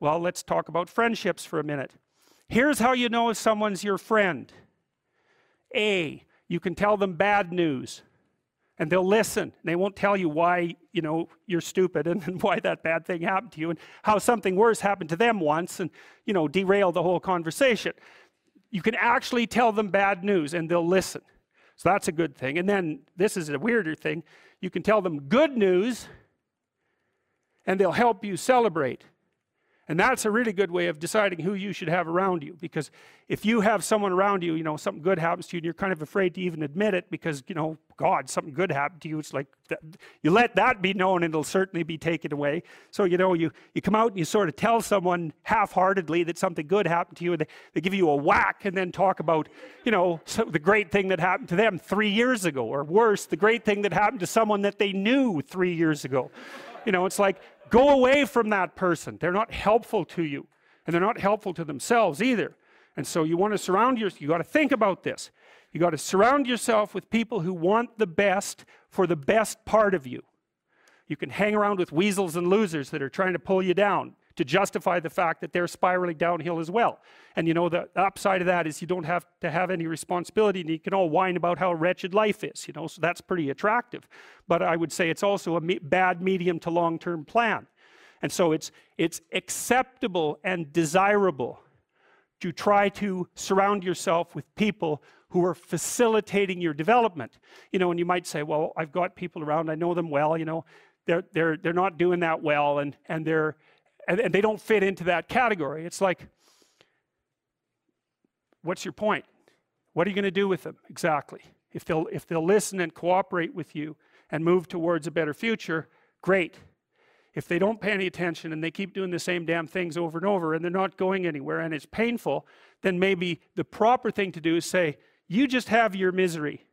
Well, let's talk about friendships for a minute. Here's how you know if someone's your friend A, you can tell them bad news and they'll listen. They won't tell you why, you know, you're stupid and, and why that bad thing happened to you and how something worse happened to them once and, you know, derail the whole conversation. You can actually tell them bad news and they'll listen. So that's a good thing. And then this is a weirder thing you can tell them good news and they'll help you celebrate. And that's a really good way of deciding who you should have around you. Because if you have someone around you, you know, something good happens to you, and you're kind of afraid to even admit it because, you know, God, something good happened to you. It's like that, you let that be known, and it'll certainly be taken away. So, you know, you, you come out and you sort of tell someone half heartedly that something good happened to you, and they, they give you a whack and then talk about, you know, so the great thing that happened to them three years ago, or worse, the great thing that happened to someone that they knew three years ago. You know, it's like, go away from that person. They're not helpful to you, and they're not helpful to themselves either. And so you want to surround yourself, you got to think about this. You got to surround yourself with people who want the best for the best part of you. You can hang around with weasels and losers that are trying to pull you down to justify the fact that they're spiraling downhill as well. And you know, the upside of that is you don't have to have any responsibility and you can all whine about how wretched life is, you know, so that's pretty attractive. But I would say it's also a me- bad medium to long term plan. And so it's, it's acceptable and desirable to try to surround yourself with people who are facilitating your development. You know, and you might say, well, I've got people around, I know them well, you know, they're, they're, they're not doing that well and, and they're, and, and, they don't fit into that category. It's like, what's your point? What are you going to do with them exactly? If they'll, if they'll listen and cooperate with you and move towards a better future, great. If they don't pay any attention and they keep doing the same damn things over and over and they're not going anywhere and it's painful, then maybe the proper thing to do is say, You just have your misery.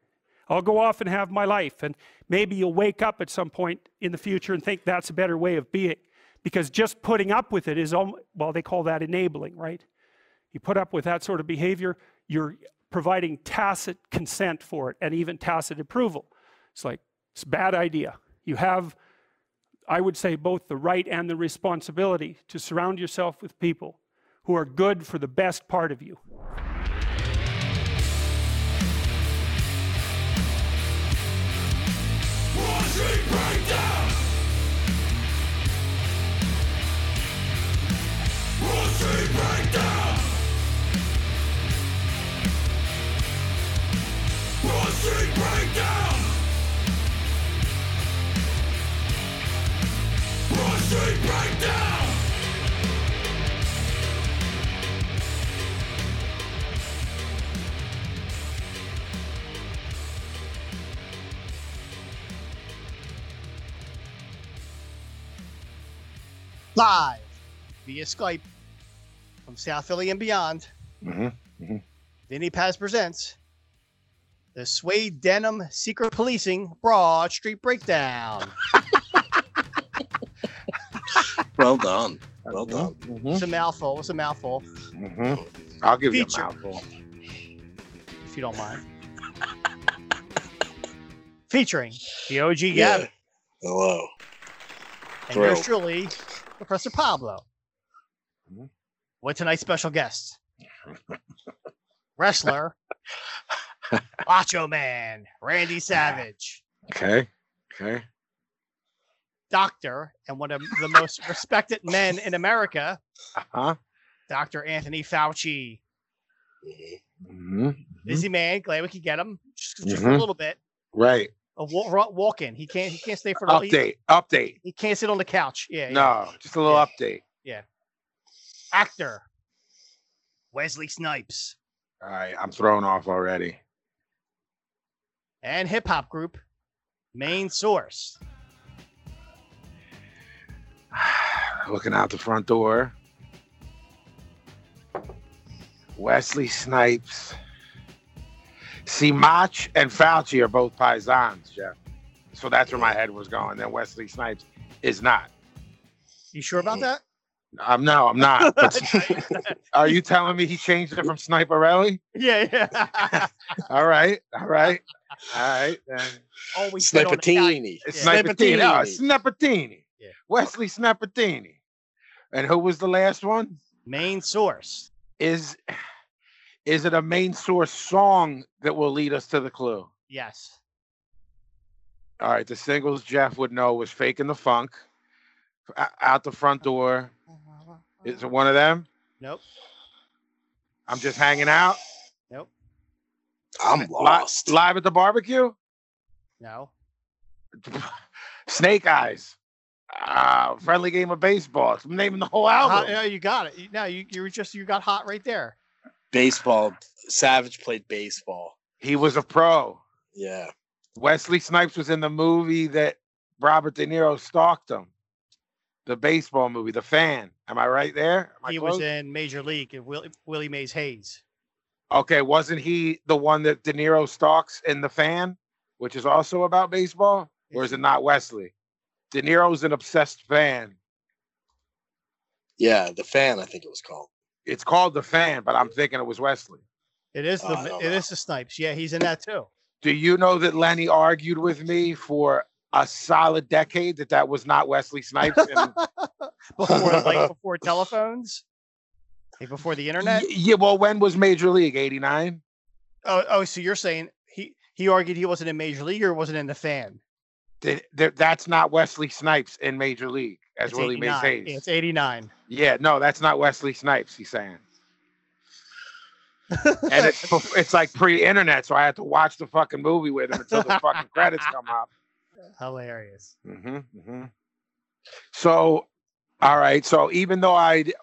I'll go off and have my life. And maybe you'll wake up at some point in the future and think that's a better way of being because just putting up with it is well they call that enabling right you put up with that sort of behavior you're providing tacit consent for it and even tacit approval it's like it's a bad idea you have i would say both the right and the responsibility to surround yourself with people who are good for the best part of you Breakdown! Wall Street Breakdown! Wall Street Breakdown! Live via Skype from South Philly and beyond. Mm-hmm. Mm-hmm. Vinny Paz presents the suede denim secret policing Broad Street Breakdown. well done. Well done. Mm-hmm. It's a mouthful. It's a mouthful. Mm-hmm. I'll give Feature, you a mouthful. If you don't mind. Featuring the OG yeah. Gavin. Hello. And Bro. yours truly, Professor Pablo. Mm-hmm with tonight's special guest wrestler Macho Man Randy Savage. Okay. Okay. Doctor and one of the most respected men in America, uh-huh. Dr. Anthony Fauci. Mm-hmm. Busy man, glad we could get him just, just mm-hmm. for a little bit. Right. A walk in. He can't. He can't stay for the update. He, update. He can't sit on the couch. Yeah. No, yeah. just a little yeah. update. Yeah actor Wesley Snipes. All right, I'm thrown off already. And hip hop group Main Source. Looking out the front door. Wesley Snipes. See, Mach and Fauci are both Paisans, Jeff. So that's where my head was going. Then Wesley Snipes is not. You sure about that? I'm no, I'm not. are you telling me he changed it from Sniper Rally? Yeah, yeah. all right, all right, all right. Then. Always Snipatini. Uh, Yeah. Snipatini. Snipatini. Oh, Snipatini. Yeah. Wesley Snipatini. And who was the last one? Main source. Is is it a main source song that will lead us to the clue? Yes. All right, the singles Jeff would know was "Faking the Funk," O- "Out the Front Door." Is it one of them? Nope. I'm just hanging out. I'm Li- lost. live at the barbecue. No. Snake Eyes. Uh, friendly game of baseball. I'm naming the whole Hot, album. no, you got it. You- No, you, you were just you got hot right there. baseball. Savage played baseball. He was a pro. Yeah. Wesley Snipes was in the movie that Robert De Niro stalked him. The baseball movie, The Fan. Am I right there? Am I he was close? in Major League and Will, Willie Mays Hayes. Okay, wasn't he the one that De Niro stalks in The Fan, which is also about baseball? Or is it not Wesley? De Niro's an obsessed fan. Yeah. The fan, I think it was called. It's called The Fan, but I'm thinking it was Wesley. It is the Oh, I don't it know. is the Snipes. Yeah, he's in that too. Do you know that Lenny argued with me for a solid decade that that was not Wesley Snipes? And Before like before telephones, like before the internet. Y- yeah, well, when was Major League? 89? Oh, oh, so you're saying he he argued he wasn't in Major League or wasn't in the fan? Th- th- that's not Wesley Snipes in Major League as It's Willie 89. Mays Hayes. Yeah, it's 89. Yeah, no, that's not Wesley Snipes. He's saying, and it's bef- it's like pre-internet, so I had to watch the fucking movie with him until the fucking credits come up. Hilarious. hmm hmm So, all right. So even though I d-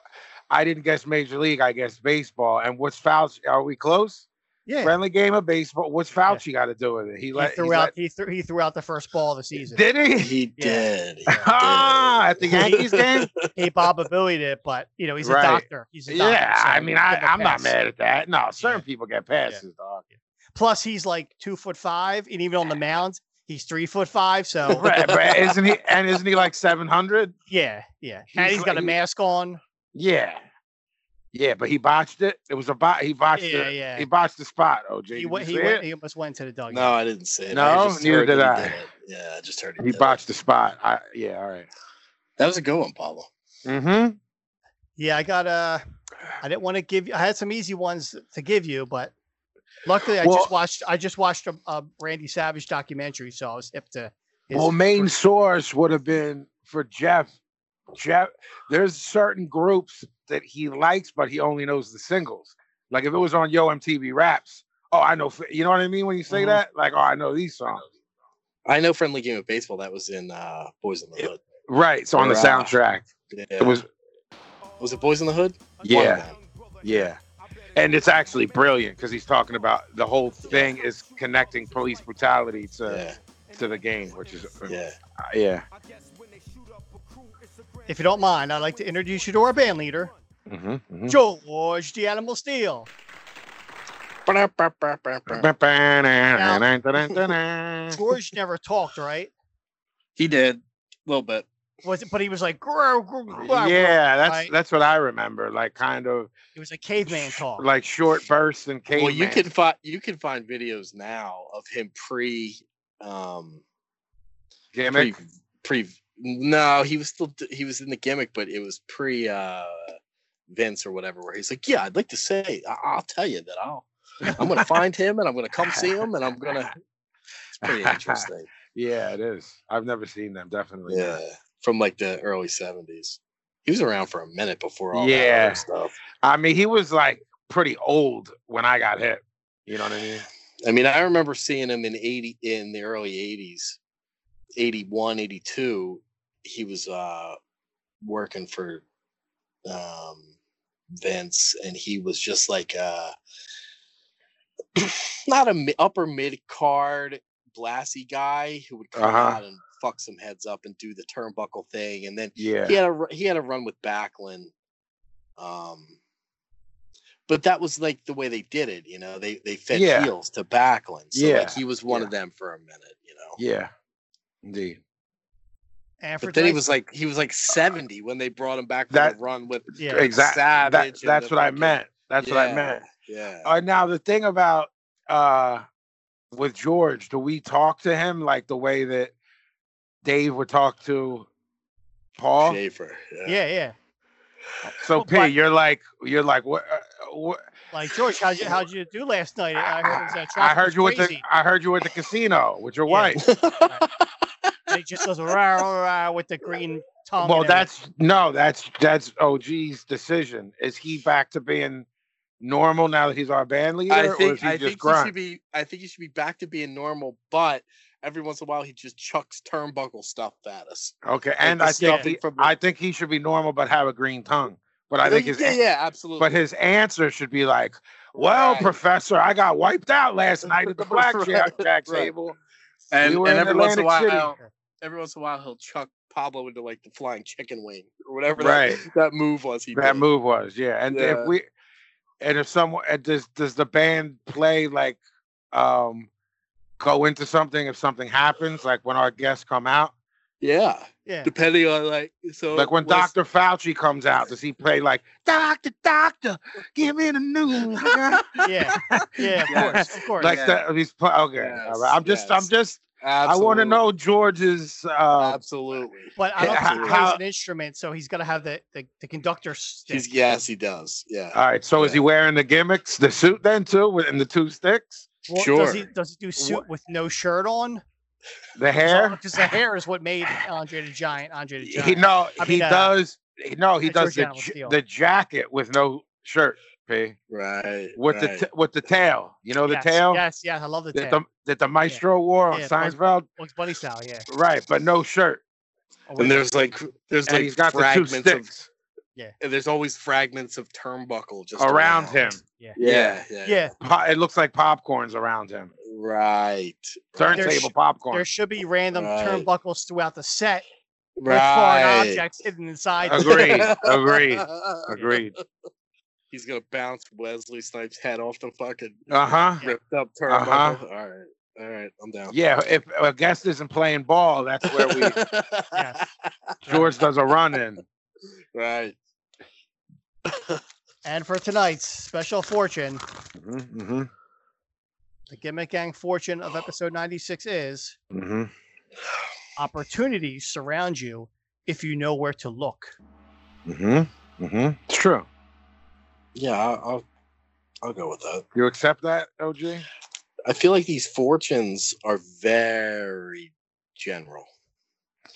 I didn't guess Major League, I guess baseball. And what's Fauci? Are we close? Yeah. Friendly game of baseball. What's Fauci got to do with it? He He let, he threw out he threw he threw out the first ball of the let season. did he? He Yeah. did. He Ah, did. at the Yankees game. Hey, Bob ability it, but you know he's a Right. doctor. He's a doctor. Yeah, so I he mean, couldn't I, have I'm not passed. mad at that. No, certain people get passes, dog. Plus, he's like two foot five, and even on the mound, he's three foot five. So Right, but isn't he? And isn't he like 700? yeah, yeah. and He's he's got a like- mask on. Yeah, yeah, but he botched it. It was a bot. He botched Yeah, it. yeah. He botched the spot. OJ, He Did went, you he see went, it? he almost went to the dugout. No, I didn't see it. No, I just neither heard did that he I. it. Yeah, I just heard he, He did it. botched the spot. I, yeah, all right. That was a good one, Pablo. Mm-hmm. Yeah, I got uh I didn't want to give you I had some easy ones to give you, but luckily I Well- just watched I just watched a, a Randy Savage documentary, so I was hip to his Well, main first- source would have been for Jeff. Jeff, there's certain groups that he likes, but he only knows the singles. Like if it was on Yo MTV Raps, oh, I know. f- You know what I mean when you say Mhm. that? Like, oh, I know these songs. I know friendly game of baseball. That was in uh, Boys in the Hood. Right. So on the Right. soundtrack, Yeah. it was was it Boys in the Hood? One of yeah, them. yeah, and it's actually brilliant because he's talking about the whole thing is connecting police brutality to yeah, to the game, which is uh, yeah. yeah. If you don't mind, I'd like to introduce you to our band leader, Mm-hmm, George the Animal Steel. George never talked, right? He did a little bit. Was it but he was like grow, grow, grow. Yeah, that's Right. that's what I remember. Like kind of It was a caveman talk. like short bursts and caveman. Well, you can find you can find videos now of him pre, um, pre, gimmick. pre. No, he was still d- he was in the gimmick, but it was pre uh, Vince or whatever. Where he's like, "Yeah, I'd like to say, I- I'll tell you that I'll, I'm gonna find him and I'm gonna come see him and I'm gonna." It's pretty interesting. Yeah, it is. I've never seen them. Definitely. not. Yeah, from like the early '70s. He was around for a minute before all that Yeah. other stuff. I mean, he was like pretty old when I got hit. You know what I mean? I mean, I remember seeing him in 80 in the early 80s, 81, 82. He was uh working for um Vince and he was just like uh not a mi- upper mid card blassy guy who would come Uh-huh. out and fuck some heads up and do the turnbuckle thing and then Yeah. he had a ru- he had a run with Backlund, um, but that was like the way they did it. You know, they they fed Yeah. heels to Backlund, so Yeah, like he was one of them for a minute. You know, Yeah. Indeed. And for but then he tonight's- was like he was like seventy when they brought him back for That- the run with yeah. Exactly. Savage. and that's the what I fucking- meant. That's what I Yeah, meant. Yeah, Uh, now the thing about uh with George, do we talk to him like the way that Dave would talk to Paul? Schaefer. Yeah. Yeah, yeah. So Well, P, but- you're like you're like what? Uh, what Like George, how'd you how'd you do last night? I heard, it was, uh, I traffic heard was you at the crazy. I heard you at the casino with your Yeah. wife. It just goes rah, rah, rah, with the green tongue. well, and everything. that's no, that's that's OG's decision. Is he back to being normal now that he's our band leader, I or think is he I just think he should grunt? be I think he should be back to being normal, but every once in a while he just chucks turnbuckle stuff at us. okay, and the I think stuffing he, from the- I think he should be normal but have a green tongue. But I think his yeah, an- yeah, absolutely. but his answer should be like, "Well, Right. Professor, I got wiped out last night at the blackjack Right. table." and, we were and in every once in a Atlantic while, every once in a while he'll chuck Pablo into like the flying chicken wing or whatever Right. that, that move was. He that did. move was yeah and Yeah. if we and if someone and does does the band play like um go into something if something happens like when our guests come out Yeah, yeah. depending on like so like when was- dr fauci comes out does he play like doctor doctor give me the news yeah, yeah, of course, of course. like Yeah. that he's pl- okay Yes, all right. i'm just i'm yes. just i want to Absolutely. know george's uh Absolutely. but I don't Yeah, think he how- plays an instrument, so he's got to have the, the the conductor stick. He's yes, he does. Yeah. all right so is he wearing the gimmicks the suit then too with- and the two sticks Well, sure. Does he does he do suit with no shirt on? the hair Because the hair is what made Andre the Giant. Andre the Giant. He no, I he mean, uh, does. he- No, he uh, does the, Georgiana with j- steel. the jacket with no shirt, P. right. With right. the t- with the tail, you know the yes, tail Yes, yes, I love the that tail. the that the maestro wore on Yeah, but- Seinfeld, Bugs Bunny style, yeah. right? But no shirt, Oh, wait, and there's like there's and like he's got the two fragments of sticks and there's always fragments of turnbuckle just around him. yeah. Yeah, yeah. Yeah, Po- it looks like popcorns around him. Right. There's- Turntable popcorn. there should be random Right. turnbuckles throughout the set with foreign Right. objects hidden inside. the- Agreed. Agreed. Agreed. He's gonna bounce Wesley Snipes' head off the fucking Uh huh. ripped up turnbuckle. Uh-huh. All right. All right, I'm down. Yeah. If a guest isn't playing ball, that's where we Yes. George does a run in. right. And for tonight's special fortune, Mm-hmm, mm-hmm, the Gimmick Gang fortune of episode 96 is mm-hmm. opportunities surround you if you know where to look. Mm-hmm. Mm-hmm. It's true. Yeah, I'll, I'll I'll go with that. You accept that, OG? I feel like these fortunes are very general.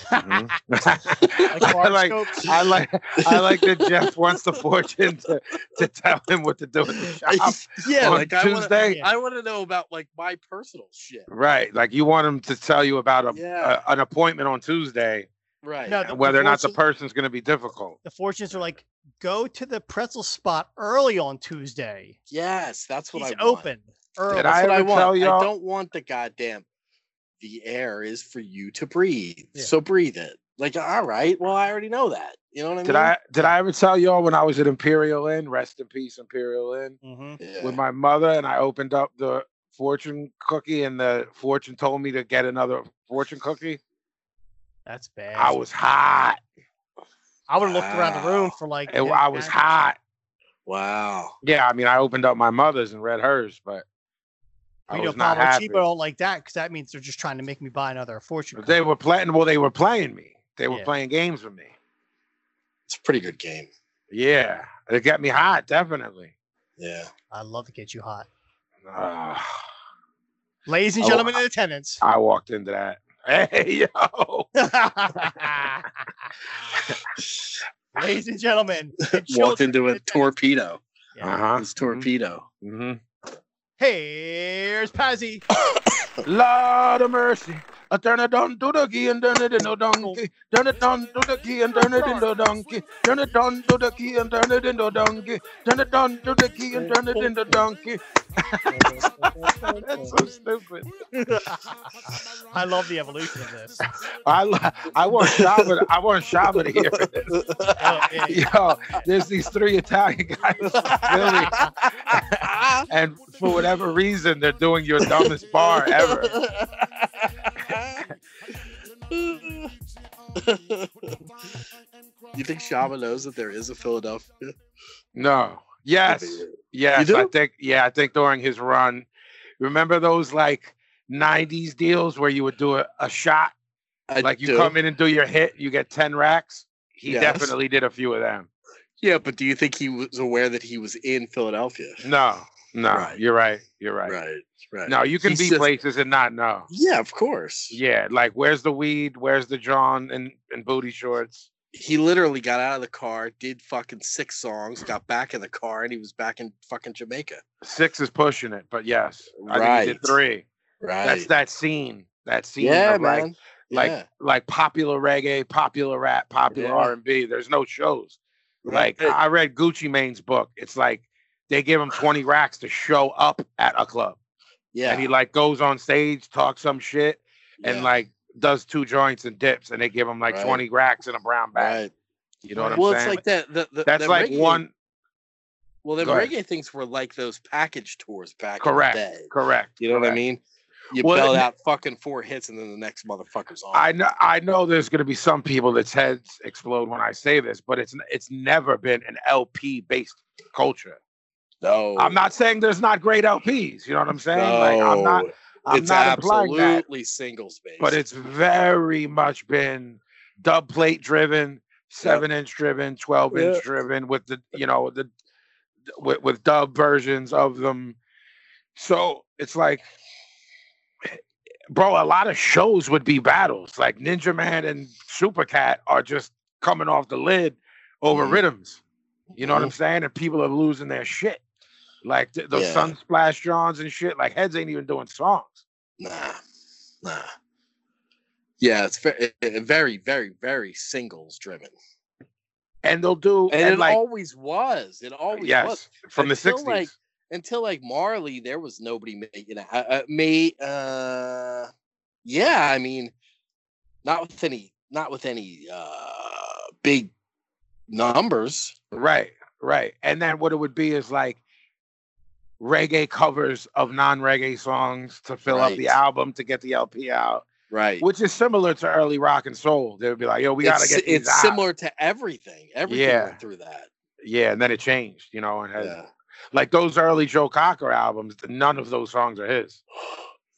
Mm-hmm. Like I like, horoscopes. I like, I like that Jeff wants the fortune to, to tell him what to do with the shop yeah, on like I want to Tuesday. yeah. I want to know about like my personal shit. Right, like you want him to tell you about a, Yeah. a- an appointment on Tuesday, Right. No, and whether or not the fortune- person's going to be difficult. the fortunes are like go to the pretzel spot early on Tuesday. Yes, that's what He's I want. open early. Did That's I what I ever want. tell y'all- I don't want the goddamn. The air is for you to breathe, Yeah. so breathe it. Like, all right, well, I already know that. You know what I mean? Did I did I ever tell y'all when I was at Imperial Inn, rest in peace, Imperial Inn, Mhm. Yeah. with my mother, and I opened up the fortune cookie, and the fortune told me to get another fortune cookie. That's bad. I I, was hot. would have looked around the room Wow. for like. It- hidden I characters. was hot. Wow. Yeah, I mean, I opened up my mother's and read hers, but I We was know not Pablo happy. Chiba don't like that because that means they're just trying to make me buy another fortune. They cookie. were playing. Well, they were playing me. They were Yeah. playing games with me. It's a pretty good game. Yeah, it got me hot, definitely. Yeah. I love to get you hot, Ah, ladies and Oh, gentlemen in attendance. I walked into that. Hey yo, ladies and gentlemen, and Walked children into in a attendance. torpedo. Yeah. uh huh. It's torpedo. hmm Here's Pazzy. Lord of mercy. I turn it on to the key and turn it into donkey. Turn it on to the key and turn it into donkey. Turn it on to the key and turn it into donkey. Turn it on to the key and turn it into donkey. That's so stupid. I love the evolution of this. I lo- I want Shaba. I want Shaba to hear this. Oh, yeah. Yo, there's these three Italian guys from Philly, and for whatever reason, they're doing your dumbest bar ever. you think Shama knows that there is a Philadelphia? No. Yes. Yes. You I do? think. Yeah. I think during his run, remember those like '90s deals where you would do a, a shot, I like you do. come in and do your hit, you get ten racks. He Yes. definitely did a few of them. Yeah, but do you think he was aware that he was in Philadelphia? No, no, Right. you're right. You're right. Right, right. No, you can He's be just- places and not know. Yeah, of course. Yeah, like where's the weed? Where's the John and, and booty shorts? He literally got out of the car, did fucking six songs, got back in the car, and he was back in fucking Jamaica. Six is pushing it, but yes, I think he Right. did three. Right. That's that scene. That scene yeah, of like man. like Yeah. like popular reggae, popular rap, popular Yeah. R and B. There's no shows. Like Right. I read Gucci Mane's book. It's like they give him 20 racks to show up at a club, yeah, and he like goes on stage, talks some shit, yeah, and like does two joints and dips, and they give him like Right. 20 racks in a brown bag. right. You know what I'm well, saying? it's like that. The, the, That's the like reggae- one Well, the go ahead. reggae things were like those package tours back Correct. in the day. correct. You know what I correct. mean? You Well, belt it- out fucking four hits, and then the next motherfucker's on. I know I know there's going to be some people that's heads explode when I say this, but it's it's never been an LP based culture. no, I'm not saying there's not great LPs. You know what I'm saying? Like I'm not no, I'm it's not implying absolutely that, singles based. but it's very much been dub plate driven, seven inch driven, twelve inch Yeah. driven with the you know the with, with dub versions of them. So it's like, bro, a lot of shows would be battles. Like Ninja Man and Super Cat are just coming off the lid over Mhm. rhythms. You know what I'm saying? And people are losing their shit. Like th- those Mm-hmm. Yeah. Sunsplash Johns and shit. Like heads ain't even doing songs. nah, nah. Yeah, it's very, very, very, very singles driven, And they'll do and, and, it like always was. It always was. yes from the until, '60s. like, until like Marley, there was nobody making it. Uh, uh, may, uh, yeah, I mean, not with any, not with any uh, big numbers. Right, right. And then what it would be is like reggae covers of non-reggae songs to fill up the Right. album to get the LP out, Right. which is similar to early rock and soul. They would be like, "Yo, we gotta it's get these it's out." similar to everything. Everything Yeah. went through that. Yeah, and then it changed, you know. And had, Yeah. like those early Joe Cocker albums, th- none of those songs are his.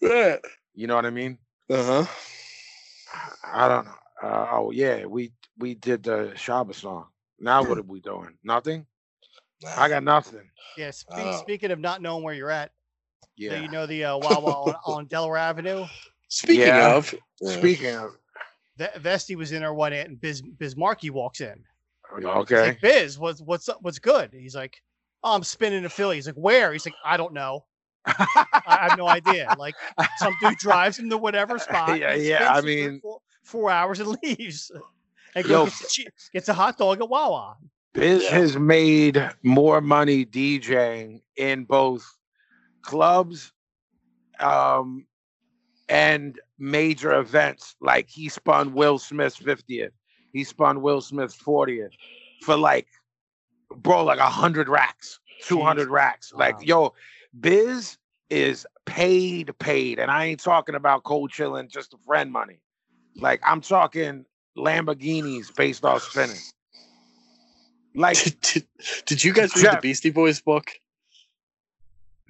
Yeah. You know what I mean? Uh huh. I don't know. Uh, oh yeah, we we did the Shaba song. Now what are we doing? Nothing. I got nothing. Yeah. Spe- Oh. Speaking of not knowing where you're at, so Yeah. you know the uh, Wawa on, on Delaware Avenue. Speaking Yeah. of, Yeah. Speaking of, Ve- Vesty was in there one day, and Biz Bismarcky walks in. He's okay. like, Biz, what's what's up- what's good? He's like, oh, I'm spinning to Philly. He's like, where? He's like, I don't know. I I have no idea. Like some dude drives him to whatever spot. Yeah, and yeah, spins I for mean- four, four hours and leaves. And Yo, goes, gets, a chi- gets a hot dog at Wawa. Biz Yeah. has made more money DJing in both clubs um, and major events. Like he spun Will Smith's 50th, he spun Will Smith's 40th for like, bro, like 100 racks, 200 Jeez. racks. Like, Wow. yo, Biz is paid, paid. And I ain't talking about cold chilling, just friend money. Like, I'm talking Lamborghinis based off spinning. Like, did, did, did you guys read the Jeff- Beastie Boys book?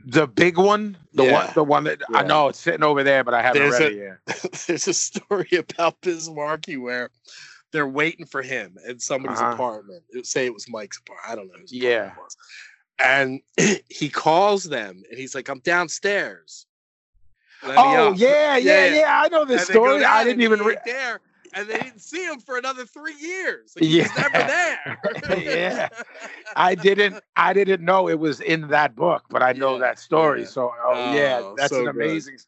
The big one, the one, Yeah. the one that I Yeah. know it's sitting over there, but I haven't There's read a- it yet. there's a story about Bismarcky where they're waiting for him in somebody's Uh-huh. apartment. It- Say it was Mike's apartment. I don't know. Whose Yeah. apartment it was. And he calls them and he's like, I'm downstairs. Let me Oh up." yeah, yeah, Yeah, yeah, yeah. I know And this they go story. I down didn't and even he read. ain't there. And they didn't see him for another three years. Like, he was never there. Yeah. I didn't. I didn't know it was in that book, but I know Yeah, that story. yeah. So oh, yeah, Oh, that's so an good. amazing. s-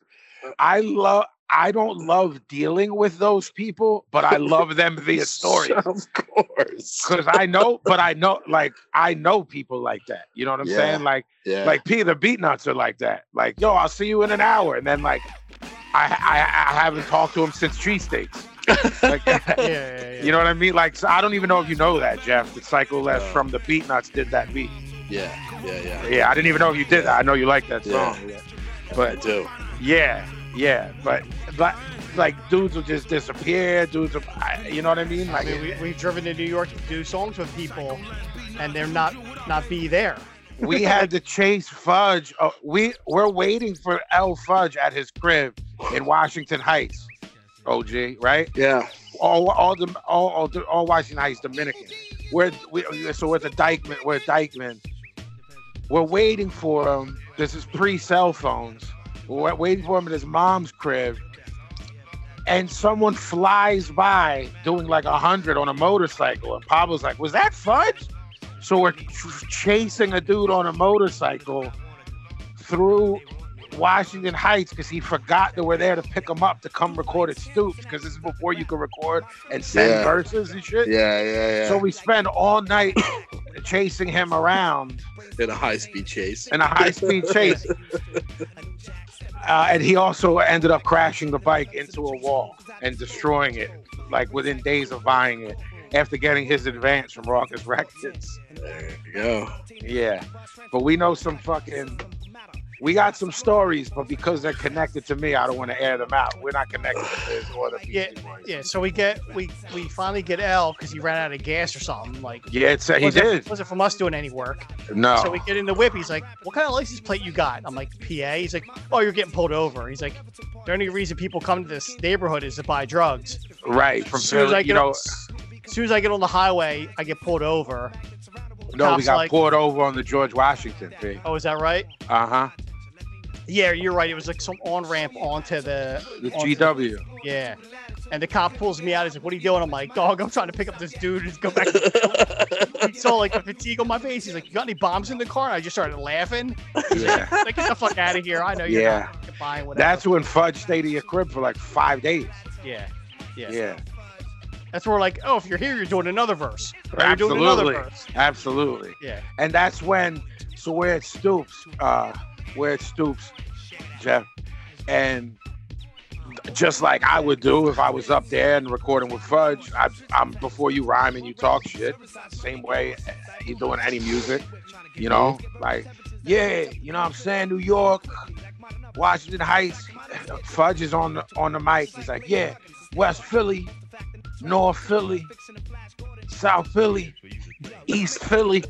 I love. I don't love dealing with those people, but I love them via stories Of course. because I know. But I know, like I know people like that. You know what I'm Yeah. saying? Like. Yeah. Like P, the beat nuts are like that. Like, yo, I'll see you in an hour, and then like, I I, I haven't talked to him since tree steaks. Like, Yeah, yeah, yeah. you know what I mean? Like, so I don't even know if you know that, Jeff. The Psycho Less No. from the Beat Nuts did that beat. yeah. Yeah. Yeah. Yeah, I didn't even know if you did that. I know you like that Yeah. song, I but do. yeah, yeah, but but like dudes will just disappear. Dudes, will, I- you know what I mean? I Like, mean, we, we've driven to New York to do songs with people, and they're not not be there. we had to chase Fudge. Uh, we we're waiting for L Fudge at his crib in Washington Heights. OG, right? Yeah. all all the all all, the- all Washington Heights Dominican. we're we, so we're the Dykeman. We're Dykeman. We're waiting for him. This is pre-cell phones. We're waiting for him at his mom's crib, and someone flies by doing like a hundred on a motorcycle, and Pablo's like, "Was that fudge?" So we're ch- chasing a dude on a motorcycle through Washington Heights because he forgot that we're there to pick him up to come record at Stoops because this is before you could record and send Yeah. verses and shit. Yeah, yeah, yeah. So we spend all night chasing him around in a high speed chase. in a high speed chase. Uh, and he also ended up crashing the bike into a wall and destroying it, like within days of buying it after getting his advance from Raucous Records. There you go. Yeah. But we know some fucking. We got some stories, but because they're connected to me, I don't want to air them out. We're not connected to this or the Beastie Boys. Yeah, so we get we we finally get L because he ran out of gas or something. Like Yeah, it's, he wasn't, did. Oh. Wasn't from us doing any work. No. So we get in the whip. He's like, "What kind of license plate you got?" I'm like, "PA." He's like, "Oh, you're getting pulled over." He's like, "The only reason people come to this neighborhood is to buy drugs." right. From As soon as I Philly, get you know, on, as soon as I get on the highway, I get pulled over. no, we cops got like- poured over on the George Washington thing. Oh, is that right? Uh huh. Yeah, you're right. It was like some on ramp onto the The onto- GW. Yeah. And the cop pulls me out. He's like, "What are you doing?" I'm like, "Dog, I'm trying to pick up this dude and go back." He's all like the fatigue on my face. He's like, "You got any bombs in the car?" And I just started laughing. Yeah. Like, get the fuck out of here! I know you're Yeah. not buying whatever. That's when Fudge stayed at your crib for like five days. yeah, yeah. Yeah. That's where we're like, "Oh, if you're here, you're doing another verse. Or you're doing another Absolutely. verse." Absolutely. Yeah. And that's when, so where it stoops, uh, where it stoops, Jeff, and just like I would do if I was up there and recording with Fudge, I, I'm before you rhyme and you talk shit, same way you doing any music, you know, like yeah, you know what I'm saying, New York, Washington Heights, Fudge is on the on the mic, he's like yeah, West Philly, North Philly, South Philly, East Philly.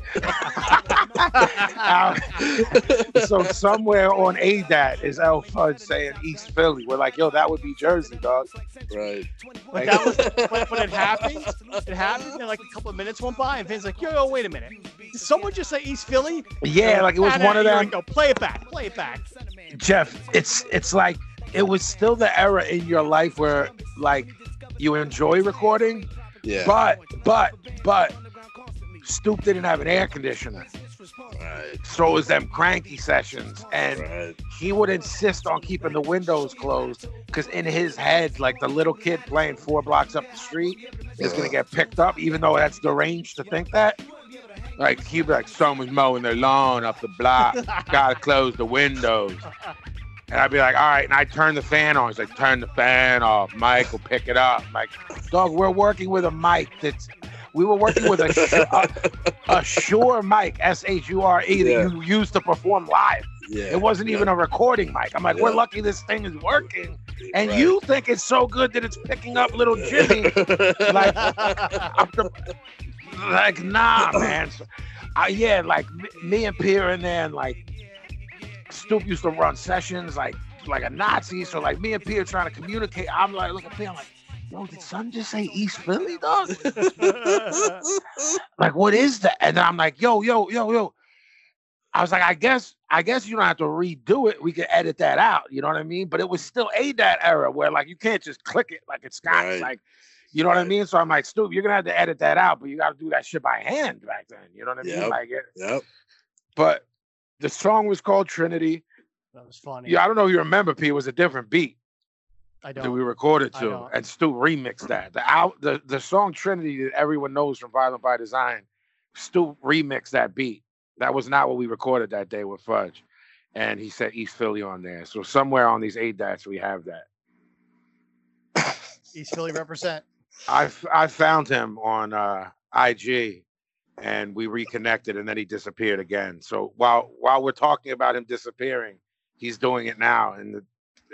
Uh, so somewhere on ADAT is L Fudge saying East Philly. We're like, yo, that would be Jersey, dog. Right. But that was when, when it happened. It happened, and like a couple of minutes went by, and Vin's like, "Yo, yo, wait a minute! Did someone just say East Philly?" Yeah, like it was Out one of here them. and Go play it back. Play it back. Jeff, it's it's like it was still the era in your life where like you enjoy recording, Yeah. but but but Stoop didn't have an air conditioner. Right. So it was them cranky sessions and Right. he would insist on keeping the windows closed because in his head, like the little kid playing four blocks up the street is gonna get picked up, even though that's deranged to think that. Like he'd be like, someone's mowing their lawn up the block, gotta close the windows. And I'd be like, all right, and I turn the fan on. He's like, turn the fan off. Mike will pick it up. I'm like, dog, we're working with a mic that's. We were working with a sure, a, a sure mic, S H U R E, that Yeah. you use to perform live. Yeah. It wasn't even a recording mic. I'm like, we're Yeah. lucky this thing is working. And Right. you think it's so good that it's picking up little Jimmy. like, up the, like, nah, man. So, uh, yeah, like me, me and Pierre in there, and like Stoop used to run sessions like like a Nazi. So like me and Pierre trying to communicate. I'm like, look at Pierre, I'm like, yo, did son just say East Philly, dog? like what is that and then i'm like yo yo yo yo i was like i guess i guess you don't have to redo it we can edit that out you know what i mean but it was still a that era where like you can't just click it like it's got Right. like you know what i Right. mean so i'm like Stu, you're gonna have to edit that out but you gotta do that shit by hand back then you know what i mean Yep. like it, Yep. but the song was called trinity That was funny. yeah i don't know if you remember p it was a different beat I that don't. we recorded I to, don't. and Stu remixed that. The out the, the song Trinity that everyone knows from Violent by Design, Stu remixed that beat. That was not what we recorded that day with Fudge, and he said East Philly on there. So somewhere on these eight dots we have that. East Philly represent. I f- I found him on uh, IG, and we reconnected, and then he disappeared again. So while while we're talking about him disappearing, he's doing it now in the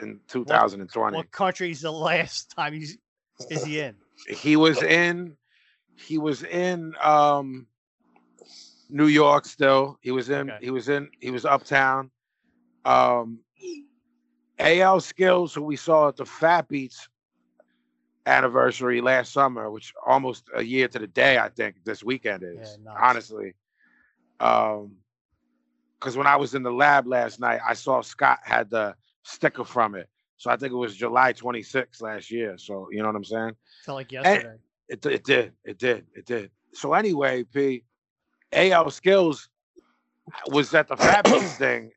in 2020. What country is the last time he's is he in? he was in he was in um New York still. He was in Okay. he was in he was uptown. Um AL Skills who we saw at the Fat Beats anniversary last summer, which almost a year to the day, I think this weekend is Yeah, nice. honestly. Um, because when I was in the lab last night, I saw Scott had the sticker from it, so I think it was July 26th last year. So you know what I'm saying? Felt like yesterday. It, d- it did. It did. It did. So anyway, P, AL Skills was at the Fat Piece thing,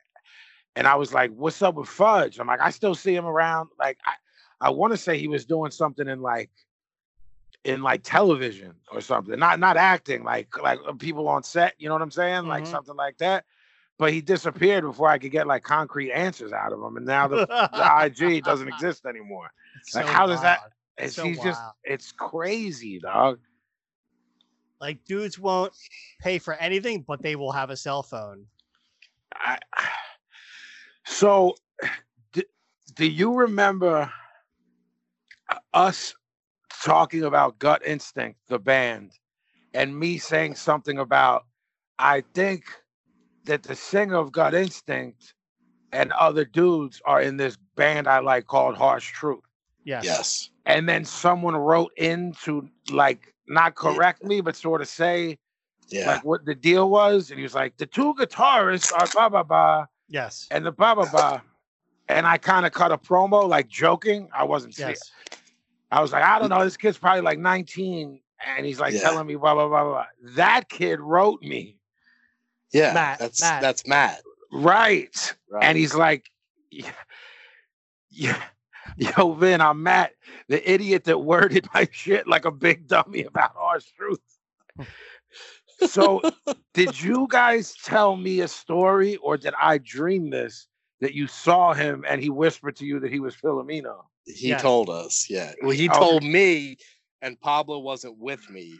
and I was like, "What's up with Fudge?" I'm like, "I still see him around." Like, I, I want to say he was doing something in like, in like television or something. Not not acting, like like uh, people on set. You know what I'm saying? Like Mhm. something like that. But he disappeared before I could get like concrete answers out of him, and now the, the IG doesn't exist anymore. It's like, how does that- wild. It's So he's just wild. it's crazy, dog. Like dudes won't pay for anything, but they will have a cell phone. I, so, do, do you remember us talking about Gut Instinct, the band, and me saying something about I think that the singer of Gut Instinct and other dudes are in this band I like called Harsh Truth? Yes. Yes. And then someone wrote in to like not correct me, but sort of say Yeah. like what the deal was, and he was like, the two guitarists are blah blah blah Yes. and the blah blah blah. And I kind of cut a promo, like joking. I wasn't serious. Yes. I was like, I don't know. This kid's probably like 19, and he's like Yeah. telling me blah blah blah blah. That kid wrote me Yeah. Matt, that's Matt. that's Matt. right, Right. and he's like, yeah, yeah. Yo, Vin, I'm Matt, the idiot that worded my shit like a big dummy about our truth. So, did you guys tell me a story, or did I dream this that you saw him and he whispered to you that he was Filomeno? he Yes. told us. Yeah. Well, he Okay. told me, and Pablo wasn't with me.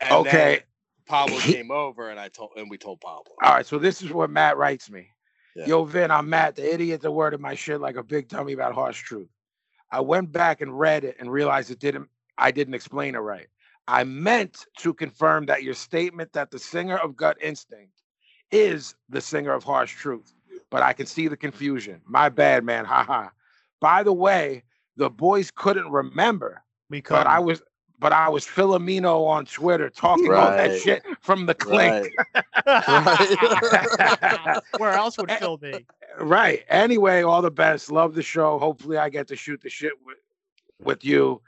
And then Okay. Pablo He- came over, and I told, and we told Pablo. All right, so this is what Matt writes me. Yeah. Yo, Vin, I'm Matt, the idiot that worded my shit like a big dummy about harsh truth. I went back and read it and realized it didn't I didn't explain it right. I meant to confirm that your statement that the singer of gut instinct is the singer of harsh truth, but I can see the confusion. My bad, man. Ha ha. By the way, the boys couldn't remember, We could. but I was but I was Filomeno on Twitter talking all that Right. shit from the clink. Right. Where else would Phil be? Right. Anyway, all the best. Love the show. Hopefully, I get to shoot the shit with, with you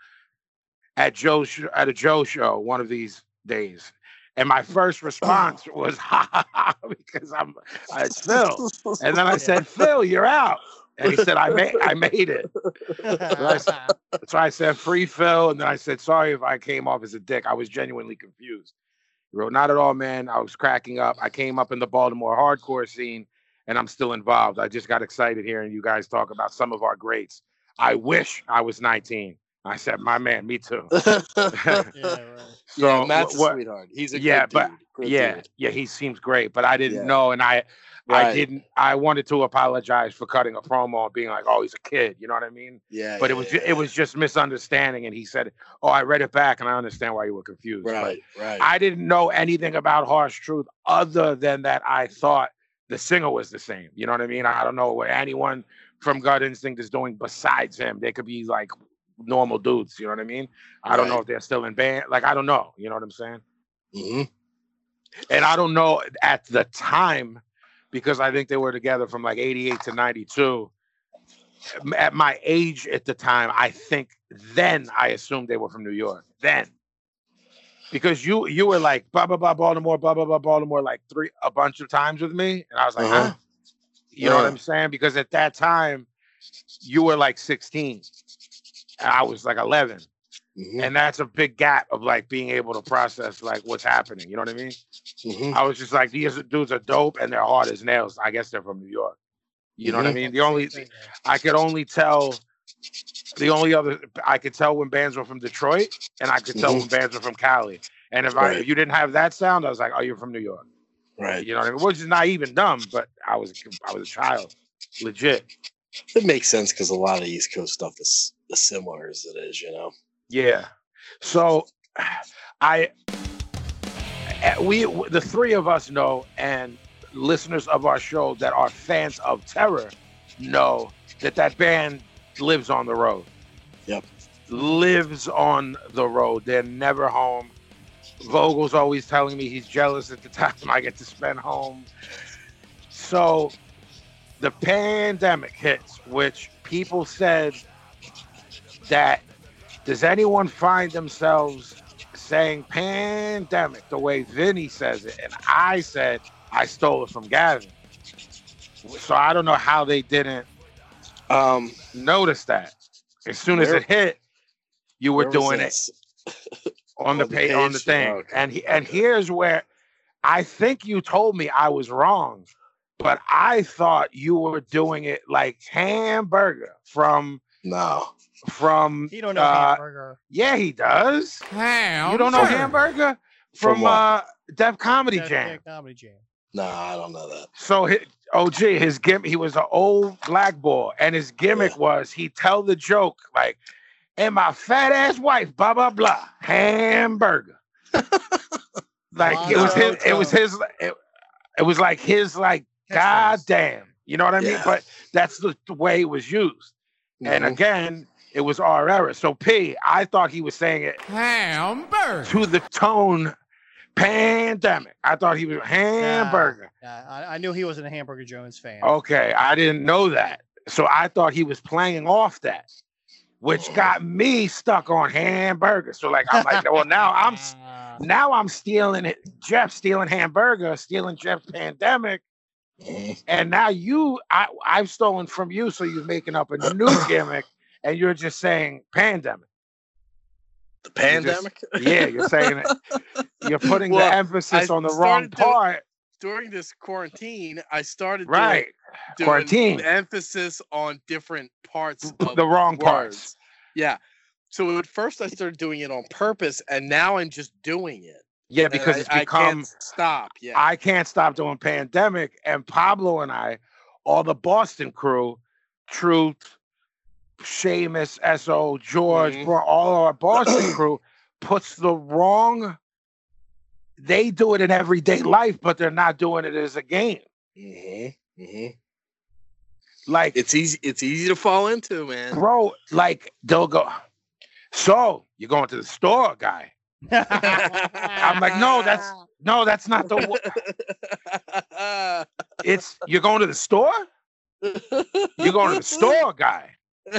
at Joe's sh- at a Joe show one of these days. And my first response was ha ha ha because I'm uh, it's Phil. And then I said, Phil, you're out. And he said, I made I made it. So I said, free Phil. And then I said, sorry if I came off as a dick. I was genuinely confused. He wrote, not at all, man. I was cracking up. I came up in the Baltimore hardcore scene and I'm still involved. I just got excited hearing you guys talk about some of our greats. I wish I was 19. I said, my man, me too. yeah, right. yeah, wh- Matt's what- a sweetheart. He's a Yeah, good but- dude. Good yeah, dude. yeah, he seems great, but I didn't Yeah. know. And I, I Right. didn't, I wanted to apologize for cutting a promo and being like, oh, he's a kid. You know what I mean? Yeah, but yeah, it was yeah, ju- it was just misunderstanding and he said oh i read it back and i understand why you were confused yeah. but right, right. i didn't know anything about harsh truth other than that i thought the singer was the same you know what i mean i don't know what anyone from gut instinct is doing besides him they could be like normal dudes you know what i mean i don't know Right. if they're still in band like i don't know you know what i'm saying Mhm. and I don't know at the time because I think they were together from like 88 to 92. M- At my age at the time, I think then I assumed they were from New York. Then. Because you you were like blah blah blah Baltimore, blah blah blah Baltimore like three a bunch of times with me. And I was like, Uh-huh. huh? You know what Yeah. I'm saying? Because at that time you were like 16. And I was like 11 Mhm. and that's a big gap of like being able to process like what's happening. You know what I mean? Mhm. I was just like, these dudes are dope and they're hard as nails. I guess they're from New York. You know what I Mhm. mean? The only Same thing, man. I could only tell the only other I could tell when bands were from Detroit and I could tell when bands were from Cali. And if I Mm-hmm. Right. if you didn't have that sound, I was like, oh, you're from New York. Right. You know what I mean? Which is not even dumb, but I was I was a child, legit. It makes sense because a lot of East Coast stuff is as similar as it is, you know. Yeah. So I eh, we w- the three of us know and listeners of our show that are fans of Terror know that that band lives on the road. Yep. lives on the road. They're never home. Vogel's always telling me he's jealous at the time I get to spend home. So the pandemic hits, which people said that does anyone find themselves saying pandemic the way Vinny says it? And I said I stole it from Gavin. So I don't know how they didn't Um, notice that. As soon as Where- it hit, you were where was doing that it s- on the on the page on the page? thing. Oh, okay. And he, and here's where I think you told me I was wrong, but I thought you were doing it like hamburger from No. from He don't know Uh, hamburger. yeah he does. You don't know hamburger From from, what? uh Def Comedy That's Jam. their Comedy jam. No, I don't know that. So his, OG, his gimmick, he was an old black boy, and his gimmick Yeah. was he tell the joke like, "And my fat ass wife, blah blah blah, hamburger." like it was his, it was his, it, it was like his like, god Catchphrase. damn, you know what I mean? Yeah. But that's the, the way it was used, and uh, Mhm. again, it was our error. So P, I thought he was saying it Hamburger. to the tone pandemic. I thought he was hamburger. Yeah, I, I knew he wasn't a Hamburger Jones fan. Okay, I didn't know that. So I thought he was playing off that, which got me stuck on hamburger. So like I'm like, well now I'm s- Ah, now I'm stealing it. Jeff stealing hamburger, stealing Jeff's pandemic, Mm-hmm. Mhm. and now you I I've stolen from you. So you're making up a new gimmick, and you're just saying pandemic. The pandemic? Yeah, you're saying it. You're putting Well, the emphasis I on the wrong started to- part, During this quarantine, I started doing- right? doing Quarantine. emphasis on different parts of The wrong parts. words. Yeah. So at first I started doing it on purpose, and now I'm just doing it Yeah, And because I- it's I become can't stop. Yeah. I can't stop doing pandemic. And Pablo and I, all the Boston crew, Truth, Seamus, SO, George, Mhm. bro, all our Boston crew puts the wrong. They do it in everyday life, but they're not doing it as a game. mm-hmm. Mm-hmm. Like It's easy. It's easy to fall into, man. bro, like they'll go. So you're going to the store, guy. I'm like, no, that's no, that's not the. wo- It's you're going to the store. You're going to the store, guy.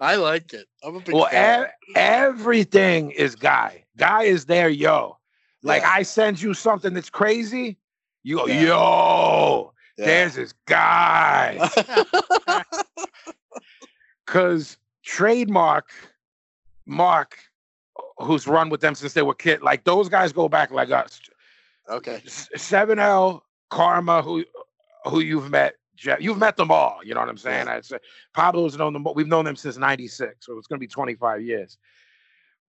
I like it. I'm a big Well, eh, fan. ev- everything is guy. Guy is there, yo. Like Yeah. I send you something that's crazy, you go, Yeah. yo. Yeah. There's this guy. Cause trademark Mark, who's run with them since they were kid, like those guys go back like us. okay. Seven L Karma, who who you've met, Jeff, you've met them all. You know what I'm saying? I'd say Pablo's known them. We've known them since '96, so it's going to be 25 years.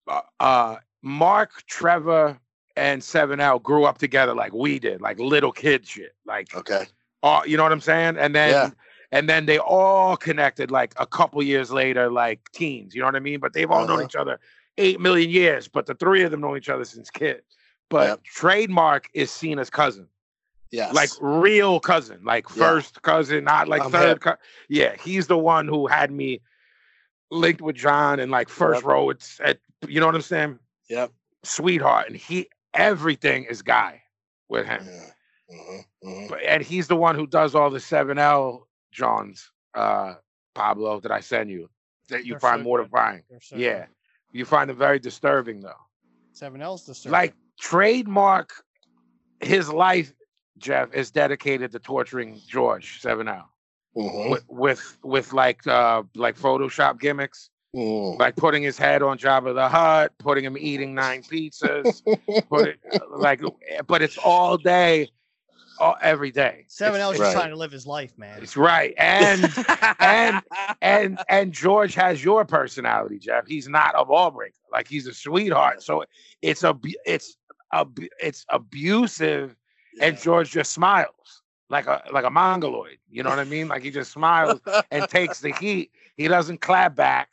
Uh, uh, Mark, Trevor, and Seven L grew up together like we did, like little kid shit. Like, Okay. uh, you know what I'm saying? And then. Yeah. And then they all connected like a couple years later, like teens. You know what I mean? But they've all known Uh-huh. each other eight million years. But the three of them know each other since kids. But Yep. trademark is seen as cousin Yes. like real cousin, like Yeah. first cousin, not like I'm third. hip. cou- yeah, he's the one who had me linked with John and like first Yep. row. It's at you know what I'm saying, Yep. sweetheart, and he everything is guy with him, Yeah. Mhm, mhm. But- and he's the one who does all the seven L Johns, uh, Pablo that I send you that you They're so find good. mortifying. they're so good. yeah, you find it very disturbing though. Seven L's disturbing. Like trademark, his life, Jeff, is dedicated to torturing George Seven L. Mhm, with with, with like uh like Photoshop gimmicks, mhm. like putting his head on Jabba the Hutt, putting him eating nine pizzas, put it, like but it's all day, all, every day. Seven L's It's, just Right. trying to live his life, man. it's right, and and- and and George has your personality, Jeff. He's not a ball breaker, like he's a sweetheart. So it's a it's a it's abusive and George just smiles like a like a mongoloid. You know what I mean? Like he just smiles and takes the heat. He doesn't clap back.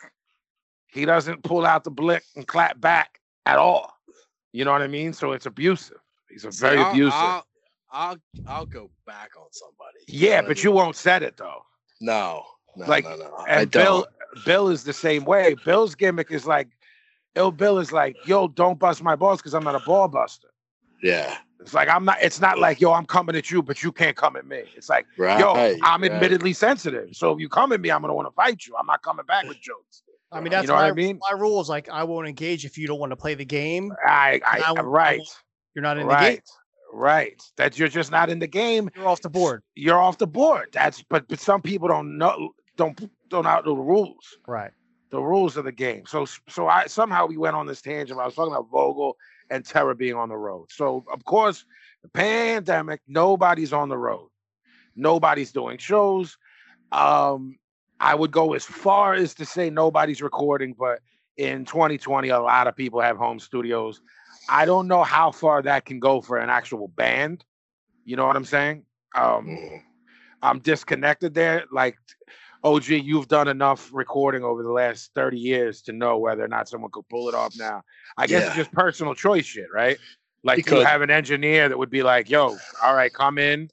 He doesn't pull out the blick and clap back at all. You know what I mean? So it's abusive. He's a See, very I'll- abusive. I'll, I'll I'll go back on somebody. yeah, know what I but mean? you won't said it though. no. No, Like, no, no. I And don't. Bill Bill is the same way. Bill's gimmick is like, ill Bill is like, yo, don't bust my balls because I'm not a ball buster. yeah. It's like I'm not. It's not like yo, I'm coming at you, but you can't come at me. It's like Right. yo, I'm right. admittedly sensitive. So if you come at me, I'm gonna want to fight you. I'm not coming back with jokes. I mean, that's you know my, what I mean? my rules. Like, I won't engage if you don't want to play the game. I, I I, won't- I right, You're not in the game. right, right. That you're just not in the game. You're off the board. You're off the board. That's but but some people don't know don't don't out know the rules. Right. The rules of the game. So so I somehow we went on this tangent. I was talking about Vogel and Terra being on the road. So of course, the pandemic. Nobody's on the road. Nobody's doing shows. Um, I would go as far as to say nobody's recording, but in 2020, a lot of people have home studios. I don't know how far that can go for an actual band. You know what I'm saying? Um, Mhm. I'm disconnected there. Like, OG, you've done enough recording over the last 30 years to know whether or not someone could pull it off now. I guess it's Yeah. just personal choice shit, right? Like, It do you could. have an engineer that would be like, yo, all right, come in.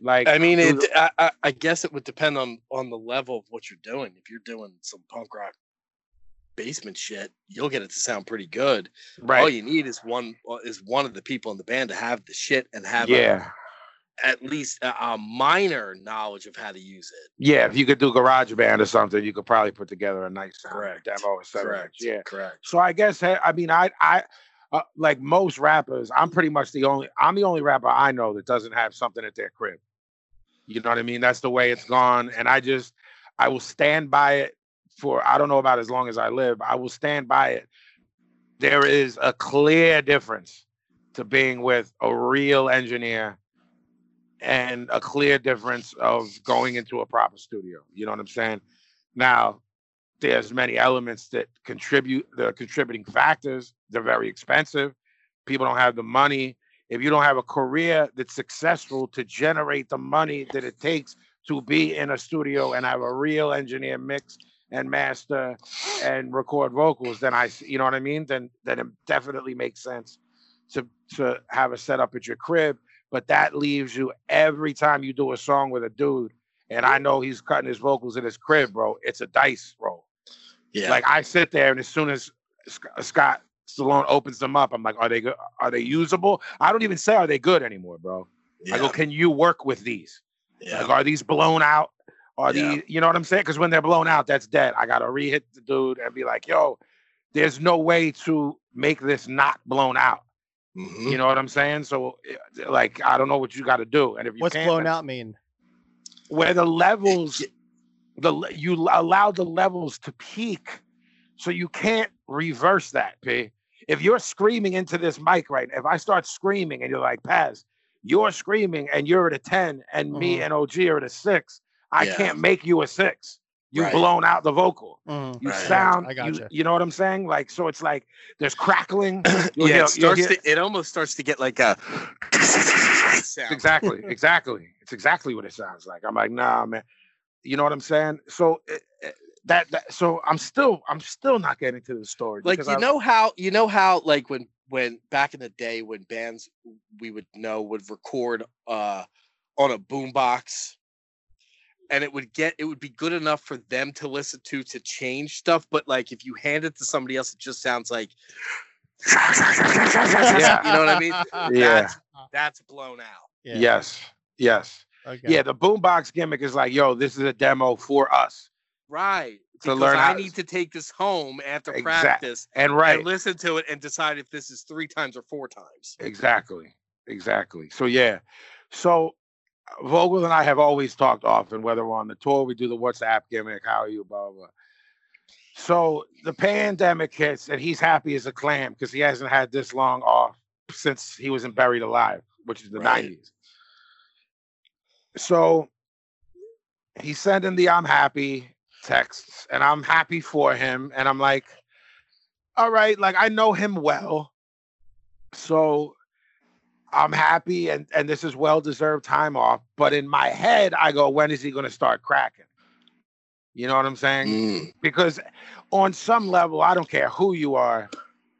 Like, I mean, do it. the- I, I, I guess it would depend on on the level of what you're doing. If you're doing some punk rock basement shit, you'll get it to sound pretty good. right. All you need is one uh, is one of the people in the band to have the shit and have a- yeah. at least a, a minor knowledge of how to use it. Yeah. If you could do garage band or something, you could probably put together a nice sound Correct. demo, et cetera. Yeah. Correct. So I guess hey, I mean I I uh, like most rappers, I'm pretty much the only I'm the only rapper I know that doesn't have something at their crib. You know what I mean? That's the way it's gone, and I just I will stand by it for I don't know about as long as I live. I will stand by it. There is a clear difference to being with a real engineer and a clear difference of going into a proper studio. You know what I'm saying? Now, there's many elements that contribute the contributing factors they're very expensive people don't have the money if you don't have a career that's successful to generate the money that it takes to be in a studio and have a real engineer mix and master and record vocals then i s- you know what i mean then then it definitely makes sense to to have a setup at your crib but that leaves you every time you do a song with a dude and i know he's cutting his vocals in his crib bro it's a dice roll Yeah. like I sit there, and as soon as Sc- Scott Stallone opens them up, I'm like, are they good? Are they usable? I don't even say are they good anymore, bro. yeah. I go, can you work with these? yeah. Like, are these blown out? Are Yeah. these? You know what I'm saying? Because when they're blown out, that's dead. I gotta re-hit the dude and be like, yo, there's no way to make this not blown out. Mhm. You know what I'm saying? So, eh, like, I don't know what you got to do. And if you What's can't, blown then- out mean? where the levels Yeah. the le- you l- allow the levels to peak so you can't reverse that p if you're screaming into this mic right if i start screaming and you're like paz you're screaming and you're at a 10 and me Mhm. and og are at a 6 i Mm-hmm. Yeah. can't make you a 6 you've Right. blown out the vocal Mhm. you Right. I gotcha, sound I you, gotcha. you know what i'm saying like so it's like there's crackling yeah, you'll hear- it starts. you'll hear- to, it almost starts to get like a sound. exactly exactly it's exactly what it sounds like i'm like nah man you know what i'm saying so it, it- that, that so i'm still i'm still not getting to the story Like because you I- know how you know how like when when back in the day when bands we would know would record uh on a boombox and it would get it would be good enough for them to listen to to change stuff but like if you hand it to somebody else it just sounds like Yeah. you know what I mean? Yeah. That's, that's blown out. Yeah. yes yes Okay. yeah the boombox gimmick is like yo this is a demo for us To Right. because learn I how- need to take this home after Exact- practice and right and listen to it and decide if this is three times or four times. Exactly. Exactly. So yeah. So uh, Vogel and I have always talked often, whether we're on the tour, we do the WhatsApp gimmick, how are you, blah blah. blah. So the pandemic hits, and he's happy as a clam because he hasn't had this long off since he was in Buried Alive, which is the Right. 90s. So he's sending the I'm happy texts, and I'm happy for him. And I'm like, all right, like I know him well. So I'm happy and and this is well deserved time off. But in my head, I go, when is he gonna start cracking? You know what I'm saying? Mm, Because on some level, I don't care who you are,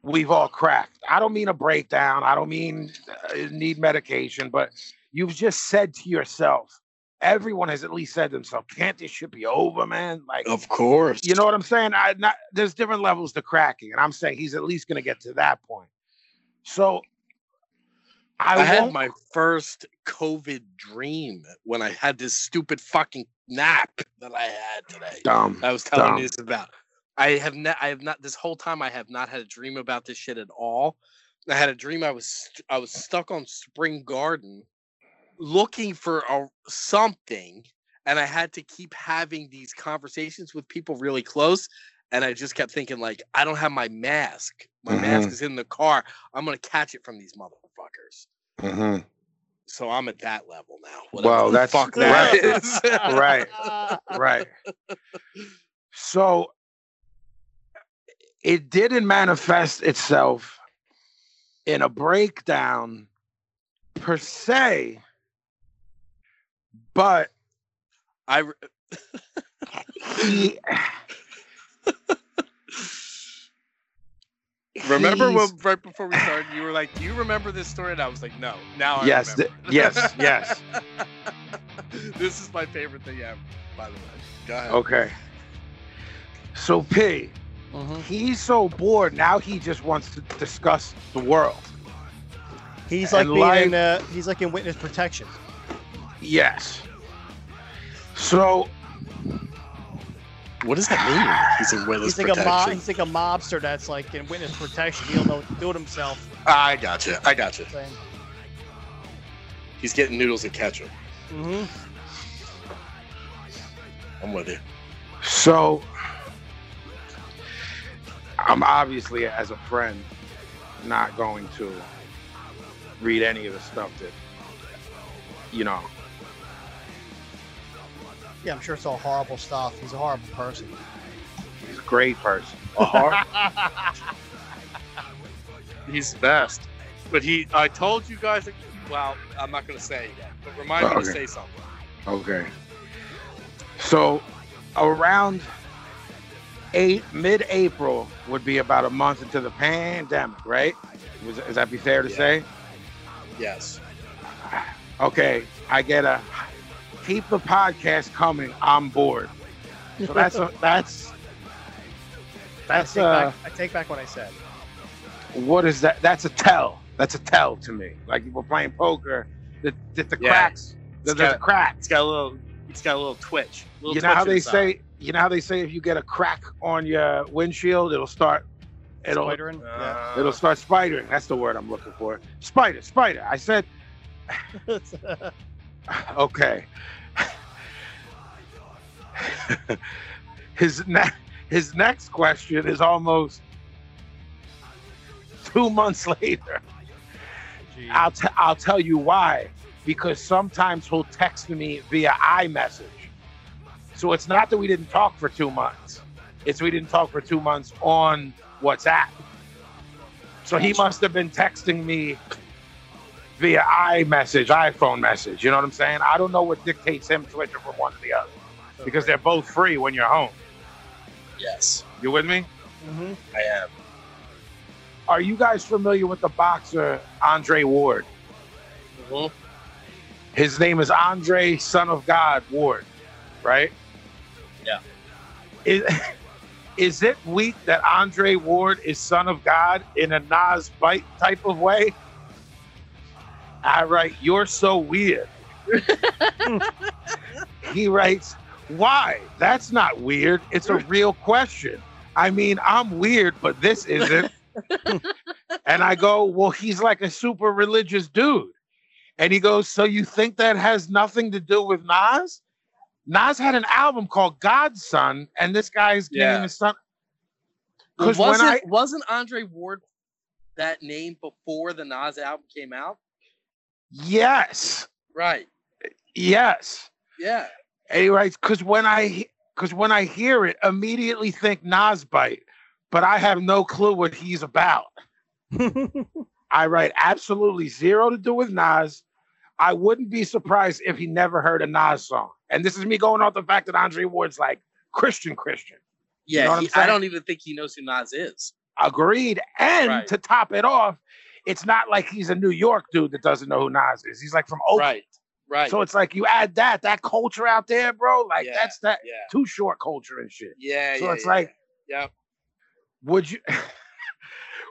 we've all cracked. I don't mean a breakdown. I don't mean uh, need medication, but you've just said to yourself, everyone has at least said to themselves, "Can't this shit be over, man?" Like, Of course. you know what I'm saying? I not there's different levels to cracking, and I'm saying he's at least gonna get to that point. So I, I, had won't- my first COVID dream when I had this stupid fucking nap that I had today. dumb. I was telling Dumb. you this about. I have not. I have not. This whole time, I have not had a dream about this shit at all. I had a dream. I was st- I was stuck on Spring Garden, looking for a, something, and I had to keep having these conversations with people really close. And I just kept thinking, like, I don't have my mask. My Mm-hmm. mask is in the car. I'm gonna catch it from these motherfuckers. So I'm at that level now. whatever Mm-hmm. Well, the that's- fuck that is. Right. Right. So it didn't manifest itself in a breakdown per se, but I re- he Remember he's- when right before we started, you were like, "Do you remember this story?" And I was like, "No, now I Yes, remember." th- yes, yes. this is my favorite thing ever. By the way, go ahead. Okay. So P, Mm-hmm. he's so bored now. He just wants to discuss the world. He's like And being life- in, uh, he's like in witness protection. Yes. So What does that mean? He's in He's witness like a mob. He's like a mobster that's like in witness protection. He don't know what to do with himself. I got you. I got you. Saying, He's getting noodles and ketchup. mm-hmm. I'm with you. So I'm obviously, as a friend, not going to read any of the stuff that, you know, Yeah, I'm sure it's all horrible stuff. He's a horrible person. he's a great person. He's the best. But he, I told you guys. Well, I'm not gonna say that. But remind me to Okay. say something. Okay. So around eight, mid April would be about a month into the pandemic, right? Was, is that be fair to Yeah. say? Yes. okay, I get a keep the podcast coming. I'm bored. So that's a, that's that's I take, uh back, I take back what I said. what is that? That's a tell. That's a tell to me. Like we're playing poker, that that the Yeah. cracks, the, It's got- the crack. It's got a little. It's got a little twitch. Little You know how twitch they inside. say. You know how they say if you get a crack on your windshield, it'll start. It'll Loitering. yeah. Uh, it'll start spidering. That's the word I'm looking for. Spider, spider. I said okay. his ne- his next question is almost two months later. Gee. I'll t- I'll tell you why. Because sometimes he'll text me via iMessage. So it's not that we didn't talk for two months. It's we didn't talk for two months on WhatsApp. So he must have been texting me via iMessage, iPhone message. You know what I'm saying? I don't know what dictates him switching from one to the other because they're both free when you're home. Yes, You with me? hmm I am. Are you guys familiar with the boxer Andre Ward? Mhm. His name is Andre, son of God Ward, right? Yeah. Is, is it weak that Andre Ward is son of God in a Nas bite type of way? I write, you're so weird. he writes, why? That's not weird. It's a real question. I mean, I'm weird, but this isn't. and I go, well, he's like a super religious dude. And he goes, So you think that has nothing to do with Nas? Nas had an album called Godson, and this guy's getting Yeah. his son. Well, Because when wasn't I wasn't Andre Ward that name before the Nas album came out? yes, Right. yes. Yeah. And he writes, because when I because when I hear it, immediately think Nas bite, but I have no clue what he's about. I write absolutely zero to do with Nas. I wouldn't be surprised if he never heard a Nas song. And this is me going off the fact that Andre Ward's like Christian Christian. Yeah. know what he- I'm I saying? don't even think he knows who Nas is. Agreed. And Right. to top it off, it's not like he's a New York dude that doesn't know who Nas is. He's like from Oakland. Right. Right. Oh. So it's like you add that that culture out there, bro. Like Yeah, that's that yeah. too short culture and shit. Yeah. so yeah, it's yeah, like, yeah. Yep. would you?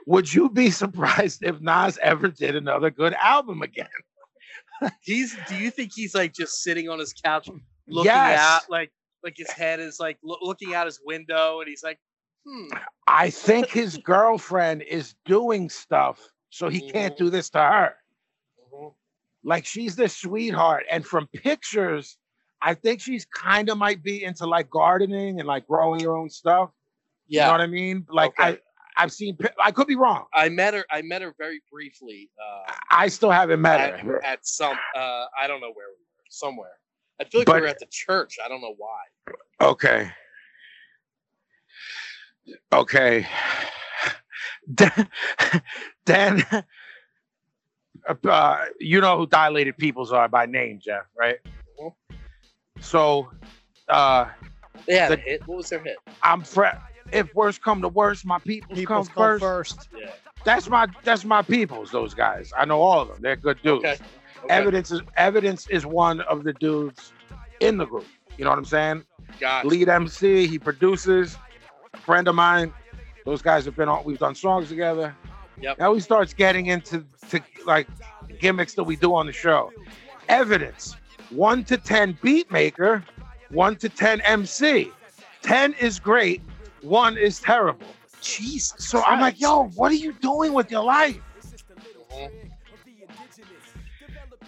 Would you be surprised if Nas ever did another good album again? He's. Do you think he's like just sitting on his couch, looking Yes. out, like like his head is like loo- looking out his window, and he's like, hmm. I think his girlfriend is doing stuff, so he can't Mm-hmm. do this to her. Like she's this sweetheart, and from pictures, I think she's kind of might be into like gardening and like growing her own stuff. Yeah. You know what I mean? Like Okay. I, I've seen. pi- I could be wrong. I met her. I met her very briefly. Uh, I- I still haven't met at, her. at some. Uh, I don't know where we were. Somewhere. I feel like we But- were at the church. I don't know why. Okay. Okay. Then, then uh, you know who dilated peoples are by name, Jeff, right? Mhm. So, uh, They had The- a hit. What was their hit? I'm fre- if worse come to worse, my peoples, People's come, come first. first. Yeah. That's my that's my peoples. Those guys, I know all of them. They're good dudes. Okay. okay. Evidence is evidence is one of the dudes in the group. You know what I'm saying? Got it. lead MC. He produces. Friend of mine. Those guys have been on. We've done songs together. Yep. Now he starts getting into to like gimmicks that we do on the show. Evidence. One to ten beat maker. One to ten MC. Ten is great. One is terrible. Jesus. So I'm like, yo, what are you doing with your life? Mhm.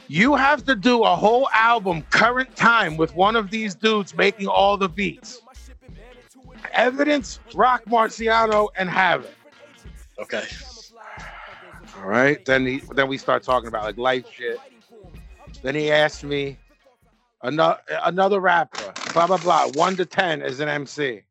You have to do a whole album current time with one of these dudes making all the beats. Evidence, Rock Marciano, and Havoc. Okay. All right. Then he, then we start talking about like life shit. Then he asked me another another rapper, blah blah blah, one to ten as an MC.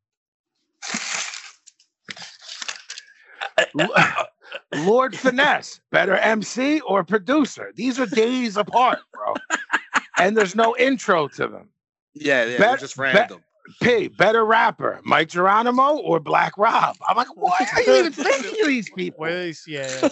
L- Lord Finesse, better MC or producer? These are days apart, bro. And there's no intro to them. Yeah. Yeah. Bet- just random. P, better rapper, Mike Geronimo or Black Rob? I'm like, why are you even thinking of these people? Where is yeah, yeah,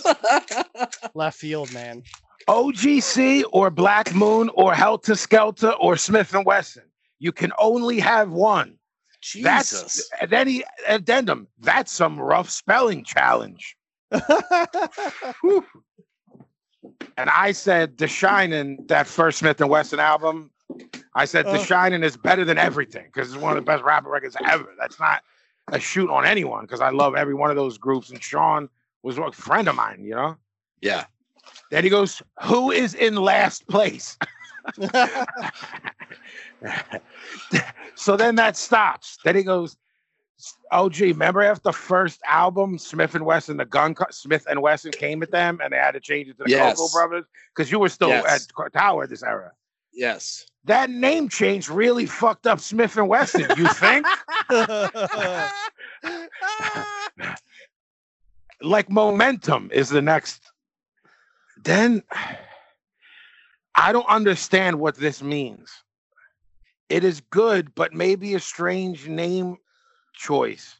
it's left field, man. OGC or Black Moon or Helter Skelter or Smith and Wesson. You can only have one. Jesus. And then he addendum. That's some rough spelling challenge. Whew. and I said, The Shining, that first Smith and Wesson album. I said, The Uh. Shining is better than everything because it's one of the best rapper records ever. That's not a shoot on anyone because I love every one of those groups. And Sean was a friend of mine, you know. Yeah. Then he goes, Who is in last place? so then that stops. Then he goes, "Oh, gee, remember after first album, Smith and Wesson, the gun, co- Smith and Wesson came at them, and they had to change it to the Coco Yes. Brothers because you were still at Yes. Co- Tower this era. Yes. That name change really fucked up Smith and Wesson. You think? Uh. like momentum is the next. Then I don't understand what this means. It is good, but maybe a strange name choice.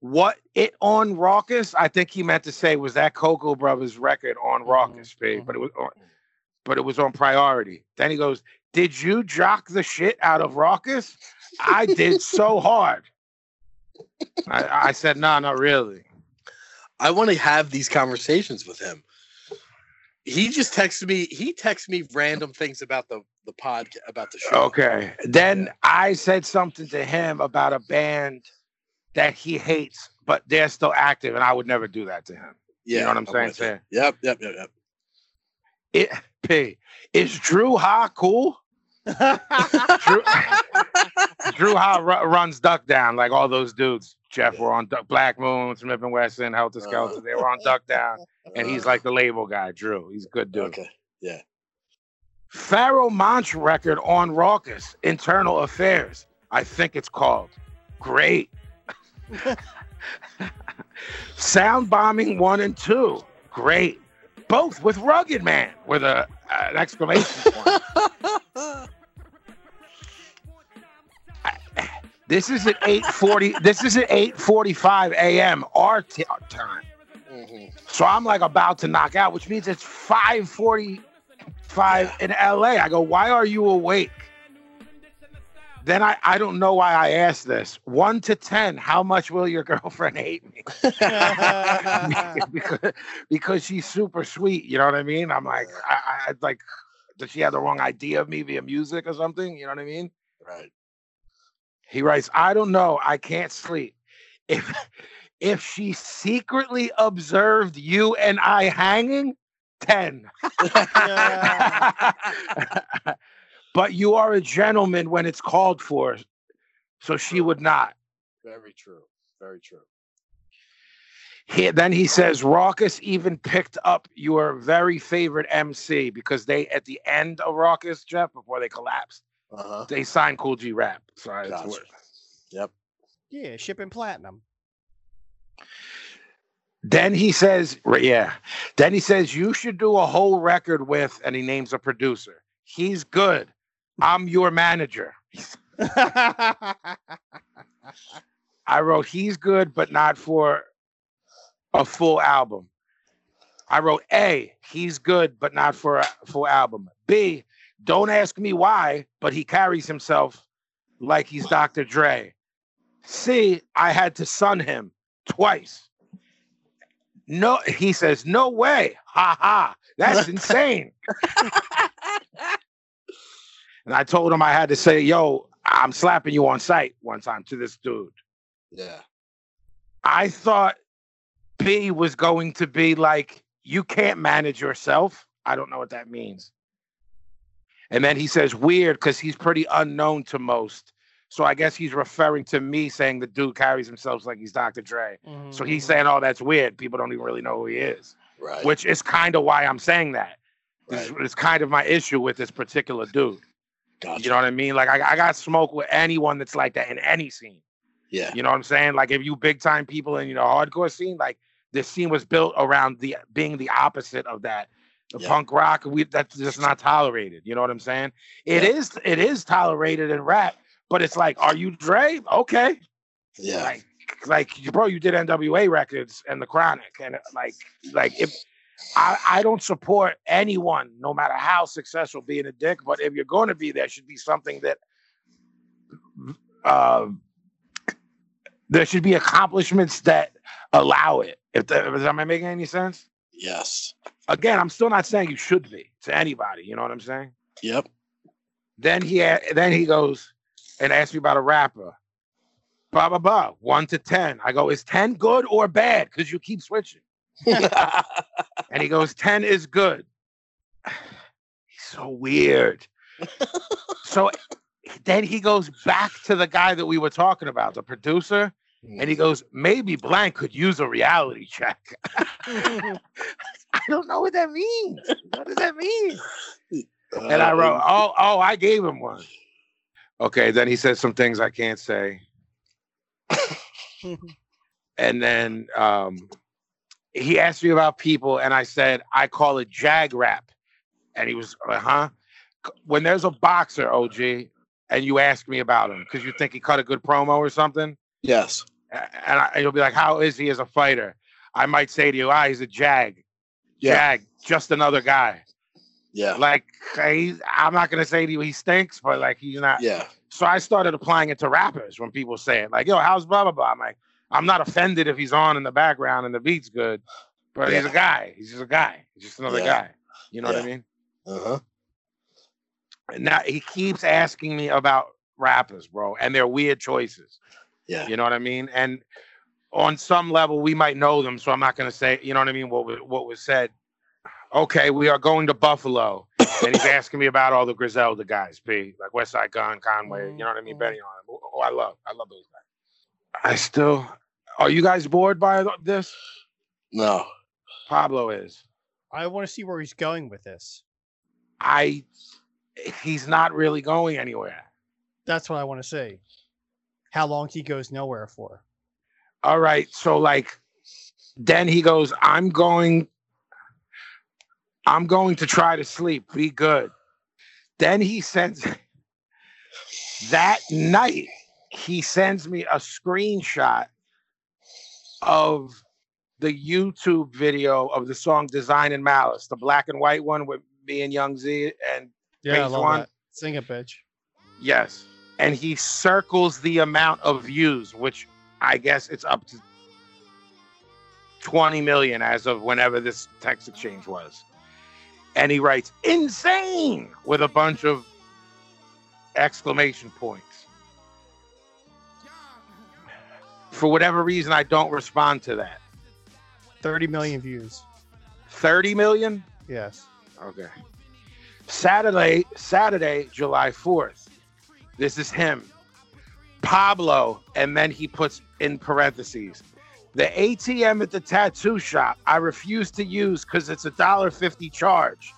What it on Raucous? I think he meant to say was that Coco Brothers record on Raucous, babe, but it was on, but it was on priority. Then he goes, "Did you jock the shit out of Raucous? I did so hard." I, I said, "No, not really." I want to have these conversations with him. He just texted me. He texted me random things about the the pod about the show. Okay. Then I said something to him about a band that he hates, but they're still active, and I would never do that to him. Yeah. you know what I'm saying? with Sam? you. Yep. Yep. Yep. Yep. It, P, is Drew Ha cool? Drew, Drew Ha ru- runs Duck Down like all those dudes. Jeff were on Duck, Black Moon, Smith and Wesson, Helter Uh-huh. Skelter. They were on Duck Down, and he's Uh, like the label guy. Drew, he's a good dude. okay. Pharaoh Monch record on Raucous, Internal Affairs. I think it's called. Great. Sound Bombing 1 and 2. Great. Both with Rugged Man with a, an exclamation point. This is at 8:40 this is at 8:45 a.m. our t- time. Mhm. So I'm like about to knock out, which means it's 5:45 five in LA. I go, why are you awake? Then I, I don't know why I asked this. One to ten, how much will your girlfriend hate me? because, because she's super sweet. You know what I mean? I'm like, I, I I'd like, does she have the wrong idea of me via music or something? You know what I mean? right. He writes, I don't know. I can't sleep. If if she secretly observed you and I hanging, 10. but you are a gentleman when it's called for. So she would not. Very true. Very true. He, then he says, Raucus even picked up your very favorite MC because they, at the end of Raucus, Jeff, before they collapsed, Uh huh. they signed Cool G Rap. So I- it's Gotcha. worth- Yep. yeah, shipping platinum. Then he says, right, yeah. Then he says, you should do a whole record with, and he names a producer. He's good. I'm your manager. Mm-hmm. I wrote, he's good, but not for a full album. I wrote, A, he's good, but not for a full album. B, don't ask me why, but he carries himself like he's Dr. Dre. C, I had to sun him twice. No, he says, no way. Ha ha. That's insane. and I told him I had to say, yo, I'm slapping you on sight one time to this dude. Yeah. I thought B was going to be like, you can't manage yourself. I don't know what that means. And then he says, weird, because he's pretty unknown to most. So I guess he's referring to me saying the dude carries himself like he's Dr. Dre. So he's Mhm. saying, oh, that's weird. People don't even really know who he is, Mm-hmm. Right. which is kind of why I'm saying that. This Right. is kind of my issue with this particular dude. Gotcha. You know what I mean? Like, I, I got smoke with anyone that's like that in any scene. yeah. You know what I'm saying? Like if you big time people in you know hardcore scene, like this scene was built around the being the opposite of that. The Yeah. punk rock, we that's just not tolerated. You know what I'm saying? It Yeah. is it is tolerated in rap, but it's like, are you Dre? Okay. Yeah. Like like you- bro, you did NWA records and the chronic. And uh, like like if I, I don't support anyone, no matter how successful being a dick, but if you're going to be there should be something that uh, there should be accomplishments that allow it. If that, is, am I making any sense? Yes. Again, I'm still not saying you should be to anybody. You know what I'm saying? Yep. Then he a- then he goes and asks me about a rapper. Blah blah blah. One to ten. I go, is ten good or bad? Because you keep switching. And he goes, 10 is good. He's so weird. so then he goes back to the guy that we were talking about, the producer, and he goes, maybe blank could use a reality check. I don't know what that means. What does that mean? Uh, And I wrote, oh, oh, I gave him one. Okay, then he said some things I can't say. and then um, he asked me about people, and I said I call it jag rap, and he was like, "Huh?" C- When there's a boxer, OG, and you ask me about him because you think he cut a good promo or something, Yes. a- and, I, and you'll be like, "How is he as a fighter?" I might say to you, "Ah, he's a jag, jag, just another guy." Yeah. Like he's, I'm not gonna say to you he stinks, but like he's not. Yeah. So I started applying it to rappers when people say it, like, yo, how's blah blah blah. I'm like, I'm not offended if he's on in the background and the beat's good, but he's a Yeah. guy. He's just a guy. He's just another Yeah. guy. You know what I mean? Uh huh. And now he keeps asking me about rappers, bro, and their weird choices. Yeah. You know what I mean? And on some level, we might know them, so I'm not gonna say, you know what I mean, what was, what was said. Okay, we are going to Buffalo, and he's asking me about all the Griselda guys, B, like West Side Gun, Conway, you know what I mean, Mhm. Benny on. Oh, oh, I love, I love those guys. I still, are you guys bored by th- this? No. Pablo is. I want to see where he's going with this. I, he's not really going anywhere. That's what I want to see. How long he goes nowhere for? all right so like then he goes i'm going i'm going to try to sleep be good then he sends that night he sends me a screenshot of the youtube video of the song design and malice the black and white one with me and Young Z, and Yeah, I Phase love one. that. Sing it, bitch. yes, and he circles the amount of views, which I guess it's up to 20 million as of whenever this text exchange was. And he writes insane with a bunch of exclamation points. For whatever reason, I don't respond to that. 30 million views. 30 million? Yes. Okay. Saturday, Saturday, July 4th. This is him. Pablo, and then he puts in parentheses. The ATM at the tattoo shop I refuse to use because it's a dollar fifty charge.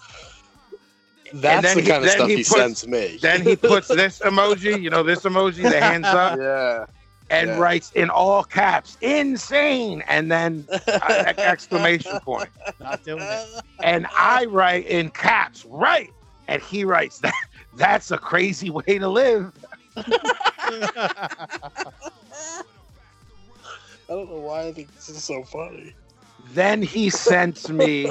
That's then the he- kind of then stuff he he, puts- sends me. Then he puts this emoji, you know, this emoji, the hands up, yeah. and Yeah. writes in all caps, insane, and then uh, exclamation point. Not doing it. and I write in caps, right? And he writes, that, that's a crazy way to live. I don't know why I think this is so funny. Then he sends me,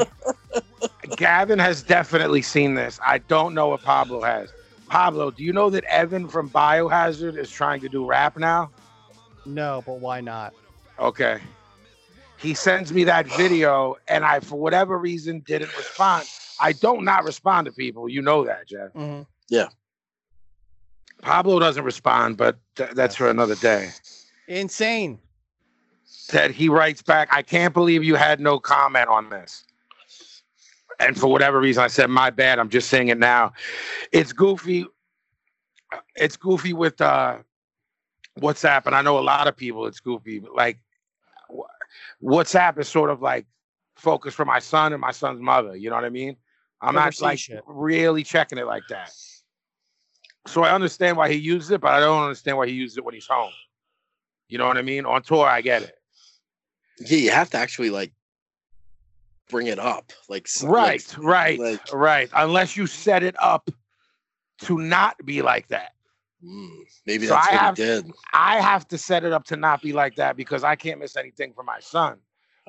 Gavin has definitely seen this. I don't know what Pablo has. Pablo, do you know that Evan from Biohazard is trying to do rap now? no, but why not? Okay. He sends me that video, and I, for whatever reason, didn't respond. I don't not respond to people. You know that, Jeff. Mm-hmm. Pablo doesn't respond, but th- that's for another day. Insane. that he writes back, I can't believe you had no comment on this. And for whatever reason, I said, my bad. I'm just saying it now. It's goofy. It's goofy with uh, WhatsApp. And I know a lot of people it's goofy. But like wh- WhatsApp is sort of like focused for my son and my son's mother. You know what I mean? I'm not Overseas like shit. really checking it like that. So I understand why he used it, but I don't understand why he used it when he's home. You know what I mean? On tour, I get it. Yeah, you have to actually like bring it up, like s- like- Right, right, like- right. Unless you set it up to not be like that. Mm, maybe So that's I what have- he did. I have to set it up to not be like that because I can't miss anything for my son.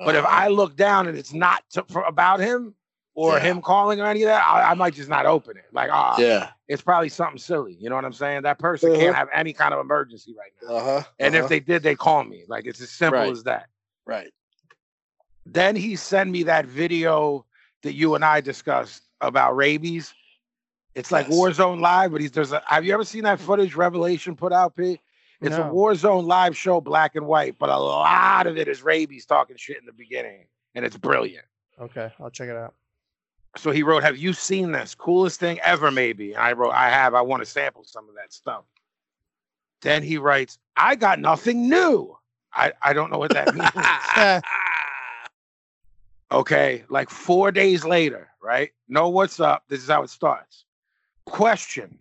But if Uh, I look down and it's not to, for, about him or Yeah. him calling or any of that, I, I might just not open it. Like, ah, yeah, it's probably something silly. You know what I'm saying? That person Uh-huh. can't have any kind of emergency right now. uh huh, And if they did, they call me. Like, it's as simple Right. as that. right, Then he sent me that video that you and I discussed about rabies. It's like Yes. Warzone Live, but he's there's a have you ever seen that footage Revelation put out, Pete? It's No. a Warzone Live show, black and white, but a lot of it is rabies talking shit in the beginning, and it's brilliant. Okay, I'll check it out. So he wrote, Have you seen this? Coolest thing ever, maybe. And I wrote, I have. I want to sample some of that stuff. Then he writes, I got nothing new. I, I don't know what that means. Eh, Okay, like four days later, right? Know what's up. This is how it starts. Question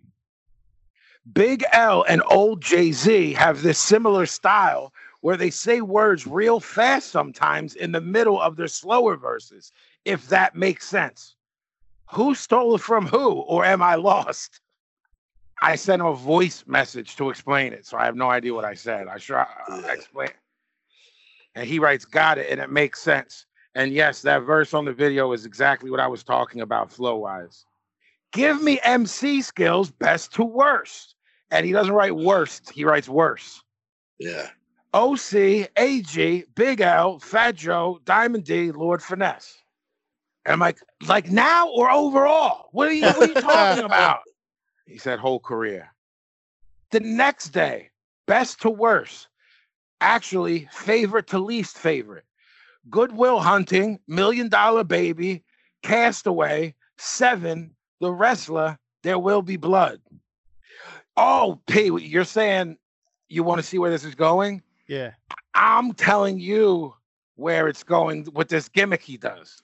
Big L and old Jay Z have this similar style where they say words real fast sometimes in the middle of their slower verses, if that makes sense. Who stole it from who, or am I lost? I sent him a voice message to explain it, so I have no idea what I said. I sure I Yeah. explain. And he writes, "Got it," and it makes sense. And yes, that verse on the video is exactly what I was talking about flow wise. Give me MC skills, best to worst. And he doesn't write worst, he writes worse. yeah. OC, AG, Big L, Fat Joe, Diamond D, Lord Finesse. And I'm like, like now or overall? What are you, what are you talking about? He said, whole career. The next day, best to worst. Actually, favorite to least favorite. Goodwill Hunting, Million Dollar Baby, Castaway, Seven, The Wrestler, There Will Be Blood. Oh, P, you're saying you want to see where this is going? yeah. I'm telling you where it's going with this gimmick he does.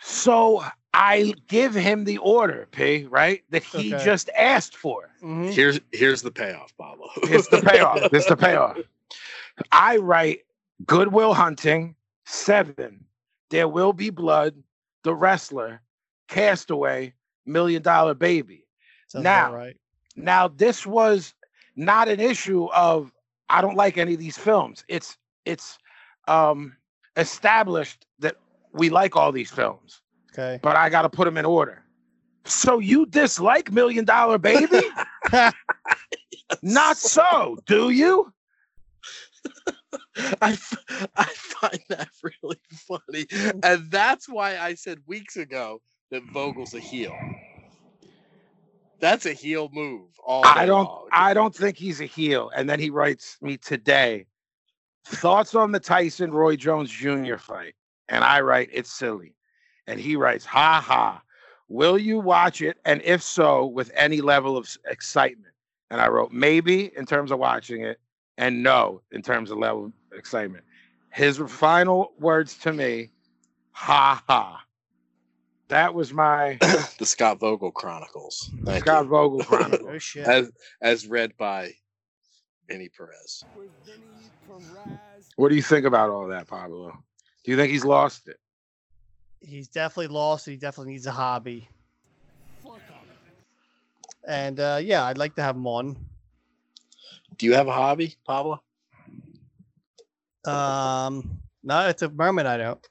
So I give him the order, P, right? That he Okay. just asked for. Mhm. Here's here's the payoff, Pablo. It's the payoff. it's the payoff. I write Goodwill Hunting, Seven, There Will Be Blood, The Wrestler, Castaway, Million Dollar Baby. Sounds Now, about right. Now, this was not an issue of I don't like any of these films. It's it's um established that we like all these films, Okay. but I got to put them in order. So you dislike Million Dollar Baby? Not so, do you? I, f- I find that really funny. And that's why I said weeks ago that Vogel's a heel. That's a heel move. All I day don't long. I don't think he's a heel. And then he writes me today, thoughts on the Tyson Roy Jones Jr. fight. And I write, it's silly. And he writes, ha ha. Will you watch it? And if so, with any level of s- excitement. And I wrote, maybe in terms of watching it, and no in terms of level of excitement. His final words to me, ha ha. That was my the Scott Vogel Chronicles. Thank Scott you. Vogel chronicle. Oh shit. As as read by Vinny Perez. What do you think about all that, Pablo? Do you think he's lost it? he's definitely lost. and He definitely needs a hobby. And uh, yeah, I'd like to have him on. Do you have a hobby, Pablo? Um, no, at the moment I don't.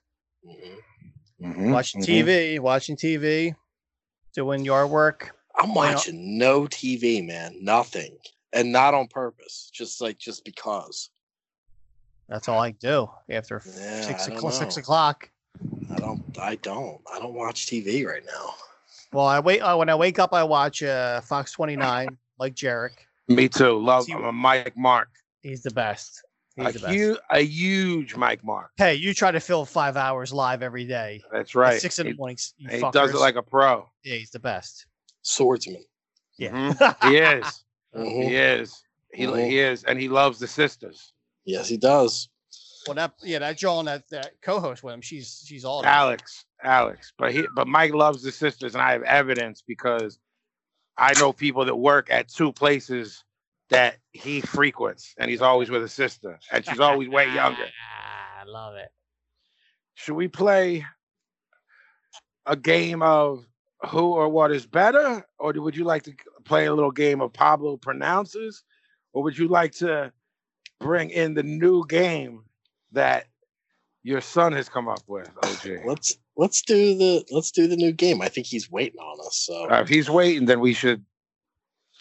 Mm-hmm. Watching Mhm. TV, watching TV, doing yard work. I'm Why not? watching no TV, man. Nothing. And not on purpose. Just like just because. That's all I can do after f- Yeah, six I don't o'clock. Six know. o'clock. I don't I don't. I don't watch TV right now. Well, I wait. Uh, when I wake up, I watch uh, Fox 29, Mike Jarek. Me too. Love See- I'm a Mike Mark. He's the best. He's A, the best. hu- a huge Mike Mark. hey, you try to fill five hours live every day. That's at right. six in the he, morning. s- You he does it fuckers. like a pro. yeah, he's the best. Swordsman. Yeah. Mhm. he is. Mhm. He is. He, Mhm. he is. And he loves the sisters. Yes, he does. Well, that yeah, that girl and that, that co-host with him, she's she's all Ah, that. Alex. Alex. But he but Mike loves the sisters, and I have evidence because I know people that work at two places that he frequents, and he's always with a sister, and she's always way younger. Ah, I love it. should we play a game of who or what is better, or do- would you like to c- play a little game of Pablo pronounces, or would you like to bring in the new game that your son has come up with? OG, Let's let's do the let's do the new game. I think he's waiting on us. So Uh, if he's waiting, then we should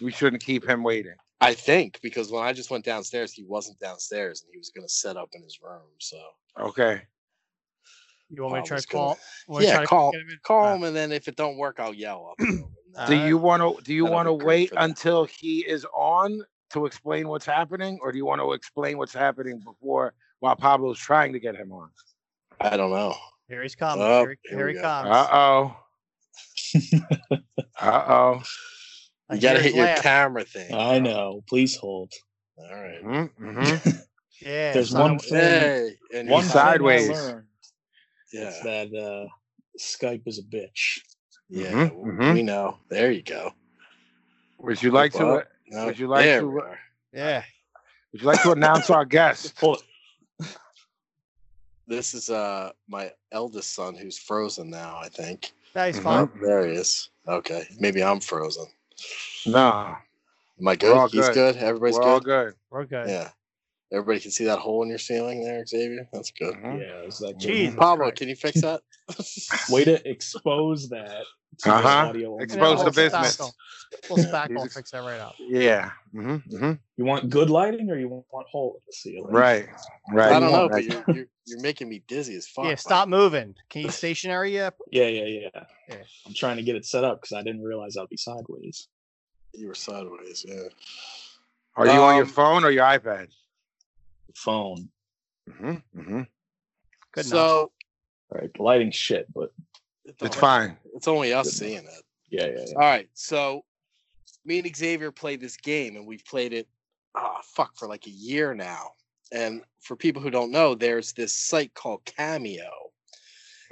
we shouldn't keep him waiting. I think because when I just went downstairs, he wasn't downstairs and he was gonna set up in his room. So Okay, You want me to Wow, try that's to call? wanna Oh, yeah, try to call get him in? call Uh, him and then if it don't work, I'll yell up. do Uh, you want to do you that'll want to be great wait for that. until he is on to explain what's happening, or do you want to explain what's happening before while Pablo's trying to get him on? I don't know. Here he's coming. Oh, here, he- here here we he go. comes. Uh oh. uh oh. I You gotta hear his hit your laugh. camera thing. I know. Please hold. All right. Mm-hmm. Yeah, There's son, one I- thing- Hey, and One he's- thing I sideways. learned is Yeah, that uh, Skype is a bitch. yeah. Mhm, w- mhm. We know. There you go. Mm-hmm. Would you like to? Well, Would No, Would you like there to, we uh, are. Yeah, you like to announce our guest? Hold it. This is uh my eldest son who's frozen now. I think. now he's Mhm. fine. There he is. Okay, maybe I'm frozen. No, Am I all good? He's good. good. Everybody's we're all good? good. We're good. Yeah. Everybody can see that hole in your ceiling there, Xavier. That's good. Mhm. Yeah, it's like Jesus Pablo, Christ. can you fix that? way to expose that. to the Uh-huh. audio only. And then Expose the we'll business. spackle- We'll spackle, Jesus. fix that right up. Yeah. hmm hmm You want good lighting or you want hole in the ceiling? Right. Right. I don't know, but Right. you're, you're, you're making me dizzy as fuck. Yeah, Mike. stop moving. Can you stationary? Yeah. Yeah, yeah, yeah. Yeah. I'm trying to get it set up because I didn't realize I'd be sideways. You were sideways. Yeah. Are you on your Um, phone or your iPad? Phone. hmm hmm Good enough. so All right, the lighting's shit, but It's all- fine. It's only us Good enough. seeing it. yeah, yeah, yeah. All right, so me and Xavier played this game, and we've played it, ah, fuck, for like a year now. And for people who don't know, there's this site called Cameo,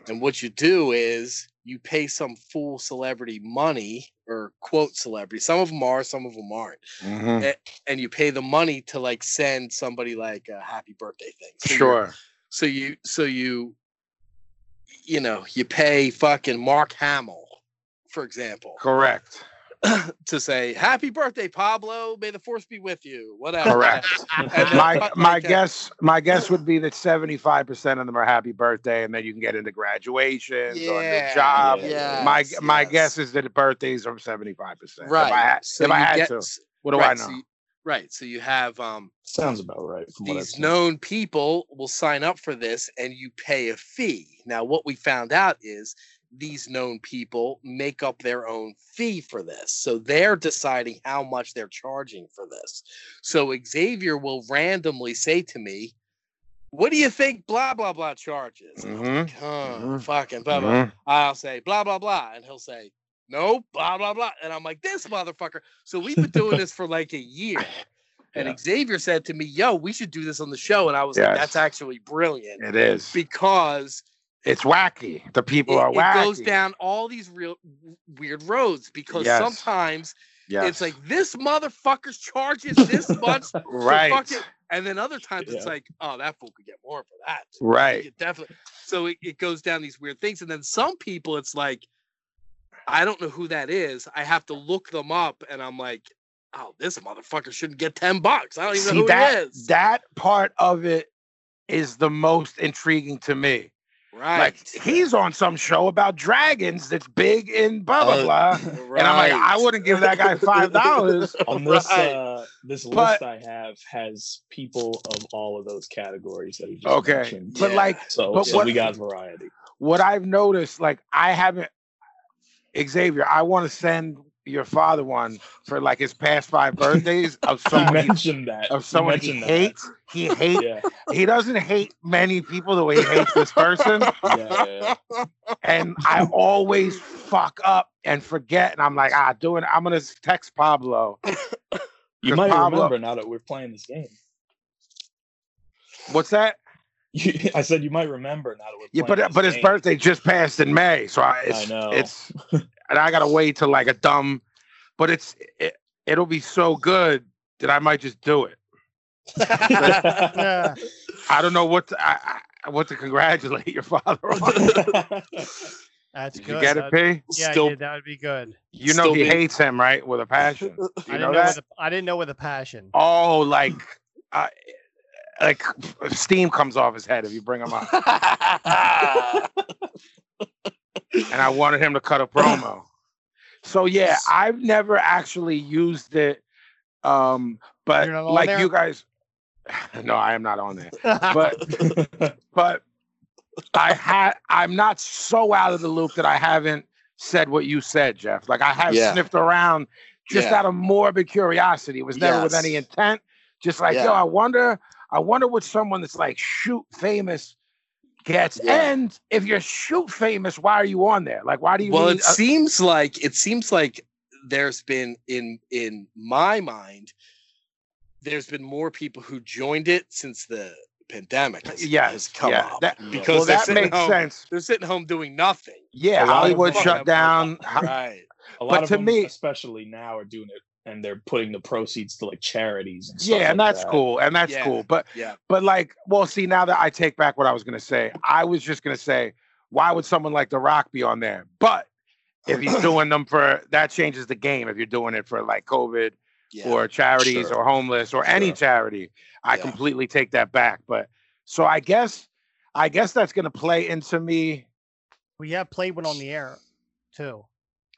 and what you do is you pay some fool celebrity money or quote celebrity. Some of them are, some of them aren't, Mhm. and you pay the money to like send somebody like a happy birthday thing. So you're- Sure. so you, so you, you know, you pay fucking Mark Hamill, for example Correct. to say happy birthday, Pablo. May the force be with you. Whatever. Correct. And then my fuck my that. guess my guess would be that seventy five percent of them are happy birthday, and then you can get into graduations or uh, Yeah, new job. yeah. My Yes, my yes. guess is that the birthdays are seventy five percent. Right. If I had, if I you had get- to, s- what do right, I know? So you, right. So you have um Sounds about right. From what I've these seen. known people will sign up for this and you pay a fee. Now, what we found out is these known people make up their own fee for this. So they're deciding how much they're charging for this. So Xavier will randomly say to me, What do you think? Blah, blah, blah charges. And I'm Mhm. Mm-hmm. like, huh, Mhm. fucking blah, blah. Mhm. I'll say, Blah, blah, blah. And he'll say, No, blah, blah, blah. And I'm like, This motherfucker. So we've been doing this for like a year. And Yeah. Xavier said to me, "Yo, we should do this on the show." And I was like, "That's Yes. actually brilliant It is. because It's wacky. The it, people are it wacky. goes down all these real w- weird roads. Because Yes. sometimes Yes. it's like this motherfucker's charges this much, for right, fucking-" and then other times it's Yeah. like, "Oh, that fool could get more for that." right. You definitely. So it, it goes down these weird things, and then some people, it's like, I don't know who that is. I have to look them up, and I'm like. Oh, this motherfucker shouldn't get ten bucks. I don't even know See who that it is. that part of it is the most intriguing to me. Right. Like he's on some show about dragons that's big in blah blah Oh, blah. And I'm like, I Right. wouldn't give that guy five dollars. on this Right. uh, this But- list I have has people of all of those categories that he just Okay, mentioned. but Yeah. like so, but so what- we got variety. what I've noticed, like I haven't Xavier, I want to send your father one for like his past five birthdays of You someone he, mentioned that. of you someone he mentioned that. hates. He hates. Yeah, He doesn't hate many people the way he hates this person. yeah, yeah, yeah. and I always fuck up and forget, and I'm like, ah, doing. I'm gonna text Pablo. You Because might Pablo- remember now that we're playing this game. What's that? You, I said you might remember now that we're Yeah, playing but this but uh, his game. birthday just passed in May, so I, it's, know. it's and I gotta wait till like a dumb, but it's it, it'll be so good that I might just do it. Yeah. I don't know what to, I, I what to congratulate your father on. That's Did good. you get it, That- P? yeah, I Still- did. that would be good. You know Still he be- hates him, right? With a passion. Do I you didn't know know, that? with a, I didn't know with a passion. oh, like. Uh, like steam comes off his head if you bring him up. and I wanted him to cut a promo. So yeah, I've never actually used it. Um, but You're not on like there? you guys, no, I am not on there. But but I had I'm not so out of the loop that I haven't said what you said, Jeff. Like I have Yeah. sniffed around just Yeah. out of morbid curiosity. It was never with Yes. any intent. Just like yo, Yeah. I wonder, I wonder what someone that's like shoot famous gets. Yeah. And if you're shoot famous, why are you on there? Like why do you Uh, well, need it a- seems like it seems like there's been in in my mind, there's been more people who joined it since the pandemic has, Yes, has come yeah, up that- because Well, they're that sitting makes home- sense. They're sitting home doing nothing. Yeah, A lot of Hollywood them- shut down. Ho- Right. a lot But of to them, me- especially now, are doing it, and they're putting the proceeds to like charities and stuff. Yeah, and like that's that. cool. And that's Yeah. cool. But Yeah. but like, well, see, now that I take back what I was gonna say, I was just gonna say, why would someone like The Rock be on there? But if you're doing them for that changes the game. If you're doing it for like COVID Yeah. or charities sure. or homeless or any Sure. charity, I Yeah. completely take that back. But so I guess I guess that's gonna play into me. We have played one on the air, too.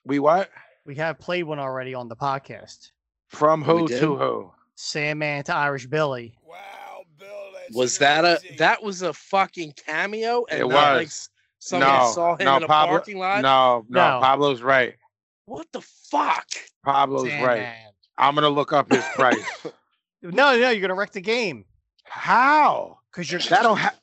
We what? We have played one already on the podcast. From We who did? to who? Sandman to Irish Billy. Wow, Bill. That's was that a crazy. that was a fucking cameo? And It not, Like, was. s- someone No, saw him no, in a Pablo- parking lot. No, no, No. Pablo's right. What the fuck? Pablo's right. Sandman. I'm gonna look up his price. No, no, you're gonna wreck the game How? because you're That'll ha-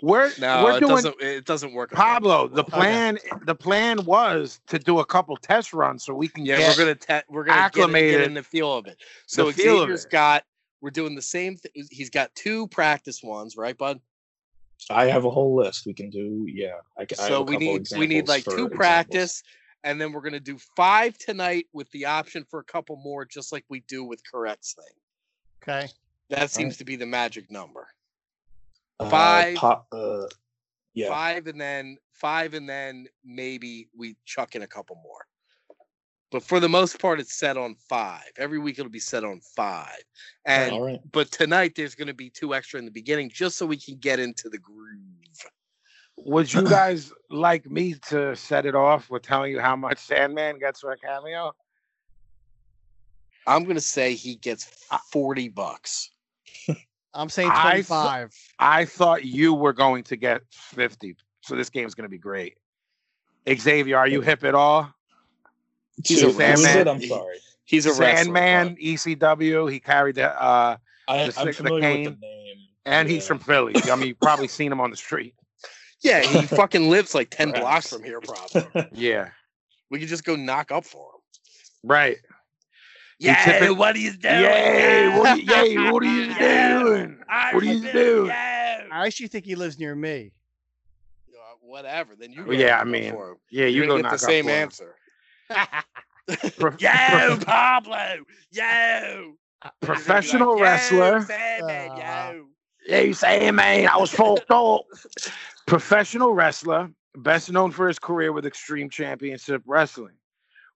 we're No, we're it doing doesn't. It doesn't work. on Pablo. The Pablo. plan the plan was to do a couple test runs so we can Yeah, get we're gonna te- we're gonna get, it- get acclimated in the feel of it. So the feel of Xavier's it. got. We're doing the same. Th- he's got two practice ones, right, bud? I have a whole list we can do. Yeah, I, c- I have So a we couple need we need examples like for two examples. practice, and then we're gonna do five tonight with the option for a couple more, just like we do with corrects thing. okay. That seems to be the magic number. Uh, five- pop- uh, yeah, Five and then five and then maybe we chuck in a couple more. But for the most part, it's set on five. Every week it'll be set on five. And All right. but tonight there's going to be two extra in the beginning just so we can get into the groove. Would you guys like me to set it off with telling you how much Sandman gets for a cameo? I'm going to say he gets 40 bucks. I'm saying I th- 25. I thought you were going to get 50, so this game's going to be great. Xavier, are you hip at all? He's Shit, a who fan, is man. it? I'm sorry. He's a wrestler, Sandman, but ECW. He carried the, uh, I, The I'm sick- the familiar cane. with the name. and he's Yeah. from Philly. I mean, you've probably seen him on the street. Yeah, he fucking lives like 10 Perhaps. blocks from here, probably. Yeah, we could just go knock up for him. right. You Yeah, typically- what he's doing. Yay! yeah. What, are you- yay! What are you doing? What are you doing? Yeah. I actually think he lives near me. Uh, Whatever. Then you. Oh, go yeah, knock I up mean, for him. Yeah, you You're go gonna knock get the out same for him. answer. Pro- Yo, Pablo. Yo. professional wrestler. Sandman, Uh, yo. Yeah, you say, man, I was fucked up. Professional wrestler, best known for his career with Extreme Championship Wrestling,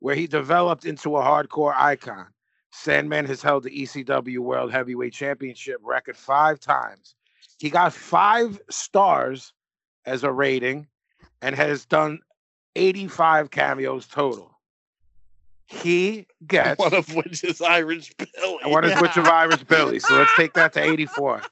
where he developed into a hardcore icon. Sandman has held the ECW World Heavyweight Championship record five times. He got five stars as a rating and has done 85 cameos total. He gets One of which is Irish Billy. one is Witch of Irish Billy. So let's take that to 84.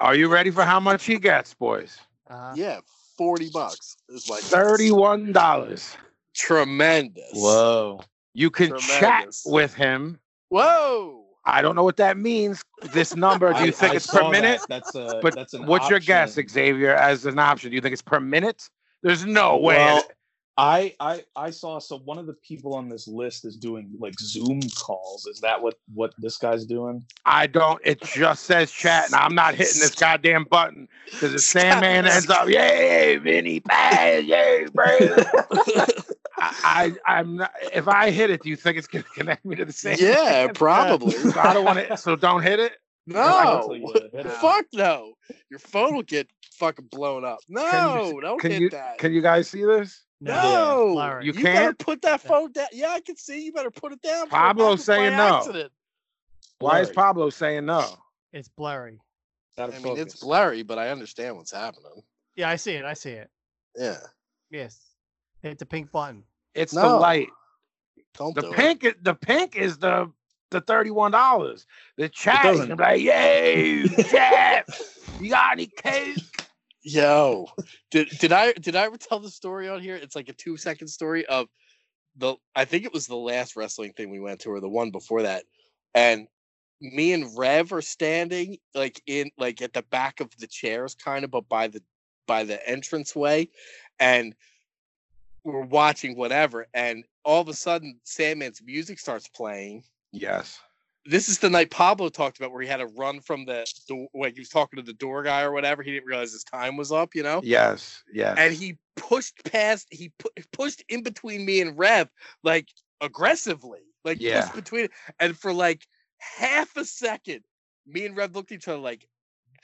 Are you ready for how much he gets, boys? Uh, Yeah, forty bucks is like Thirty-one dollars. Tremendous. Whoa. You can chat Tremendous. with him. Whoa. I don't know what that means. This number, do you I- think I it's saw per that. minute? That's a. But that's an What's your guess, option. Xavier, as an option? Do you think it's per minute? There's no way. Well, I, I I saw so one of the people on this list is doing like Zoom calls. Is that what what this guy's doing? I don't. It just says chat, and I'm not hitting this goddamn button because the Stop. Sandman ends up, yay, Vinny, bad, yay, brother. I, I I'm not. If I hit it, do you think it's gonna connect me to the same? yeah, probably. So I don't want it. So don't hit it. I'll tell No. you what, hit it. Fuck no. Your phone will get fucking blown up. No, don't can hit you- that. Can you guys see this? no. Larry. You You, better can't? put that phone down. Yeah, I can see. You better put it down. before it Pablo's happens by saying no. accident. Why is Blurry. Pablo saying no? It's blurry. Out of I mean, it's focus. blurry, but I understand what's happening. Yeah, I see it. I see it. Yeah. Yes. Hit the pink button. It's the No. light. Don't The do it. pink. i- The pink is the the thirty one dollars. The chat. is doesn't- gonna be like, yay, chat. You got any cake? Yo, did did I did I ever tell the story on here? It's like a two second story of the I think it was the last wrestling thing we went to or the one before that, and me and Rev are standing like in like at the back of the chairs, kind of, but by the by the entrance way, and we're watching whatever, and all of a sudden Sandman's music starts playing, Yes. this is the night Pablo talked about where he had to run from the door, like he was talking to the door guy or whatever. He didn't realize his time was up, you know? Yes. Yes. And he pushed past, he pu- pushed in between me and Rev, like aggressively, like Yeah. pushed between. And for like half a second, me and Rev looked at each other like,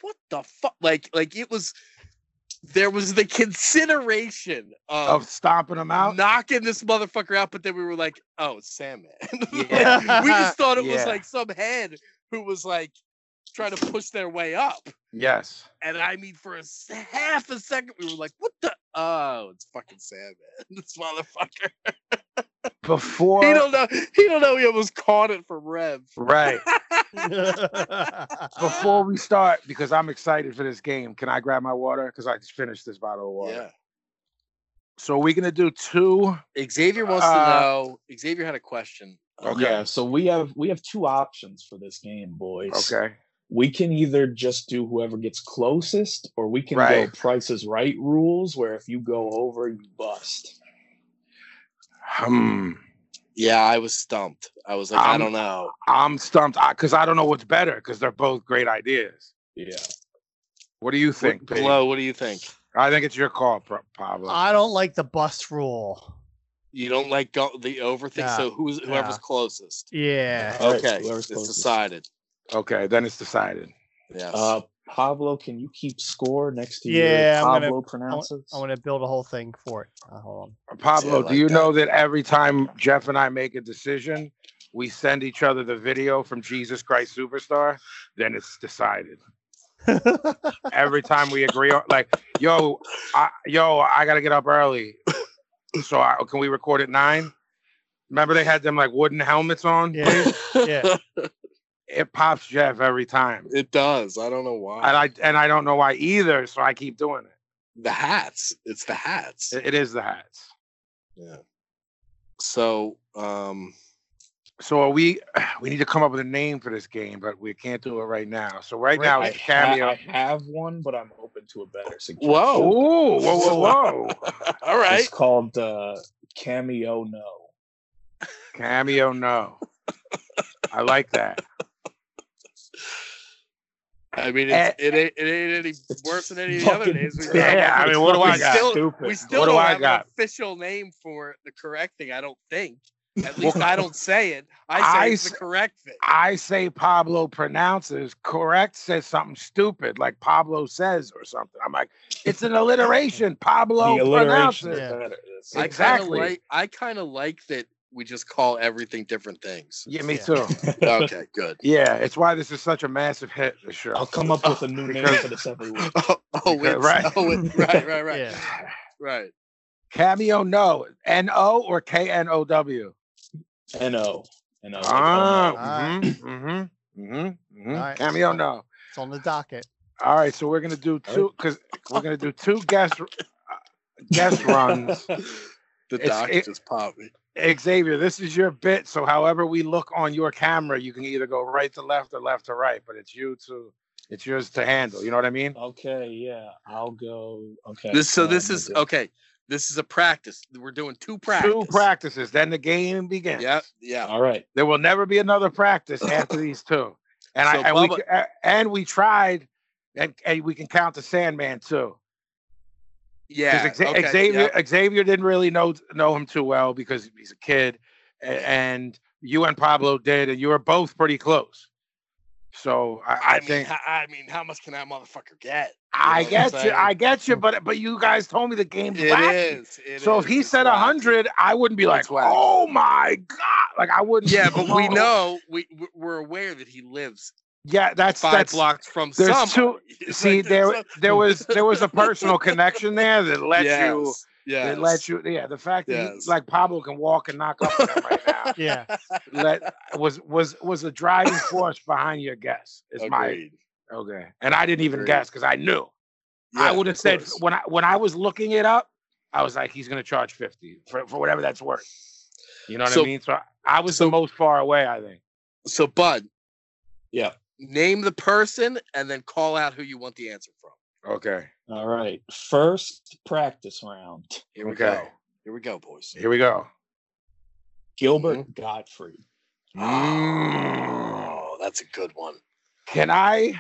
what the fuck? Like, like it was, there was the consideration of of, stomping him out. knocking this motherfucker out, but then we were like, oh, it's Sandman. Yeah. we just thought it Yeah. was like some head who was like trying to push their way up. Yes. And I mean, for a s- half a second, we were like, "What the? Oh, it's fucking Sandman! This motherfucker! Before. He don't know. He don't know. He almost caught it from Rev." right. Before Before we start, because I'm excited for this game, can I grab my water? Because I just finished this bottle of water. Yeah. So we're gonna do two. Xavier wants Uh, to know. Xavier had a question. Uh, Okay. Yeah, so we have we have two options for this game, boys. Okay. We can either just do whoever gets closest, or we can Right. go prices right rules where if you go over, you bust. Hmm. Yeah, I was stumped. I was like, I Um, don't know. I'm stumped because I, don't know what's better because they're both great ideas. Yeah. What do you think, Pete? Blow. What do you think? I think it's your call, Pro- Pablo. I don't like the bus rule. You don't like go, the overthink. Yeah. So who's whoever's Yeah. closest? Yeah. All right, okay, whoever's it's closest. decided. okay, then it's decided. Yes. Uh, Pablo, can you keep score next to Yeah, your I'm gonna- Pablo pronounces? I want to build a whole thing for it. Uh, hold on. Pablo, Yeah, like do you that. know that every time Jeff and I make a decision, we send each other the video from Jesus Christ Superstar? Then it's decided. every time we agree on, like, yo, I, yo, I gotta get up early, so I, can we record at nine? Remember they had them like wooden helmets on. Yeah, yeah. It pops Jeff every time, it does. I don't know why. and I and I don't know why either, so I keep doing it. the hats. It's the hats. It- it is the hats. yeah. So, um, So are we? We need to come up with a name for this game, but we can't do it right now. So right Right, now I, it's ha- cameo. I have one, but I'm open to a better suggestion. Ooh, whoa. whoa, whoa, whoa! All right. It's called uh, Cameo No. cameo, no. I like that. I mean, it's, Eh. it, ain't, it ain't any worse than any of the other Fucking days. We've Yeah, done. I mean, what do I got? still- Stupid. we still What do don't I have got? an official name for the correct thing. I don't think. At least I don't say it. I say I it's the s- correct thing. I say Pablo pronounces correct. Says something stupid like Pablo says or something. I'm like, it's an alliteration. Pablo the pronounces. alliteration is Yeah. better. I It's- kinda Exactly. like. I kind of like that we just call everything different things. Yeah, me Yeah. too. okay, good. Yeah, it's why this is such a massive hit. The show. I'll Oh, come up with a new name for this every week. Oh, oh, Okay, it's, right. oh, it- right, right, right, Yeah. right. Cameo, no. N O or K N O W. No, no. Ah, Ah. mm-hmm, mm-hmm, mm-hmm, All right. Cameo, no. It's on the docket. All right, so we're gonna do right. two because we're gonna do two guest uh, guest runs. The It's- doc it- just popped me. Xavier, this is your bit. So however we look on your camera, you can either go right to left or left to right, but it's you to it's yours to handle. You know what I mean? okay, yeah, I'll go. Okay. This so yeah, this I'm is gonna okay. This is a practice. We're doing two practice. Two practices, then the game begins. Yeah, do- yeah. All right. There will never be another practice after these two. And So I and we, Bubba- ca- and we tried, and, and we can count the Sandman too. Yeah. Because okay, Xavier yep. Xavier didn't really know know him too well because he's a kid, a- and you and Pablo did, and you were both pretty close. So I, I, I, mean, think ho- I mean, how much can that motherfucker get? I know what I'm get you, saying? I get you, but but you guys told me the game's It wacky. is. it so if is, he it's said wacky. hundred, I wouldn't be like, It's wacky. oh my god, like I wouldn't. Yeah, but Oh. we know we we- we're aware that he lives Yeah, that's five that's. blocks from there's some. two- See, there there was there was a personal connection there that let you. Yeah. That let you, yeah. The fact that he- Yes. like Pablo can walk and knock up on him right now, Yeah. let was was was a driving force behind your guess. Is my okay? And I didn't even Agreed. guess because I knew I would have said when I when I was looking it up, I was like, he's gonna charge fifty for, for whatever that's worth. You know what So- I mean? So I, I was so- the most far away. I think So, Bud, Yeah. name the person and then call out who you want the answer from. okay. All right. First practice round. Here we Okay. go. Here we go, boys. Here we go. Gilbert Mm-hmm. Gottfried. Mm. Oh, that's a good one. Can I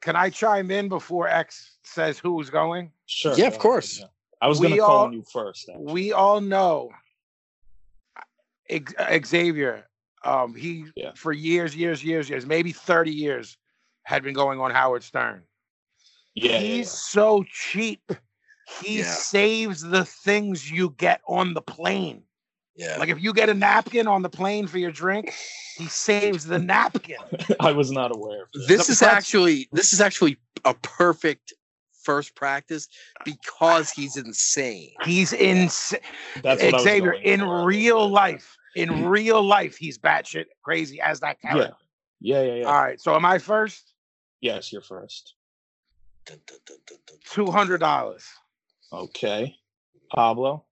can I chime in before X says who's going? Yeah, Sure. of go ahead, course. yeah. I was We gonna call all- on you first. actually. we all know Ex- Xavier. Um, he Yeah. for years, years, years, years, maybe thirty years, had been going on Howard Stern. yeah, yeah, He's yeah. so cheap. He Yeah. saves the things you get on the plane. Yeah. Like if you get a napkin on the plane for your drink, he saves the napkin. I was not aware. Of that. this The is press- actually this is actually a perfect first practice because he's insane. He's insane. That's what Xavier I was going in for. Mm-hmm. real life. In real life, he's batshit crazy as that Yeah. character. Yeah, yeah, yeah. All right. So am I first? Yes, you're first. Dun, dun, dun, dun, dun. two hundred dollars. Okay. Pablo.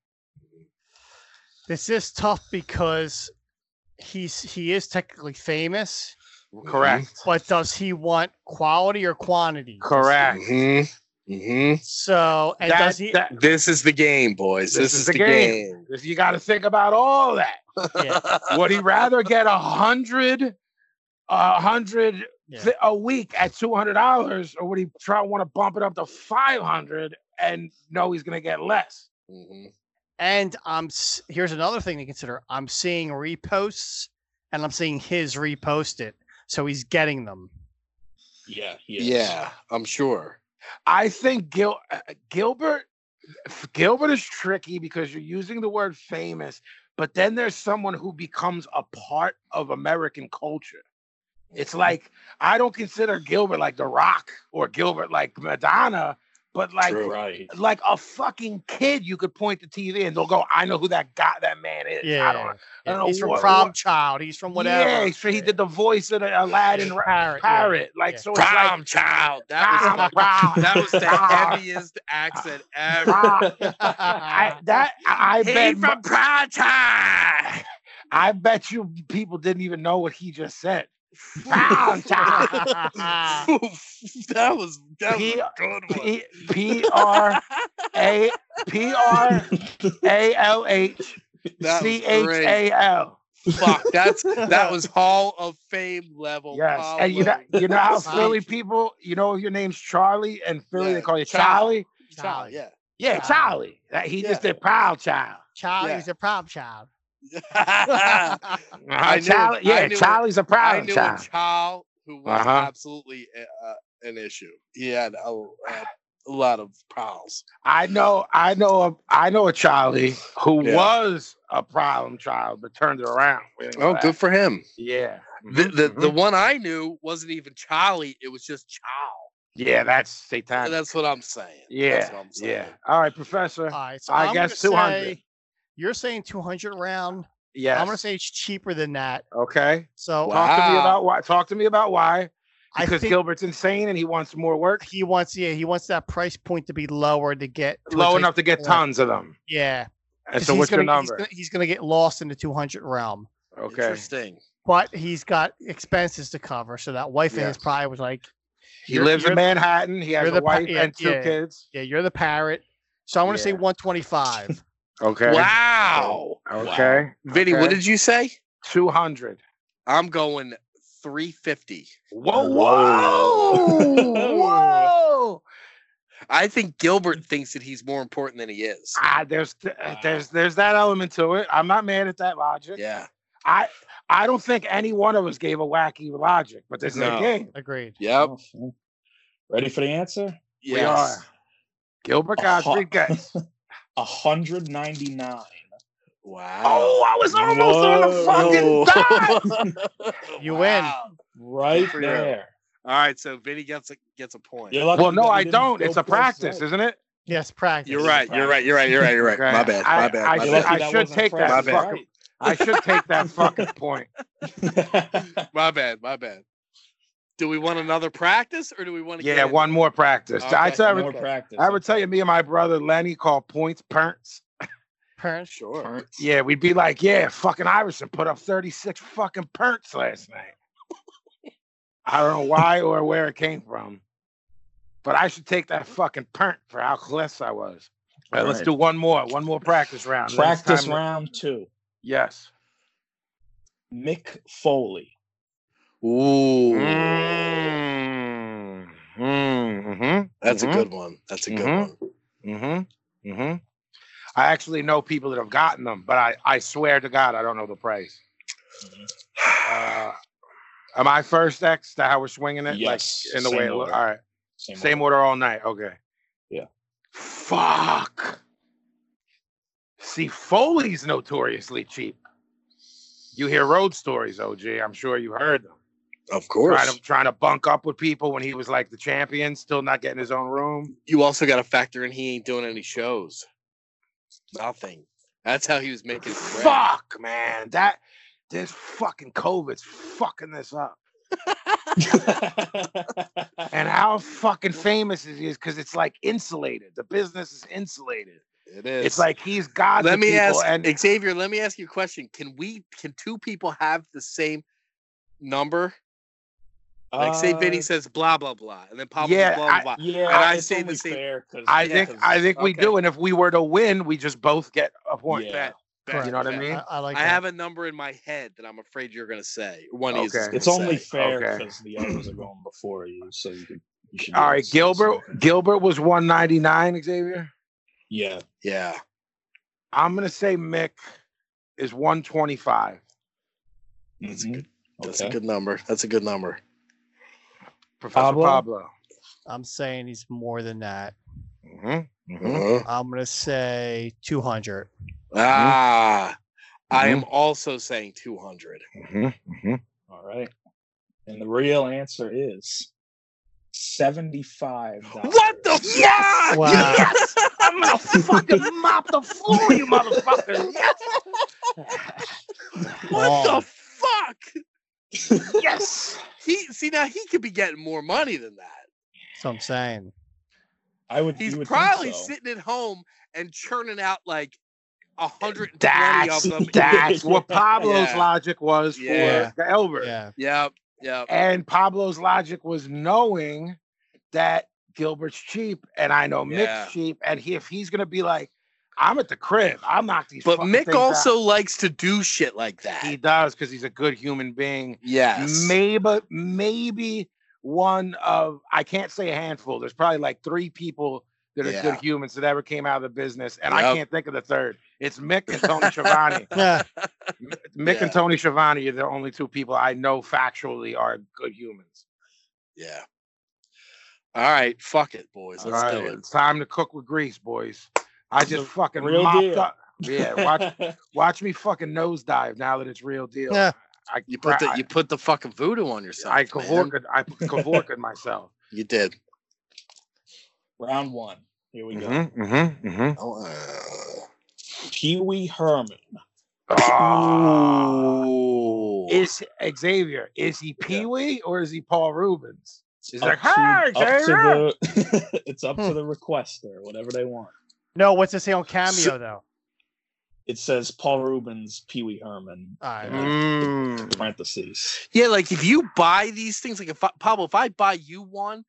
This is tough because he's he is technically famous, Mm-hmm. Correct. but does he want quality or quantity? Does he- Correct. Mm-hmm. Mm-hmm. So and That- does he that- This is the game, boys. This, is, the game. if you got to think about all that. Yeah. Would he rather get a hundred, a hundred Yeah. thi- a week at two hundred dollars, or would he try want to bump it up to five hundred and know he's gonna get less? Mhm. and I'm s- here's another thing to consider. I'm seeing reposts and I'm seeing his repost it. So he's getting them. Yeah, he is. Yeah, I'm sure. I think Gil uh, Gilbert Gilbert is tricky because you're using the word famous, but then there's someone who becomes a part of American culture. It's like I don't consider Gilbert like The Rock or Gilbert like Madonna, but like True. Right. like a fucking kid, you could point the TV and they'll go, "I know who that guy, that man is." I don't, Yeah. know. I don't he's know from what- Prom what- Child. He's from whatever. Yeah, so he did the voice of the Aladdin ra- Parrot, yeah. parrot, like Yeah. so. It's like, Prom child. That was "Wow, wow, that was the Prom. heaviest accent ever. wow." Uh, I that I I bet mo- Prata. I bet you people didn't even know what he just said. Prom child. that was that was P- a good one. P P R A P R A L H That was C H great. A L. Fuck, that's that was Hall of Fame level. Yes, power and you know, level. you know how Wow. Philly people, you know, if your name's Charlie and Philly, Yeah, they call you Charlie. Charlie. Child, yeah. Yeah, Charlie. Charlie. That he just did proud child. Child. Yeah. He's a prom child. I knew it. Charlie, I yeah, knew it. Charlie's a I proud knew child. a child who was Uh-huh. absolutely uh, an issue. He had a, a, a lot of pals. I know, I know, a, I know a Charlie who Yeah. was a problem child, but turned it around. We didn't know that. Oh, for him. Yeah, The, the, Mhm, the mhm. one I knew wasn't even Charlie. It was just Chow. yeah, that's satanic. That's what I'm saying. That's yeah, what I'm saying. yeah. All right, Professor. All right. So I am guess gonna 200. Say, you're saying 200 round. yes. I'm gonna say it's cheaper than that. okay. So Wow. Talk to me about why. Talk to me about why. I Because think Gilbert's insane and he wants more work, he wants yeah he wants that price point to be lower to get to a low place- enough to get point. tons of them. Yeah. And 'cause so, he's what's your gonna- he's number? gonna- he's gonna get lost in the 200 realm. Okay. Interesting. but he's got expenses to cover. So that wife of his probably was like, He You're- lives you're in the- Manhattan. He has you're a the pa- wife yeah, and two yeah. kids. "Yeah, you're the parrot." So I'm gonna say Yeah. 125. Okay. Wow. Okay. Vinny, what did you say? two hundred? I'm going 350. Whoa! Whoa. Whoa! whoa! I think Gilbert thinks that he's more important than he is. Ah, there's th- there's there's that element to it. I'm not mad at that logic. Yeah. I I don't think any one of us gave a wacky logic, but this is No. a game. Agreed. Yep. Oh, Okay. Ready for the answer? We are Yes. Gilbert Uh-huh. Gottfried Getz. 199. Wow. oh, I was almost on the fucking dot. You win. Right for you. there. All right, so Vinny gets a gets a point. You're You're, lucky Well, no, that you I didn't don't. go It's a both practice, sides. isn't it? Yes, practice. right. You're right. You're right. You're right. You're right. Okay. My bad. I- My bad. I my should- You're bad. lucky I that should wasn't take that practice, fucking- I should take that fucking point. right. my bad. My bad. Do we want another practice or do we want to Yeah, one more practice. I Okay. tell One you, More Okay. practice. I would tell you, me and my brother Lenny call points parents. Parents. Sure. Yeah, we'd be like, yeah, fucking Iverson put up 36 fucking perks last night. I don't know why or where it came from, but I should take that fucking perk for how close I was. All right, let's Alright. do one more, one more practice round. and then it's Practice time to- round two. Yes. Mick Foley. Ooh, Mm, mm, that's mhm. a good one. That's a good Mhm. one. Mhm. Mhm. I actually know people that have gotten them, but I, I swear to God, I don't know the price. Uh, am I first, X? Is that how we're swinging it? Yes. Like in the same way it order. looked. All right. Same, Same, order. order. all night. Okay. Yeah. Fuck. See, Foley's notoriously cheap. You hear road stories, OG. I'm sure you heard them. Of Trying course. to, trying to bunk up with people when he was like the champion, still not getting his own room. You also got to factor in he ain't doing any shows. Nothing. That's how he was making. his bread. Fuck, man. That this fucking COVID's fucking this up. And how fucking famous is he is because it's like insulated. The business is insulated. It is. It's like he's God. let to me people ask and Xavier. Let me ask you a question. Can we? Can two people have the same number? Like say Vinny Uh, says blah blah blah, and then Pablo yeah, says blah blah I- blah. Yeah, And I it's say the only same- fair 'cause- I yeah, think 'cause- I think we okay. do. And if we were to win, we just both get a point. yeah. bet. Correct. You know what I bet. mean? I, I like. I that. have a number in my head that I'm afraid you're gonna say. One of you is Okay. gonna It's only say. fair Okay. because the others are going before you, so you can. You should be All able right, to say Gilbert. something. Gilbert was one ninety nine. Xavier. Yeah, yeah. I'm gonna say Mick is one twenty five. That's Mhm. a good. That's Okay. a good number. That's a good number. Professor Pablo? Pablo. I'm saying he's more than that. Mm-hmm. Uh-huh. I'm gonna say 200. Ah, I am also saying 200. Mm-hmm. All right. And the real answer is seventy-five. What the fuck? Wow. Yes! I'm gonna fucking mop the floor, you motherfucker. What Wow. the fuck? yes. He see now he could be getting more money than that. So I'm saying I would. He's you would think probably so. sitting at home and churning out like a hundred and twenty That's of them. that's what Pablo's Yeah. logic was Yeah. for the Elbert. yeah. Yep, yep. And Pablo's logic was knowing that Gilbert's cheap and I know Yeah. Mick's cheap. And he, if he's gonna be like, I'm at the crib, I'll knock these. But fucking Mick things out." also likes to do shit like that. he does because he's a good human being. yes. Maybe maybe one of I can't say a handful. There's probably like three people that are Yeah. good humans that ever came out of the business, and I Yep. can't think of the third. It's Mick and Tony Schiavone. Yeah. Mick Yeah. and Tony Schiavone are the only two people I know factually are good humans. Yeah. All right, fuck it, boys. Let's All do right, it. it's time to cook with grease, boys. I just fucking real mopped deal. up. Yeah, watch watch me fucking nosedive now that it's real deal. Yeah. I, You put the I, you put the fucking voodoo on yourself. I man. Kevorked- I Kevorked myself. You did. Round one. Here we go. Mhm, mhm, mhm. Oh, uh, Pee Wee Herman. Ah. Ooh. Is Xavier? Is he Pee Wee or is he Paul Rubens? He's Up like, to- "Hi, up to Xavier." the- it's up Hmm. to the requester, whatever they want. No, what's it say on Cameo though? It says Paul Rubens, Pee Wee Herman. All Mm-hmm. right. Yeah. Mm. Parentheses. yeah, like if you buy these things, like if I, Pablo, if I buy you one,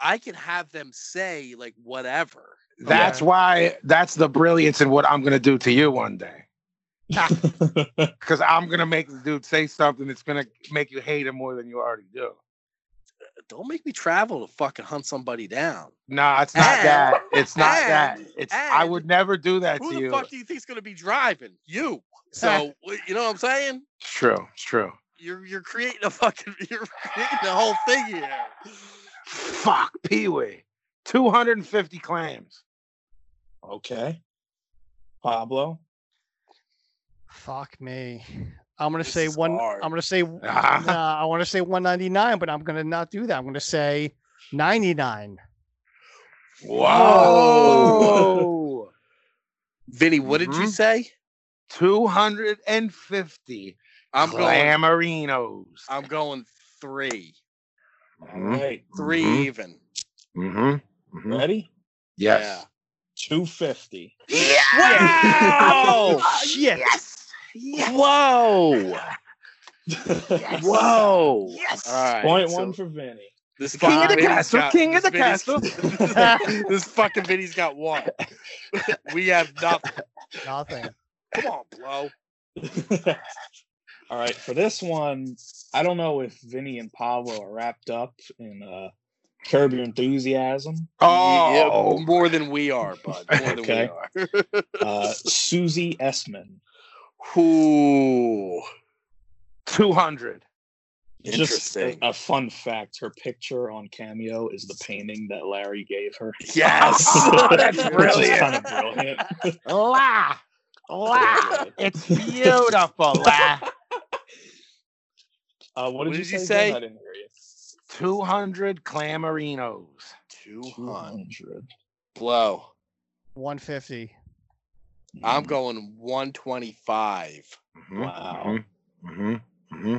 I can have them say like whatever. That's why. That's the brilliance in what I'm gonna do to you one day. Because I'm gonna make the dude say something that's gonna make you hate him more than you already do. Don't make me travel to fucking hunt somebody down. No, it's not And- that. It's not that. and- It's I and would never do that Who to the you. fuck do you think's gonna be driving? You. So w- you know what I'm saying? It's true. It's true. You're you're creating a fucking you're creating the whole thing here. Fuck Pee Wee. Two hundred and fifty clams. okay. Pablo. Fuck me. I'm gonna This say is one. hard. I'm gonna say. nah, I want to say 199, but I'm gonna not do that. I'm gonna say 99. Whoa. Vinny, what did you Mhm. say? 250 I'm going Clamorinos. I'm going three. All Hmm. right. 3 Mhm. even. Mm-hmm. Hmm. Ready? Yeah. Yes. 250. Wow! Shit. Whoa! Whoa! Yes. All right, Point so one for Vinny. This King of the fucking Vinny's castle, got- king of the this Vinny's- this fucking Vinny's got one. we have nothing. Nothing. Come on, blow. All right, for this one, I don't know if Vinny and Pablo are wrapped up in uh, Curb Your Enthusiasm. Oh. Yeah, more than we are, bud. More than Okay. we are. Uh, Susie Essman. Ooh. 200. Just a, Interesting. a fun fact: her picture on Cameo is the painting that Larry gave her. Yes. That's Which is brilliant. kind of brilliant. La. La. It's beautiful. La. Uh, what, did you say? Jim? I didn't hear you. 200 Clamorinos. 200. 200. Blow. 150. I'm Mm. going 125. Wow. Mm-hmm. Mm-hmm.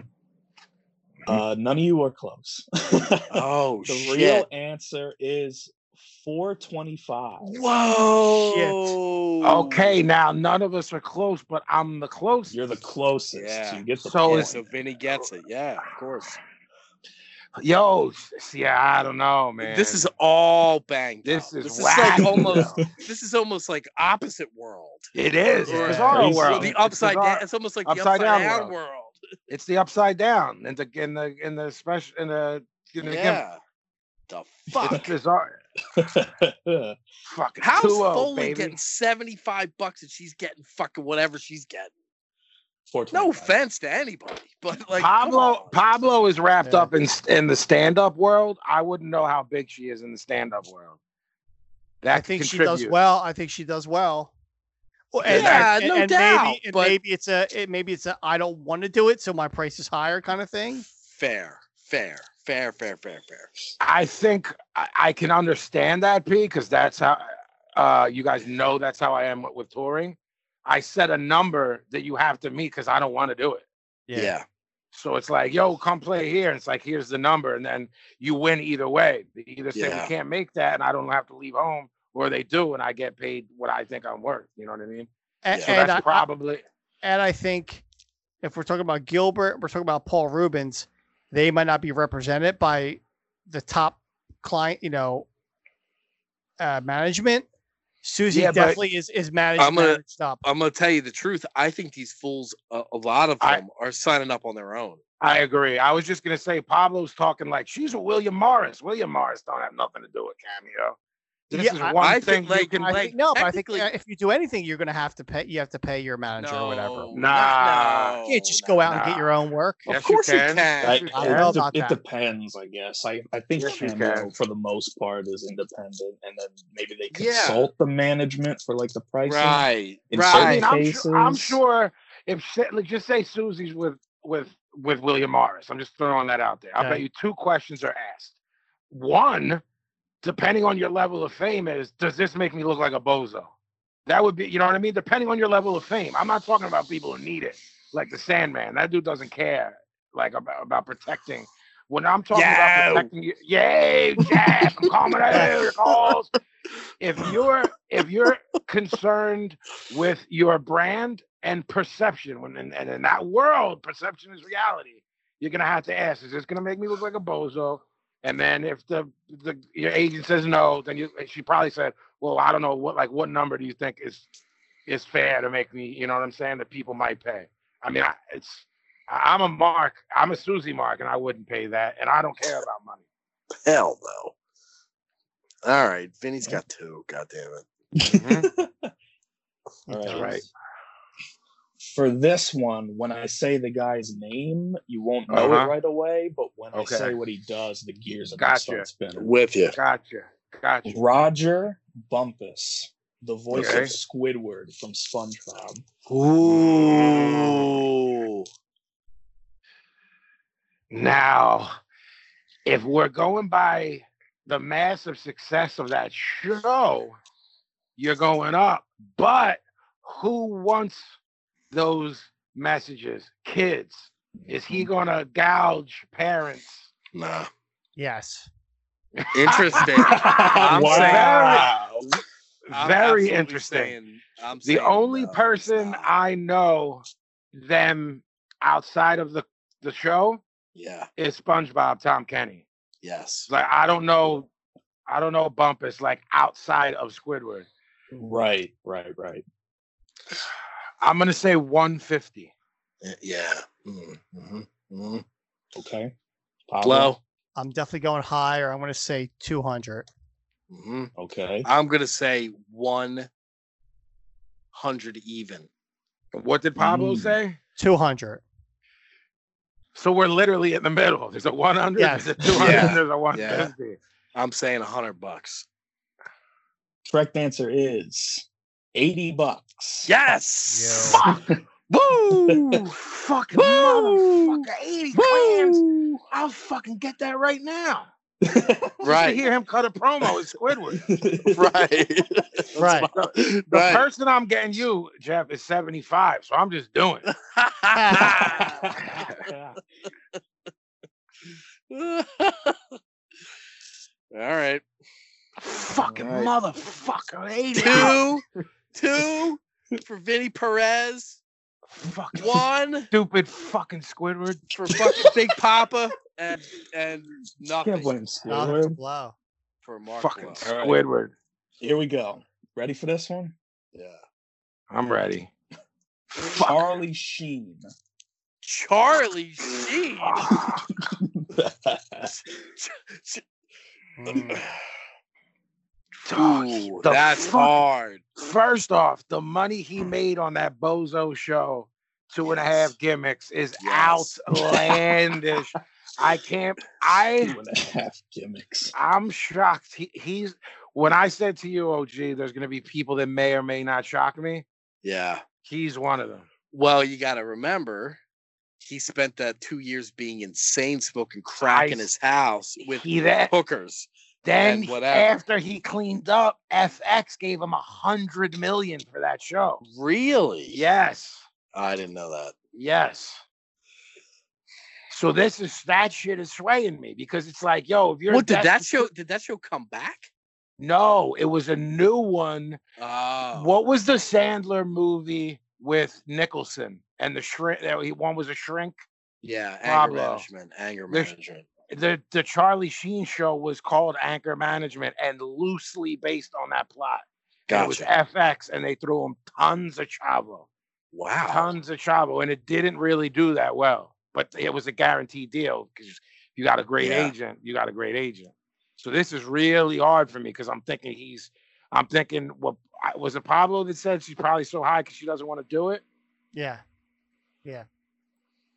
Uh, none of you are close. Oh, the shit. real answer is 425. Whoa. Okay, now none of us are close, but I'm the closest. You're the closest. Yeah. So you get the So Yeah, point. it's- so Vinny gets it. Yeah, of course. Yo, s- yeah, I don't know, man. This is all banged. This up. is this is like wacky, almost this is almost like opposite world. it is. Yeah. It's bizarro Well, world. the It's upside bizarre- down. It's almost like upside the upside down down, world. world. It's the upside down and the in the in the special in the in the yeah. Yeah. The It's fuck. bizarre. Fucking How's 2-0, Foley baby. getting seventy five bucks and she's getting fucking whatever she's getting? No 425. offense to anybody, but like come Pablo on. Pablo is wrapped Yeah. up in in the stand up world. I wouldn't know how big she is in the stand up world. That I think she contributes. does well. I think she does well. Well, Yeah, no doubt, Maybe, and but- maybe it's a it, maybe it's a I don't want to do it, so my price is higher kind of thing. Fair, fair, fair, fair, fair, fair. I think I, I can understand that, P, because that's how uh, you guys know that's how I am with, with touring. I set a number that you have to meet because I don't want to do it. Yeah. So it's like, yo, come play here. And it's like, here's the number. And then you win either way. They either say, Yeah. we can't make that and I don't have to leave home, or they do and I get paid what I think I'm worth. You know what I mean? A- And, So I, that's I- probably. and I think if we're talking about Gilbert, we're talking about Paul Rubens, they might not be represented by the top client, you know, uh, management. Susie Yeah, but- definitely is is managed, I'm gonna- managed up. I'm gonna tell you the truth. I think these fools, a, a lot of I- them, are signing up on their own. I agree. I was just gonna say Pablo's talking like she's a William Morris. William Morris don't have nothing to do with cameo. This Yeah, is I- one I thing think, you like- can. I like, think no, but I think technically- uh, if you do anything, you're gonna have to pay. You have to pay your manager or whatever. No, You Nah. no, can't just no, go out and no. get your own work. Of Yes, you course you can. can. I, Yes, you I- can. know it, de- about it that. depends, I guess. I, I think Yes, you Cameo, can. for the most part, is independent, and then maybe they Yeah. consult the management for like the pricing. Right, In I right. mean, I'm, su- I'm cases. sure if sa- like, just say Susie's with with with William Morris. I'm just throwing that out there. I bet Okay. you two questions are asked. One, depending on your level of fame, is does this make me look like a bozo? That would be, you know what I mean. Depending on your level of fame, I'm not talking about people who need it, like the Sandman. That dude doesn't care, like about, about protecting. When I'm talking about Yo. protecting you, yay, Jeff, I'm coming out your calls. If you're if you're concerned with your brand and perception. When and, and in that world, perception is reality. You're gonna have to ask: Is this gonna make me look like a bozo? And then if the, the your agent says no, then you she probably said, "Well, I don't know what like what number do you think is is fair to make me? You know what I'm saying? That people might pay. I mean, I, it's I- I'm a mark. I'm a Susie Mark, and I wouldn't pay that, and I don't care about money. Hell no. All right, Vinny's got two. God damn it. Mm-hmm. All right. Right. For this one, when I say the guy's name, you won't know Uh-huh. it right away, but when Okay. I say what he does, the gears are Gotcha. gonna start spinning. With you. Gotcha, gotcha. Roger Bumpus, the voice Okay. of Squidward from SpongeBob. Ooh. Now, if we're going by the massive success of that show, you're going up. But who wants those messages? Kids. Is he going to gouge parents? Nah. Yes. Interesting. I'm Wow. saying- I'm Very absolutely interesting. saying- I'm the saying only no, person nah. I know them outside of the, the show Yeah. is SpongeBob Tom Kenny. Yes. Like I don't know, I don't know Bumpus like outside of Squidward. Right, right, right. I'm gonna say 150. Yeah. Mm-hmm. hmm Okay. Pablo. Blow. I'm definitely going higher. I'm gonna say 200. hmm Okay. I'm gonna say one hundred even. What did Pablo Mm. say? 200. So we're literally in the middle. There's a 100, Yes. there's a 200, Yeah. there's a 150. I'm saying hundred bucks. Correct answer is 80 bucks. Yes. Yo. Fuck! Woo! fucking Woo! motherfucker, 80 clams. Woo! I'll fucking get that right now. Just to Right. hear him cut a promo with Squidward. Right. Right. The Right. person I'm getting you, Jeff, is 75, so I'm just doing it. All right. Fucking Right. motherfucker, 80. Two, two for Vinny Perez. Fucking One stupid fucking Squidward. for fucking Big Papa, and and Can't nothing Wow. blame Squidward. Wow. for Mark. fucking Lowe. All right. Squidward. Here we go. Ready for this one? Yeah. I'm ready. Charlie Sheen. Charlie Sheen. Mm. Ooh, the that's fuck? hard. First off, the money he made on that bozo show two and a half gimmicks is Yes. outlandish. I can't. I Two and a half gimmicks. I'm shocked. He, he's when I said to you, OG, there's gonna be people that may or may not shock me. Yeah. He's one of them. Well, you got to remember, he spent that two years being insane, smoking I crack s- in his house with He that hookers. then and whatever. after he cleaned up, FX gave him a hundred million for that show. Really? Yes, I didn't know that. yes. So this is that shit is swaying me because it's like, yo, if you're what did that desperate- show? Did that show come back? No, it was a new one Oh, What was the Sandler movie with Nicholson and the shrink? That he- one was a shrink. yeah, anger Pablo. management, anger There's- management. The the Charlie Sheen show was called Anchor Management and loosely based on that plot. And It was Gotcha. FX, and they threw him tons of chavo, Wow. tons of chavo, and it didn't really do that well. But it was a guaranteed deal because you got a great Yeah. agent. You got a great agent. So this is really hard for me because I'm thinking he's. I'm thinking what I- was it Pablo that said she's probably so high because she doesn't want to do it. Yeah.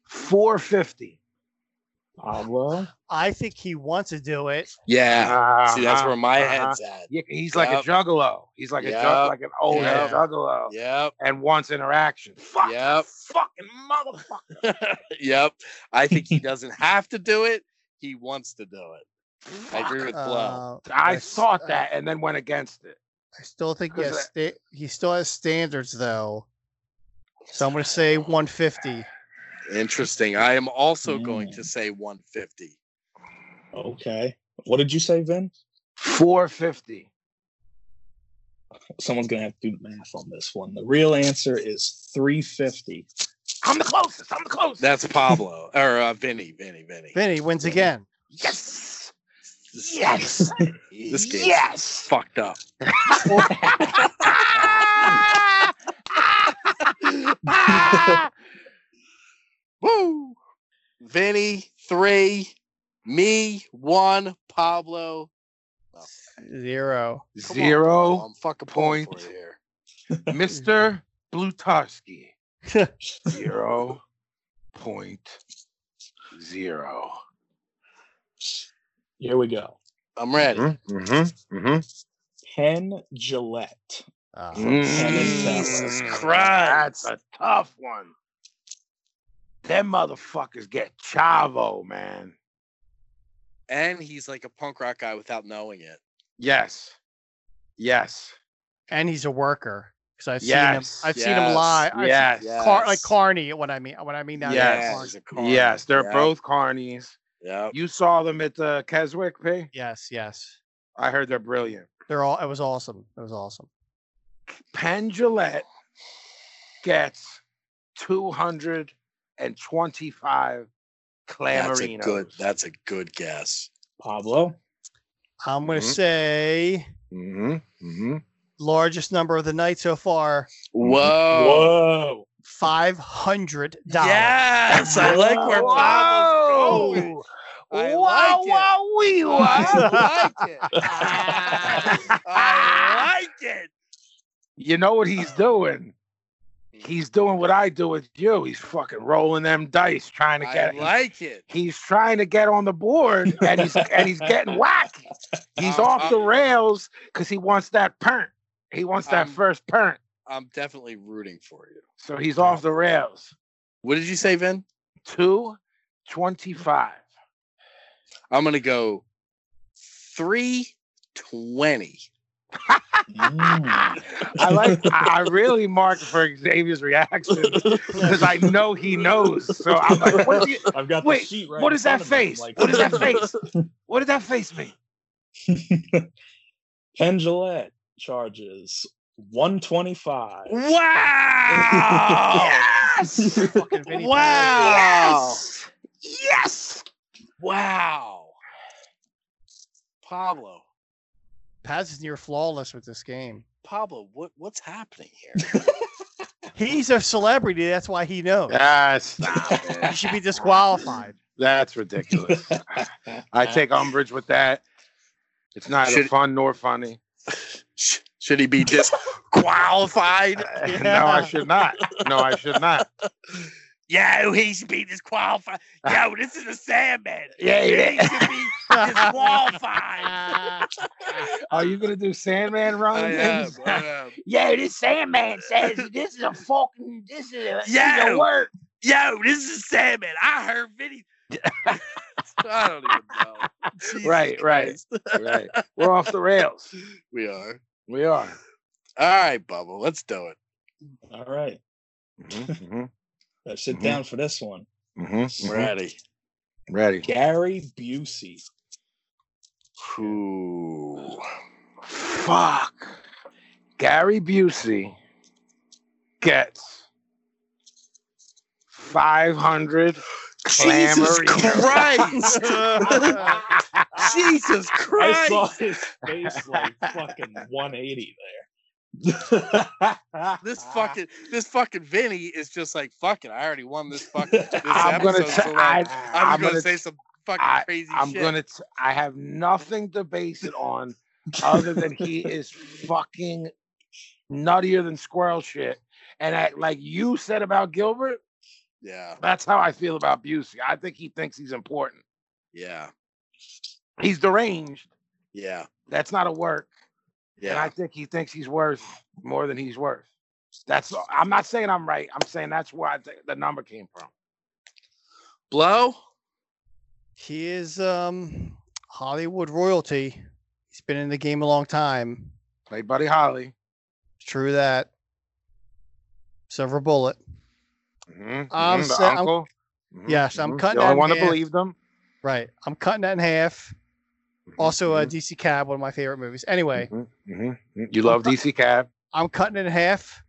450. Pablo. I think he wants to do it. Yeah. See, that's Uh-huh, where my uh-huh. head's at. Yeah, he's like Yep. a juggalo. He's like a Yep. jug, like an old head Yep. juggalo, Yep. and wants interaction. Fuck, Yep. fucking motherfucker. Yep. I think he doesn't have to do it. He wants to do it. I agree with Blow. Uh, I That's- thought I- that and then went against it. I still think he, 'Cause has sta- he still has standards though. So I'm gonna say 150. Interesting. I am also going Mm. to say 150. Okay. What did you say, Vin? 450. Someone's gonna have to do math on this one. The real answer is 350. I'm the closest. I'm the closest. That's Pablo or uh, Vinny. Vinny. Vinny. Vinny wins again. yes. This- Yes. This game's yes. fucked up. Woo! Vinny three, me one, Pablo. Zero. Come on, Pablo, Zero, I'm fucking pulling point. for you here. Mr. Blutarski. Zero point zero. Here we go. I'm ready. Mm-hmm. Mm-hmm. Penn Gillette. Uh, Jesus Mm, Christ. That's a tough one. Them motherfuckers get chavo, man. And he's like a punk rock guy without knowing it. Yes. Yes. and he's a worker because I've Yes, seen him. I've seen him yes, live. I've seen- Yes. Yeah. Car- like yes. Carney. What I mean. What I mean now. Yes. Carney. he's a carny. Yes. They're Yep, both carnies. Yep. You saw them at the Keswick P? Yes. Yes. I heard they're brilliant. They're all. It was awesome. It was awesome. Penn Jillette gets 225 That's a clamorinos. good. That's a good guess. Pablo. I'm gonna Mhm. say Mm-hmm. Mm-hmm. largest number of the night so far. Whoa. Whoa. Five hundred dollars. Yes, I like where Pablo's going. I like it. wee, I like it. I like it. You know what he's doing? He's doing what I do with you. He's fucking rolling them dice, trying to I get. like it. he's trying to get on the board, and he's and he's getting whacked. He's Um, off the um, rails because he wants that pernt. He wants that Um, first pernt, I'm definitely rooting for you. so he's off the rails. What did you say, Vin? Two twenty-five. I'm gonna go three twenty. Mm. I like. I I really marked for Xavier's reaction because I know he knows. So I'm like, what do you? I've got Wait, the sheet right. what in is that front of me. face? What is that face? What did that face mean? Penn Gillette charges 125. Wow! Yes! Fucking Vinny Wow! yes! Yes! Wow! Pablo, Paz. Paz is near flawless with this game. Pablo, what what's happening here? He's a celebrity. That's why he knows. Ah, stop He it. should be disqualified. That's ridiculous. I take umbrage with that. It's neither Should- fun nor funny. Sh- Should he be disqualified? no, I should not. No, I should not. Yo, he should be disqualified. Yo, this is a Sandman. Yeah, yeah. should be disqualified. Are you gonna do Sandman I rhymes? am, I am. yeah, this Sandman says this is a fucking this is a yeah word. Yo, this is Sandman. I heard Vinny. I don't even know. Jesus Right, right. Christ. Right. We're off the rails. We are. We are. All right, Bubba, let's do it. All right. Gotta sit Mhm. down for this one. We're ready. Mm-hmm. Ready. Gary Busey. Ooh. Fuck. Gary Busey gets five hundred Jesus Clamorino. Christ. Jesus I saw Christ. his face like fucking 180 there. This fucking this fucking Vinny is just like fucking. I already won this fucking. This I'm gonna. episode, T- so like, I, I'm I'm, just gonna, gonna say some fucking I- crazy I'm shit. gonna. T- I have nothing to base it on, other than he is fucking nuttier than squirrel shit. And I, like you said about Gilbert, Yeah, that's how I feel about Busey. I think he thinks he's important. yeah, He's deranged. yeah, That's not a work. And I yeah. think he thinks he's worth more than he's worth. That's. all- I'm not saying I'm right. I'm saying that's where I think the number came from. Blow. He is um Hollywood royalty. He's been in the game a long time. Play Buddy Holly. True that. Silver bullet. Mhm, I'm mhm, the sa- I'm- uncle. Mhm, yes, I'm mhm. cutting The that only in one that half. believed them. Right. I'm cutting that in half. Mhm, Also, uh, mhm, DC Cab, one of my favorite movies. Anyway, mhm, mhm, mhm. you love DC Cab. I'm cutting it in half.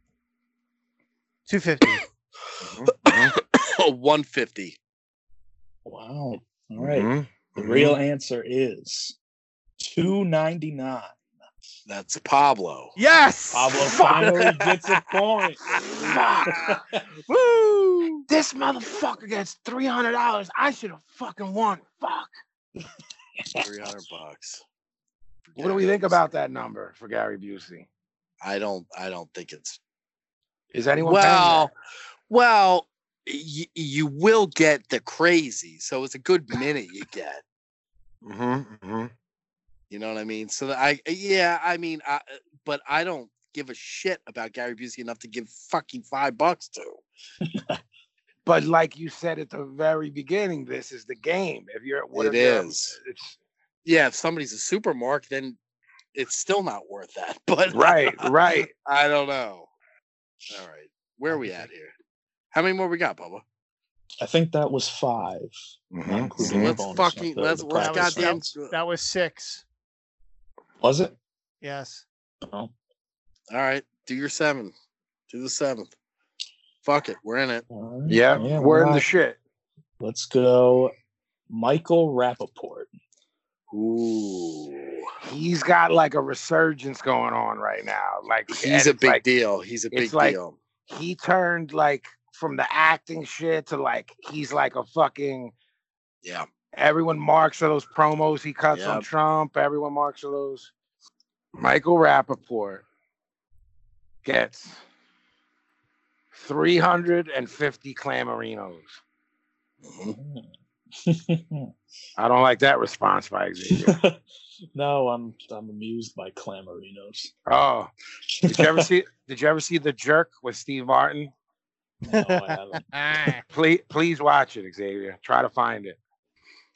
Two fifty. Mhm, mhm, Oh, 150. wow. All right. mhm, The mhm. real answer is 299. That's Pablo. yes. Pablo finally gets a point. Fuck. Woo! This motherfucker gets three hundred dollars. I should have fucking won. Fuck. 300 bucks. What do we think about that number for Gary Busey? I don't. I don't think it's Is anyone? paying well. that? Well, y- you will get the crazy, so it's a good minute you get. Mhm, mhm. You know what I mean? So that I yeah, I mean, I, but I don't give a shit about Gary Busey enough to give fucking five bucks to. But like you said at the very beginning, this is the game. If you're, what if It you're- is. It's Yeah, if somebody's a supermark, then it's still not worth that. But uh, right, right. I don't know. All right, where are we at here? How many more we got, Bubba? I think that was five. not Mhm, mhm. So including the let's bonus fucking- one, the- let's- the let's practice goddamn- rounds. That was six. Was it? Yes. Oh, All right, do your seven. Do the seventh. Fuck it, we're in it. all right. Yeah, why we're in the not? shit. Let's go, Michael Rappaport. Ooh, He's got like a resurgence going on right now. Like he's and a it's big like, deal. He's a it's big like- deal. he turned like from the acting shit to like he's like a fucking Yeah. everyone marks for those promos he cuts on Yep. Trump. Everyone marks for those. Michael Rappaport gets 350 clamorinos. Mm. I don't like that response by Xavier. no, I'm I'm amused by clamorinos. oh, did you ever see? Did you ever see the jerk with Steve Martin? No, I haven't. Ah. Please, please watch it, Xavier. Try to find it.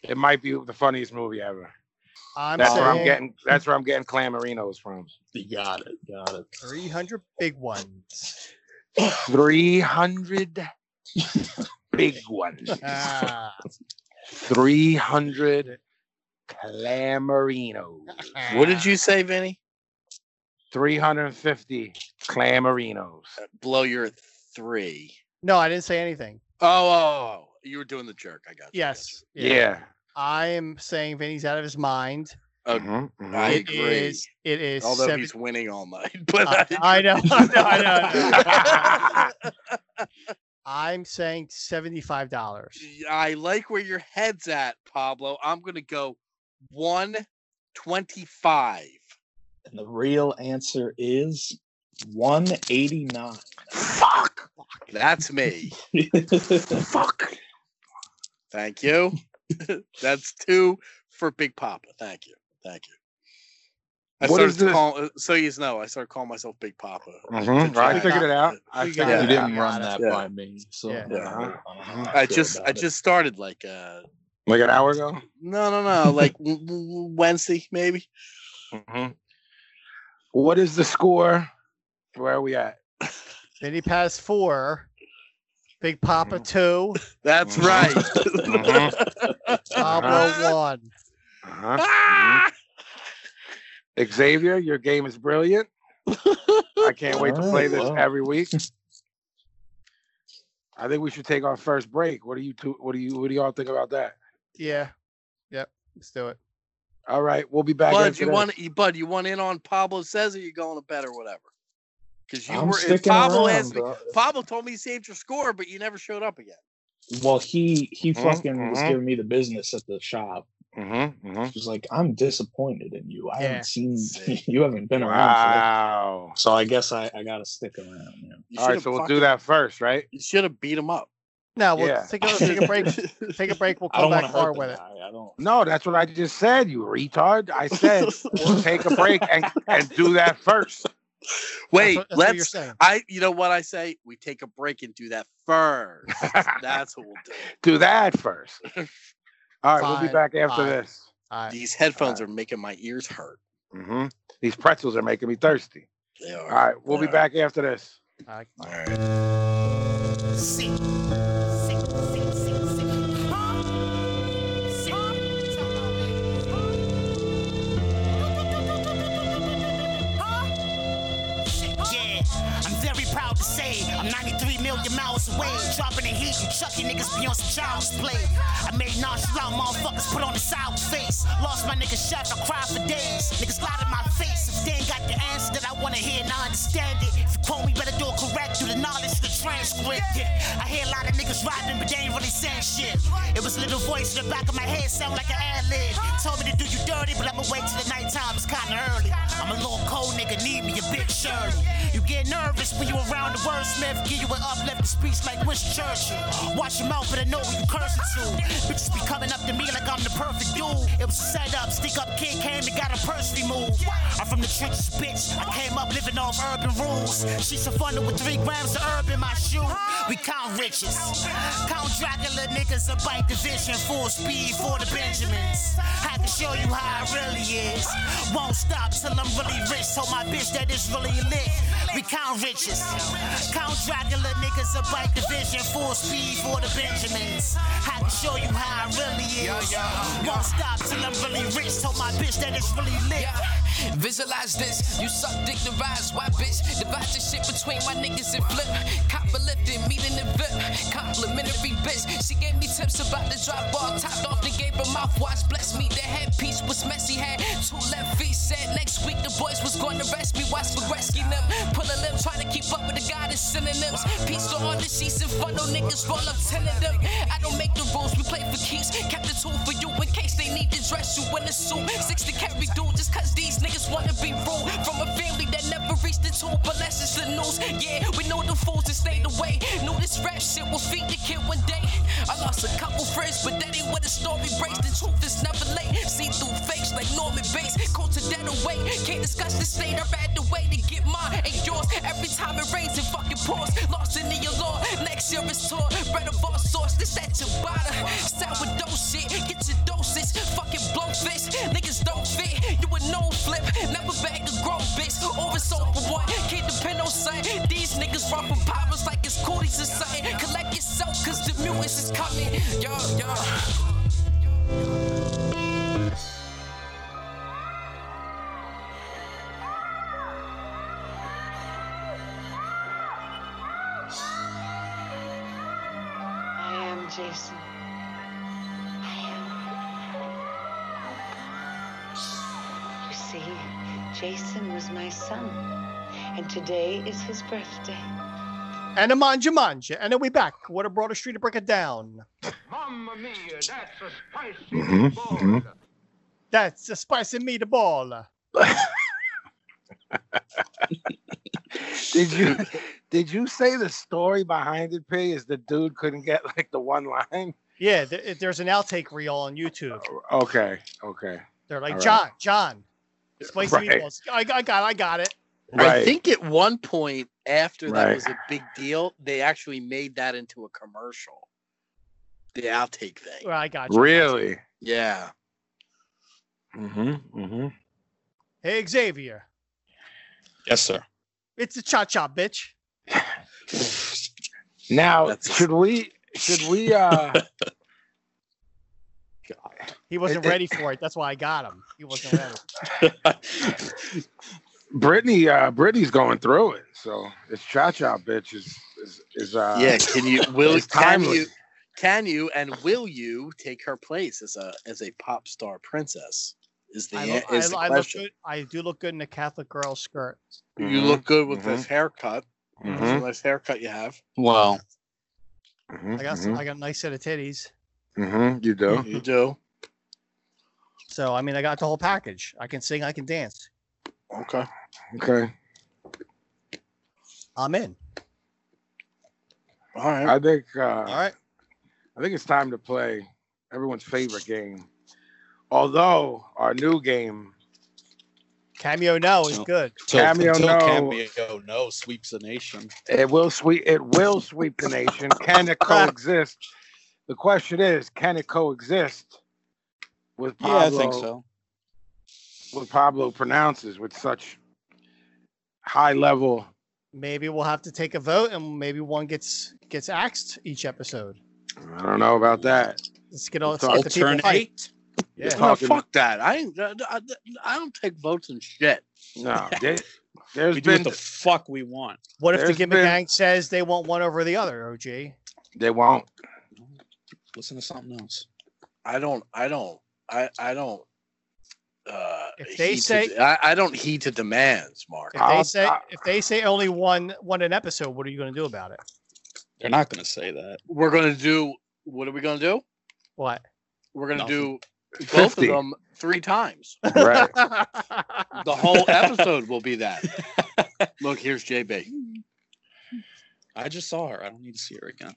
It might be the funniest movie ever. I'm That's where I'm saying getting. That's where I'm getting clamorinos from. You got it. Got it. three hundred big one. Three hundred big ones. Ah. Three hundred clamorinos. Ah. What did you say, Vinny? Three hundred and fifty clamorinos. Uh, Blow your three. No, I didn't say anything. Oh, oh, oh, you were doing the jerk. I got you. I got Yes. Yeah. I am saying Vinny's out of his mind. Uh, Mhm, you. I mhm. It agree. is. It is. Although seven- he's winning all night, but I, Uh-huh. I know. I know. I know. I know. I, I'm saying seventy-five dollars. like where your head's at, Pablo. I'm gonna go one twenty-five. And the real answer is 189. Fuck. That's me. Fuck. Thank you. That's two for Big Papa. Thank you. Thank you. I What is started this- call, uh, so you know, I started calling myself Big Papa. Mhm, I figured it out. I We figured got it you it. out. didn't run that Yeah. by me. So Yeah. Yeah. Uh-huh. I just I just started like uh Like an hour ago. no no no like w- w- Wednesday maybe. Mhm. What is the score? Where are we at? Then he passed four. Big Papa Mm. two. That's Mm-hmm. right. Pablo one. Uh-huh. Ah! Mm-hmm. Xavier, your game is brilliant. I can't wait to All play right, this wow. every week. I think we should take our first break. What do you two, what do you what do y'all think about that? Yeah. Yep. Let's do it. All right, we'll be back. Bud, after you this. want you- Bud, you want in on Pablo says or you going to bed or whatever? Because you I'm were if sticking Pablo around, asked me. bro. Pablo told me he saved your score, but you never showed up again. Well, he he Mhm, fucking was mhm. giving me the business at the shop. Mm-hmm, mm-hmm. He was like, "I'm disappointed in you. I Yeah. haven't seen you. Haven't been around." For this. Wow. So I guess I, I gotta stick around. Yeah. You All right, should've so we'll fucking- do that first, right? You should have beat him up. No, we'll Yeah. take, a, take a break. Take a break. We'll come I don't want back to far hurt the with it. guy. I don't. No, that's what I just said, you retard. I said we'll take a break and, and do that first. Wait, that's what, that's what you're let's. saying. I. You know what I say? We take a break and do that first. That's what we'll do. do that first. All right, we'll be Fine, back after fine. this. All right. These headphones are making my ears hurt. hmm These pretzels are making me thirsty. They All are. right, we'll be All back after this. All right. All right. Yeah, I'm very proud to say I'm 93 million miles away. Dropping the heat and chucking niggas beyond some child's play. I made nonchalant motherfuckers put on the sour face. Lost my nigga shaft, I cried for days. Niggas lied in my face. If they ain't got the answer that I wanna hear and I understand it. If you quote me, better do it correct through the knowledge of the transcript. Yeah, I hear a lot of niggas rapping, but they ain't really saying shit. It was little voice in the back of my head sound like an ad lib. Told me to do you dirty, but I'ma wait till the nighttime. It's kinda early. I'm a little cold nigga, need me a big shirt. You get nervous when you around the wordsmith. Give you an uplifting speech like Winston Churchill. Watch your mouth, but I know who you cursing to. Bitches be coming up to me like I'm the perfect dude. It was a setup, stick up kid came and got a purse removed. I'm from the trenches, bitch. I came up living off urban rules. She's a funnel with three grams of herb in my shoe. We count riches. Count Dracula niggas a bike division, full speed for the Benjamins. I can show you how it really is. Won't stop till I'm really rich. Told my bitch that it's really lit. We count riches. Count Dracula niggas a bike division, full speed for the Benjamins. I can show you how it really is. Won't stop till I'm really rich. Told my bitch that it's really lit. Yeah. Visualize this, you suck dick to rise. Why, bitch? Divide the shit between my niggas and flip. Cop a lift and meet in the VIP. Complimentary bitch. She gave me tips about the drop ball. Topped off and gave her mouthwash. Bless me, the headpiece was messy. Had two left feet. Said next week the boys was going to rest me. Watch for rescuing them. Pulling them, trying to keep up with the goddess synonyms. Peace to all the sheets and funnel niggas. Roll up ten of them. I don't make the rules, we play for keeps. Kept the tool for you in case they need to dress you in a suit. Six to carry dude, just cause these niggas wanna be rude. From a family that never reached the tool, but less is the news. Yeah, we know the fools that stayed away. Knew this rap shit will feed the kid one day. I lost a couple friends, but that ain't where the story breaks. The truth is never late. See through fakes like Norman Bates. Cold to dead away. Can't discuss the state. I've had the way to get mine and yours. Every time it rains, it fucking pours. Lost in the allure. Next year is torn. Bread of all sorts. This that ciabatta. Sourdough shit. Get your doses. Fucking blowfish. Niggas don't fit. You a no flip. Never bag a grown bitch. Over soap for what? Can't depend on son. These niggas run for powers like it's cooties or something. Collect yourself, cause the mutants is coming. Yo, yo. I am Jason. I am. You see, Jason was my son, and today is his birthday. And a manja manja. And then we back. What a broader street to break it down. Mamma mia, that's a spicy Mhm, ball. mhm. That's a spicy meatball. Did you did you say the story behind it, P, is the dude couldn't get like the one line? Yeah, th- there's an outtake reel on YouTube. Okay, okay. They're like, All right. John, John, explain to me Right. meatballs. I, I got, it, I got it. Right. I think at one point after that Right. was a big deal, they actually made that into a commercial. The outtake thing. Well, I got you. really? Yeah. Mm-hmm. Mm-hmm. Hey Xavier, Yes, sir. it's a cha cha, bitch. Now That's- should we should we uh He wasn't It- it- ready for it. That's why I got him. He wasn't ready. Brittany uh Brittany's going through it, so it's cha cha bitch is is, is uh yeah. Can you will it's can timely. you can you and will you take her place as a as a pop star princess? Is the, I, an- look, is the I, I look question. good. I do look good in a Catholic girl skirt. You look good with mhm. this haircut. It's Mm-hmm, a nice haircut you have. Well, Mhm, I got, some, mhm, I got a nice set of titties. mhm, you do. You do. So I mean, I got the whole package. I can sing. I can dance. Okay. Okay. I'm in. All right. I think uh All right. I think it's time to play everyone's favorite game. Although our new game Cameo now is good. till, Cameo, until no. Cameo no sweeps the nation. It will sweep. It will sweep the nation. Can it coexist? The question is, can it coexist with Pablo? Yeah, I think so. What Pablo pronounces with such high level. Maybe we'll have to take a vote, and maybe one gets gets axed each episode. I don't know about that. Let's get all Let's let's get the people fight. Alternate. Yeah. No, Talking- fuck that. I, ain't- I, I, I don't take votes and shit. No, there, has We do been. what the fuck we want. What if the There's gimmick been- gang says they want one over the other? OG. they won't. Listen to something else. I don't. I don't. I, I don't. Uh, If they heed to say- de- I, I don't heed to demands, Mark. If they I'll- say I- if they say only one one an episode, what are you going to do about it? They're not going to say that. We're gonna do. What are we gonna do? What? We're gonna Nothing. do both Fifty. of them three times. Right. The whole episode will be that. Look, here's JB. I just saw her. I don't need to see her again.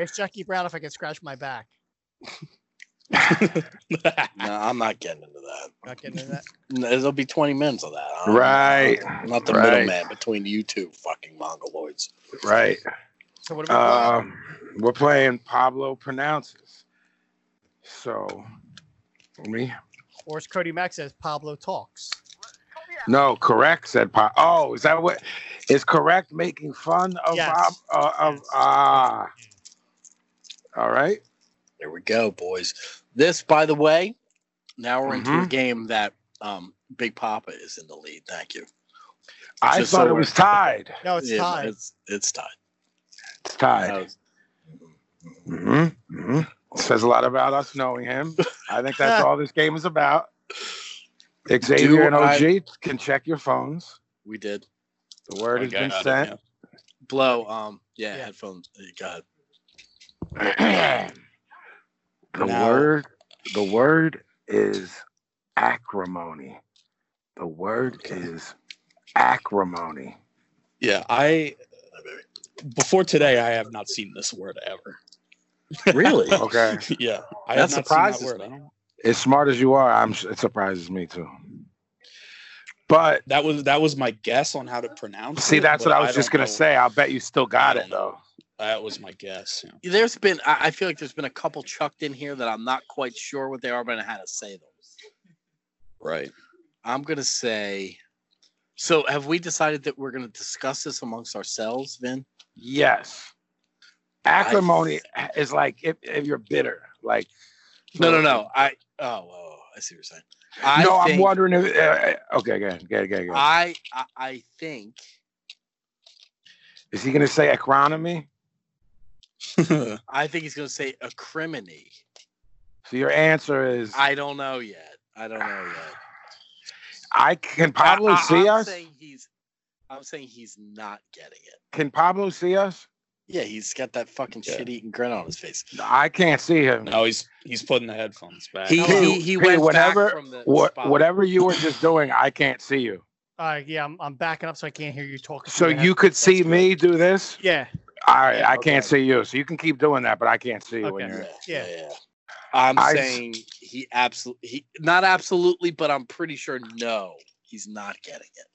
Ask Jackie Brown if I can scratch my back. No, I'm not getting into that. Not getting into that. No, There'll be 20 minutes of that. I don't- Right. I'm not the Right. middleman between you two fucking mongoloids. Right. So what about Um, we're playing Pablo pronounces. So, let me. or as Cody Mack says, Pablo talks. No, correct said Pop. Oh, is that what? Is correct making fun of Yes. Bob? Uh, of Yes. ah. All right. There we go, boys. This, by the way, now we're into a Mhm. game that um, Big Papa is in the lead. Thank you. I Just thought so it was tied. No, Oh, it's Yeah, time. It's, it's tied. It's tied. That hmm hmm Says a lot about us knowing him. I think that's all this game is about. Xavier Do and I- OG can check your phones. we did. The word has Okay, been I don't sent. know. Blow. Um. Yeah. Yeah. Headphones. God. the Now- word. The word is acrimony. The word is acrimony. Yeah, I. Before today, I have not seen this word ever. Really? Okay. yeah, That I have not seen that surprises word. me. I don't, as smart as you are, I'm it surprises me too. But that was that was my guess on how to pronounce. see, it, that's but what I was just don't gonna know. say. I bet you still got I it don't know. though. That was my guess. Yeah. There's been. I, I feel like there's been a couple chucked in here that I'm not quite sure what they are, but I know how to say them. Right. I'm gonna say. So have we decided that we're gonna discuss this amongst ourselves, Vin? Yes, acrimony is like if, if you're bitter. Like No, no, no. I. Oh, oh I see what you're saying. I no, I'm think- wondering if. Uh, okay, go ahead, go ahead, go ahead, go ahead. I, I I think Is he gonna say acronomy? I think he's gonna say acriminy. So your answer is I, I don't know yet. I don't know yet. can Pablo I, I, see I'm us. Saying he's, I'm saying he's not getting it. Can Pablo see us? Yeah, he's got that fucking Yeah. shit-eating grin on his face. I can't see him. no, he's he's putting the headphones back. He Hey, he, he hey, went whatever- back from the What spot. whatever you were just doing, I can't see you. Uh, yeah, I'm, I'm backing up so I can't hear you talking. So you could see me do this. Yeah. All right, I okay. can't see you, so you can keep doing that, but I can't see you when Okay. you're. Yeah. I'm I- saying he absolutely, he not absolutely, but I'm pretty sure no, he's not getting it.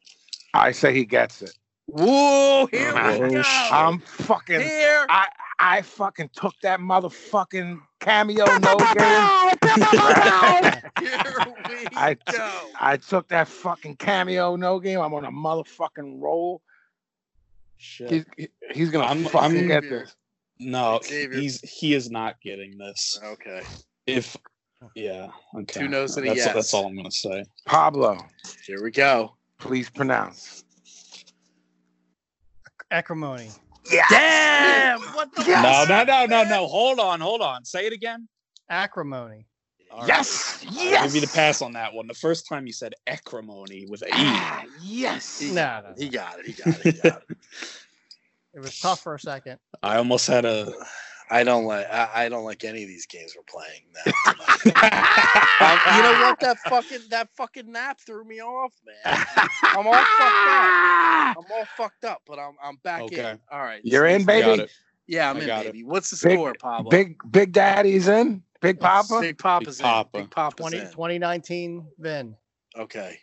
I say he gets it. Whoa, here we go. I'm fucking. Oh. here. I I fucking took that motherfucking cameo no game. Here we I- go. I took that fucking cameo no game. I'm on a motherfucking roll. Shit. He's he- he's gonna I'm- fucking I'm- get this. no, Xavier. he's he is not getting this. Okay. If yeah, okay. Two no's and a that's, yes. That's all I'm gonna say. Pablo, Here we go. please pronounce. Acrimony. Damn! What the Yes! No, no, no, no, no. Hold on, hold on. Say it again. Acrimony. All right. Yes, I'll yes. give you the pass on that one. The first time you said acrimony with a e. Ah, Yes. He, No, no, no. he got it. He got it. He got it. It was tough for a second. I almost had a. I don't like. I, I don't like any of these games we're playing. Now. Um, you know what? That fucking that fucking nap threw me off, man. I'm all fucked up. I'm all fucked up, but I'm I'm back Okay. in. All right. You're in, Got baby. it. Yeah, I'm I in, got it. baby. What's the Big- score, Pablo? Big Big Daddy's in. Big Papa. Big Papa's Big Papa. in. Big Papa's 20, in. 2019 Vin. Okay.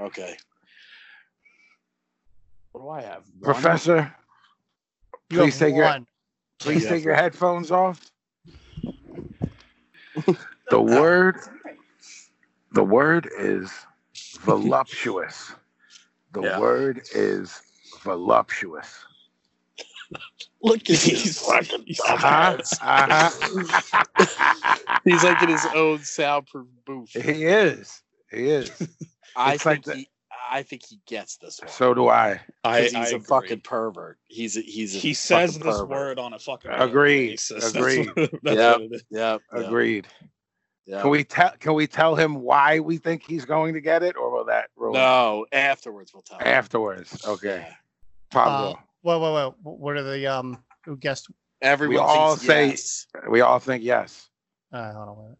Okay. What do I have? One? Professor, You have Please take your- one. please Yeah. take your headphones off. The word, the word is voluptuous. The Yeah. word is voluptuous. Look at He's these. fucking. he's Uh-huh. nuts. Uh-huh. He's like in his own soundproof booth. He is. He is. I It's like think the- he. I think he gets this one. So do I. I, Because he's a a fucking pervert. He's a, he's a He says fucking this pervert. word on a fucking. Agreed. Basis. Agreed. That's, what, that's Yep. what it is. Yeah. Agreed. Yeah. Can we tell? Can we tell him why we think he's going to get it, or will that roll No. Afterwards, we'll tell. him. afterwards? Okay, Yeah. Pablo. Whoa, whoa, whoa. Wh- What are the um? Who guessed? Everyone all thinks say- yes. we all think yes. Uh, hold on a minute.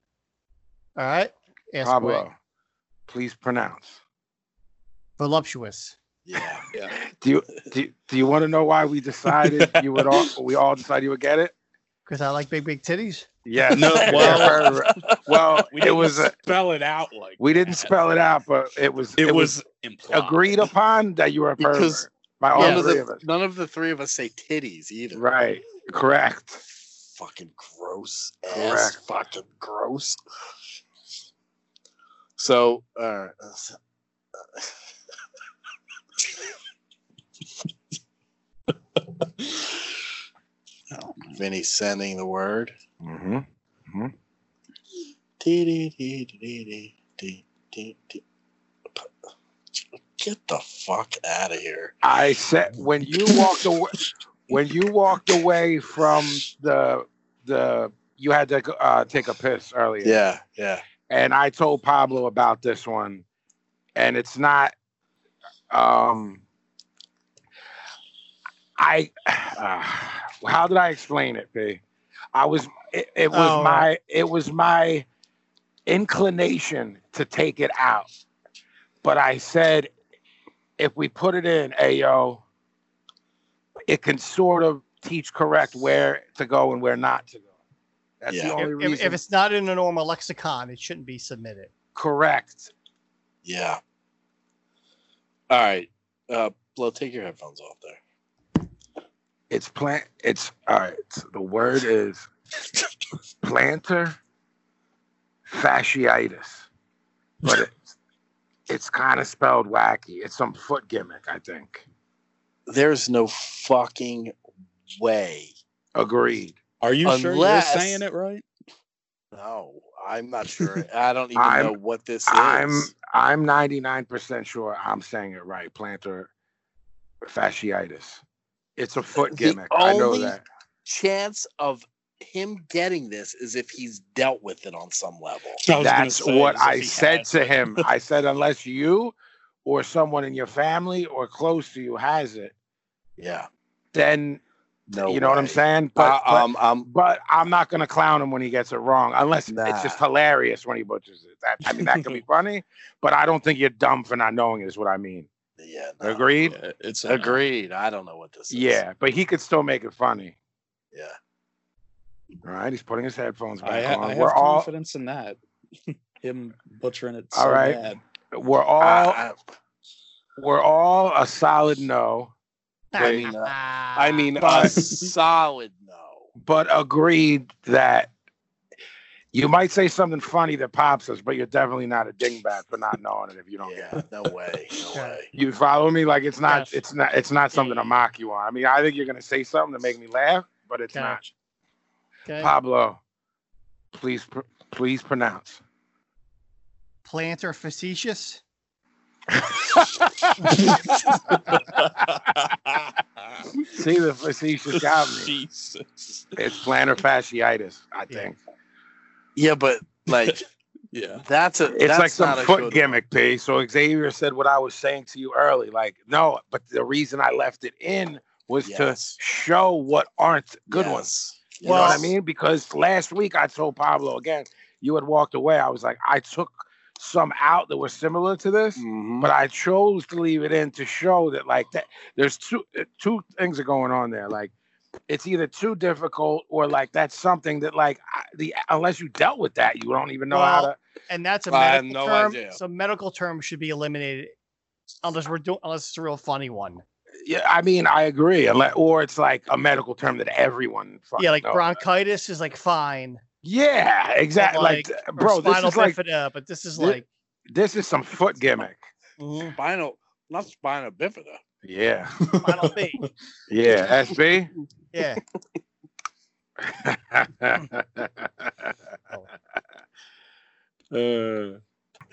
All right. Ask away. Pablo, please pronounce. Voluptuous. Yeah. Yeah. Do you do, you- do you want to know why we decided you would all we all decided you would get it? Because I like big, big titties. Yeah. No, well- well, We it didn't was. A, spell it out like we didn't that. spell it out, but it was. It, was, implied. agreed upon that you were a pervert Because by all None, of three of the, us. none of the three of us say titties either. Right. Correct. Fucking gross. Ass. Correct. Fucking gross. So, uh, so- Oh, Vinny's sending the word. Mm-hmm. Get the fuck out of here. I said when you walked away when you walked away from the the you had to uh, take a piss earlier. Yeah, yeah. And I told Pablo about this one, and it's not. Um, I uh, how did I explain it, B? I was it, it was Oh. my it was my inclination to take it out, but I said if we put it in, ayo, it can sort of teach correct where to go and where not to go. That's the Yeah. If, only if- reason. if it's not in a normal lexicon, it shouldn't be submitted. correct. Yeah. All right. Uh blow take your headphones off there. It's plant. It's all right. so the word is plantar fasciitis, but it's it's kind of spelled wacky. It's some foot gimmick, I think. There's no fucking way. Agreed. Are you Unless- sure you're saying it right? No, I'm not sure. I don't even I'm- know what this is. I'm I'm ninety nine percent sure I'm saying it right. Plantar fasciitis. It's a foot The gimmick. I know only- that. Chance of him getting this is if he's dealt with it on some level. I was gonna That's say, what as if I he said had. to him. I said, unless you or someone in your family or close to you has it, Yeah. then No. you know what I'm way. saying? But, I, um, I'm but, but I'm not gonna clown him when he gets it wrong, unless Nah. it's just hilarious when he butchers it. That I mean, that could be funny, but I don't think you're dumb for not knowing it. Is what I mean. yeah. no. Agreed? Yeah, It's uh, Agreed. agreed. I don't know what this is. Yeah, but he could still make it funny. Yeah. All right, he's putting his headphones back I, ha- on. I have we're all confidence in that. Him butchering it. All so right. bad. we're all I, we're all a solid no, I, I mean, uh, Ah, I mean a solid no. but agreed that you might say something funny that pops us, but you're definitely not a dingbat for not knowing it if you don't get it. Yeah, no way. No Yeah. way. You follow me? Like it's not Yes. it's not it's not something to mock you on. I mean, I think you're gonna say something to make me laugh, but it's Okay. not. Okay. Pablo, please pr- please pronounce. Planter facetious. See the facetious got me. Jesus. It's plantar fasciitis, I think. Yeah, but like Yeah. that's a. It's that's like some not a foot good- gimmick, P. So Xavier said what I was saying to you early. Like, no, but the reason I left it in was Yes. to show what aren't good Yes. ones. You Yes. know what I mean? Because last week I told Pablo again, you had walked away. I was like, I took some out that were similar to this, Mm-hmm. Mhm. but I chose to leave it in to show that like that there's two uh, two things are going on there. Like it's either too difficult or like that's something that like I, the unless you dealt with that, you don't even know Well, how to. And that's a I have medical no term. idea. So medical term should be eliminated unless we're doing unless it's a real funny one. Yeah, I mean, I agree. unle- Or it's like a medical term that everyone. fucking yeah, like knows. bronchitis is like fine. Yeah, but, exactly. Like, or bro, this spinal is like bifida, but this is Thi- like this is some foot gimmick. mhm, Spinal, not spinal bifida. Yeah, spinal B. yeah. SB. Yeah. Uh, it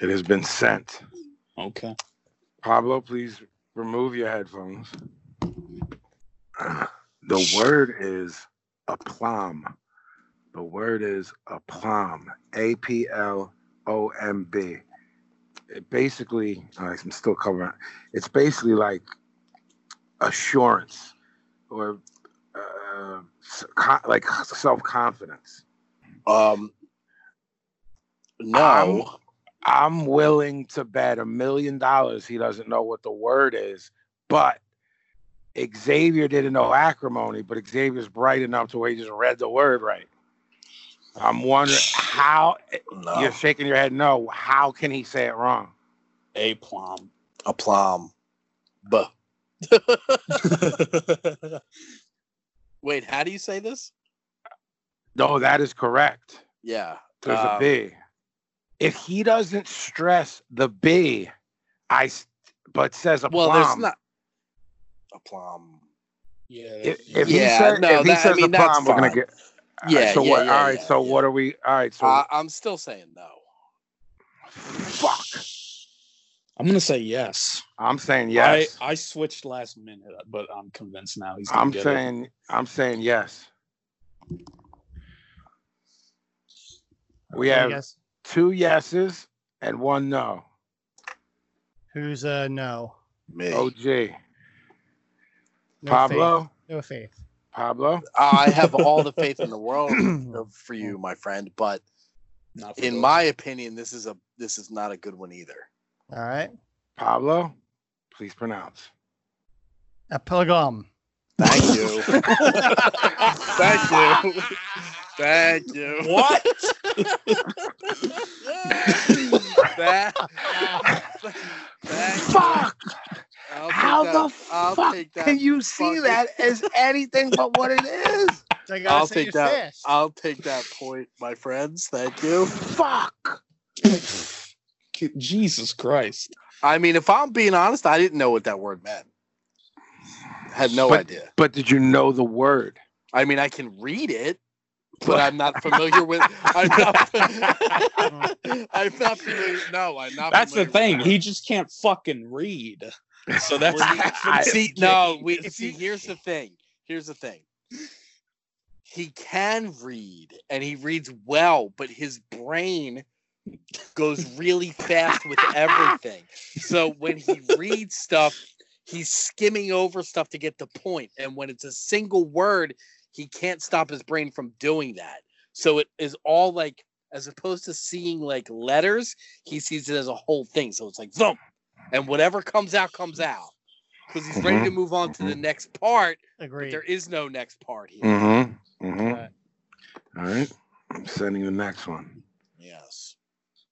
has been sent. okay. Pablo, please remove your headphones. The word is aplomb. The word is aplomb. A P L O M B. It basically, all right, I'm still covering. it. It's basically like assurance or uh, s- con- like self confidence. Um, no, I'm willing to bet a million dollars he doesn't know what the word is, but Xavier didn't know acrimony, but Xavier's bright enough to where he just read the word right. I'm wondering how no. you're shaking your head. No, how can he say it wrong? A plum. a plum. But wait, how do you say this? No, that is correct. Yeah, There's a Um, B. If he doesn't stress the B, I s- but says a well, there's plum, not a plum. Yeah. If, if he Yeah, says, no, if he that- I says mean, a that's plum, we're gonna fine. get. all right, Yeah, So yeah, what? yeah, all right. yeah, so yeah. Uh, what are we? All right. So I, I'm still saying no. fuck. I'm gonna say yes. I'm saying yes. I, I switched last minute, but I'm convinced now he's. I, Gonna am get it. saying I'm saying yes. We I have guess. two yeses and one no. Who's uh no? Me. OG. no Pablo. Faith. No faith. Pablo. I have all the faith in the world of- for you, my friend. But Not for in those. my opinion, this is a this is not a good one either. All right. Pablo. Please pronounce. A pilgrim. Thank you. Thank you. Thank you. What? Tha- thank you. Fuck! I'll take How that- the I'll fuck take that. can you see fucking- that as anything but what it is? So I gotta I'll say take you're that. fast. I'll take that point, my friends. Thank you. Fuck! Jesus Christ. I mean, if I'm being honest, I didn't know what that word meant. Had no But- idea. But did you know the word? I mean, I can read it, but I'm not familiar with. I'm not. I'm not familiar. No, I'm not. That's the familiar thing. with He just can't fucking read. So that's. I- see, no, we If see. you- Here's the thing. Here's the thing. He can read, and he reads well, but his brain goes really fast with everything. So when he reads stuff, he's skimming over stuff to get the point, and when it's a single word, he can't stop his brain from doing that. So it is all like, as opposed to seeing like letters, he sees it as a whole thing. So it's like, thump, and whatever comes out comes out because he's ready to Mhm. move on to the next part. But Agreed. there is no next part here. Mm-hmm. Mm-hmm. Right. All right. I'm sending the next one. Yes.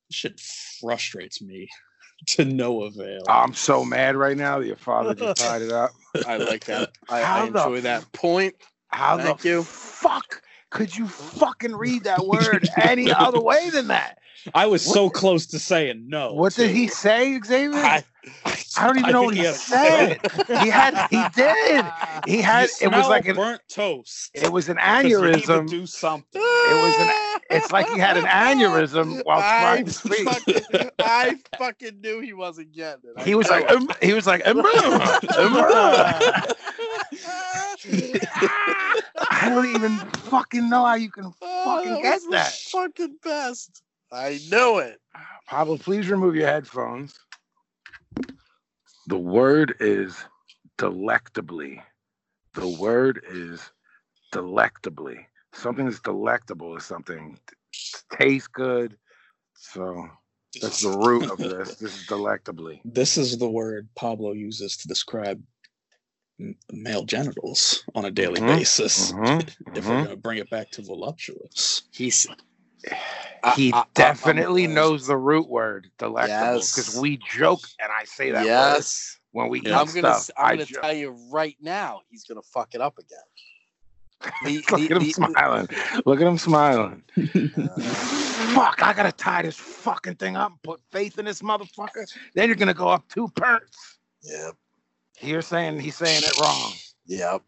This shit frustrates me to no avail. I'm so mad right now that your father just tied it up. I like that. I, How I the enjoy that point. How Thank the you. fuck could you fucking read that word any other way than that? I was What so the- close to saying no. What did too. he say, Xavier? I, don't even Oh, I know think what he had- said. he had, he did. He You had. It was smell like an, burnt toast. it was an 'cause you need to aneurysm. Do something. was It's like he had an aneurysm while I trying to speak. fucking, I fucking knew he wasn't getting it. I He was know like, it. um, he was like, um, um, um. I don't even fucking know how you can Oh, fucking that get was the that. Fucking best. I know it. Pablo, please remove your headphones. The word is delectably. The word is delectably. Something that's delectable is something that tastes good. So that's the root of this. This is delectably. This is the word Pablo uses to describe m- male genitals on a daily Mhm, basis. Mhm, If mhm. we're gonna bring it back to voluptuous, He's he I- I- I'm definitely with knows the root word delectable because Yes. we joke and I say that word yes. when we eat I'm gonna stuff. s- I'm I gonna joke. tell you right now. He's gonna fuck it up again. The- Look the- at him the- smiling. Look at him smiling. Fuck, I gotta tie this fucking thing up and put faith in this motherfucker. Then you're gonna go up two perks. Yep. You're saying he's saying it wrong. Yep.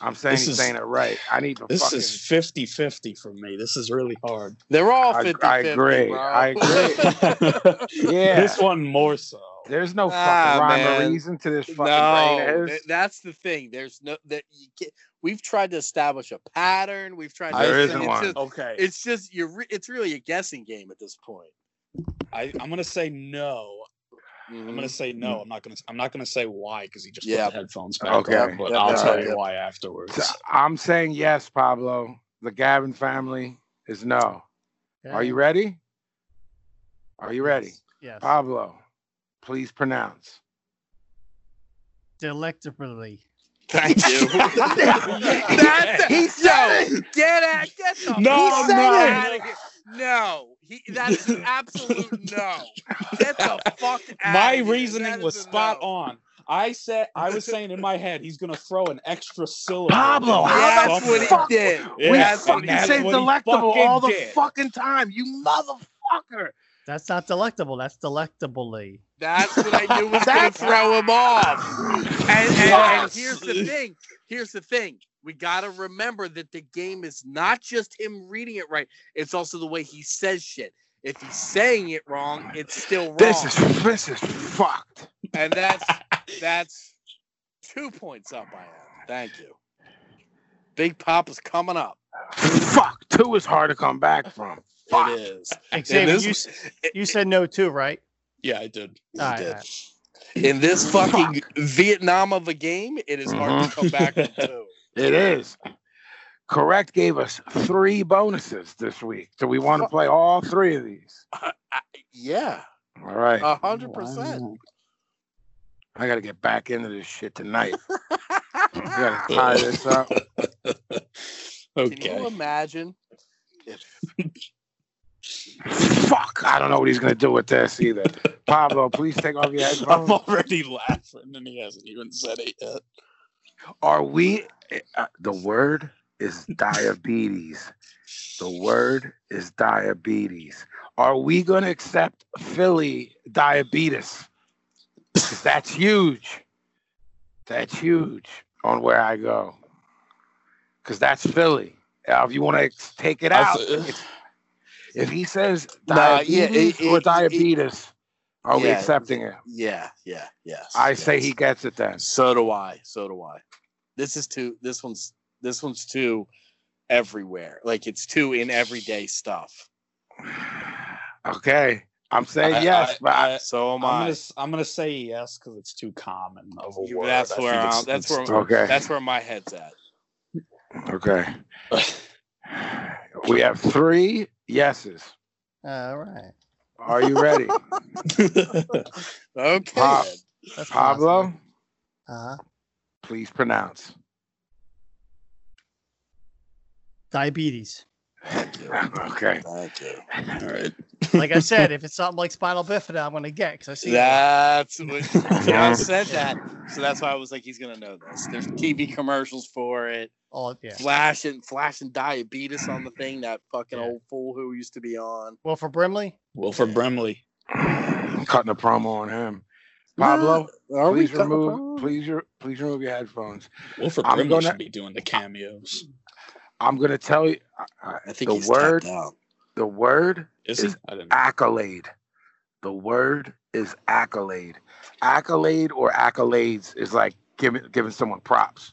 I'm saying This he's is- saying it right. I need to this fucking is 50-50 for me. This is really hard. They're all I- 50 I agree. Bro. I agree. Yeah. This one more so. There's no fucking Ah, rhyme or man. reason to this fucking no, brain. th- that's the thing. There's no that you can We've tried to establish a pattern. We've tried. There to, isn't it's one. Just, Okay. it's just you're. Re- it's really a guessing game at this point. I, I'm gonna say no. I'm Mm-hmm. gonna say no. I'm not gonna. I'm not gonna say why because he just Yeah. put the headphones back Mm-hmm. Okay. on. But Yeah, I'll yeah, tell yeah. you why afterwards. So I'm saying yes, Pablo. The Gavin family is no. Are you ready? Are you ready? Yes. Pablo, please pronounce. Delectably. Thank you. That- he said it. Get out! Get the No, fuck no. out of here! No, he, that's an absolute no. Get the fuck out. My reasoning was spot on. I said I was saying in my head he's gonna throw an extra syllable. Pablo, in there how the that's somewhere. what fuck- he did. Yeah, we that's fucking what say he delectable all the fucking did. fucking time, you motherfucker. That's not delectable. That's delectably. That's what I knew was gonna That's- throw him off. And, and, and Yes. here's the thing. Here's the thing. We gotta remember that the game is not just him reading it right. It's also the way he says shit. If he's saying it wrong, it's still wrong. This is this is fucked. and that's that's two points up I am. Thank you. Big Pop is coming up. Fuck. Two is hard to come back from. Fuck. It is. Xavier, this- you, s- you said no too, right? Yeah, I did. You All right, did. all right. In this fucking Vietnam of a game, it is hard Mm-hmm. to come back from two. It is. Correct gave us three bonuses this week. So we want to play all three of these. Yeah, All right. a hundred percent. I got to get back into this shit tonight. I got to tie this up. Can you Okay. imagine? Fuck. I don't know what he's going to do with this either. Pablo, please take off your I'm headphones. already laughing and he hasn't even said it yet. Are we? Uh, the word is diabetes. The word is diabetes. Are we going to accept Philly diabetes? 'Cause That's huge. That's huge on where I go. Because that's Philly. Now, if you want to take it out, That's- it's- if he says Nah, yeah, diabetes it- or it- it- diabetes, are we Yeah. accepting it? Yeah, yeah, yes. I say yes. he gets it then. So do I. So do I. This is too. This one's. This one's too. Everywhere, like it's too in everyday stuff. Okay. I'm saying I- yes, I- but I, So am I'm I. gonna, s- I'm gonna say yes because it's too common of a You- word. that's I think where it's- I'm- that's it's- where okay. That's where my head's at. Okay. We have three yeses. All right. Are you ready? okay. Pop. then. That's Pablo, Uh, please pronounce. diabetes. Thank you. Okay. Thank you. All right. Like I said, if it's something like spinal bifida, I'm gonna get because I see. that. That's what John said that. So that's why I was like, he's gonna know this. There's TV commercials for it. Oh yeah. Flashing flashing diabetes on the thing, that fucking Yeah. old fool who used to be on. Well, for Brimley, Wilford Brimley. Cutting a promo on him. Pablo, Are we please cutting the remove promo? please your please remove your headphones. Wilford I'm Brimley gonna- should be doing the cameos. I'm gonna tell you I, I think the he's word tapped out. the word Is he? Is- I didn't. accolade. The word is accolade. Accolade or accolades is like giving giving someone props,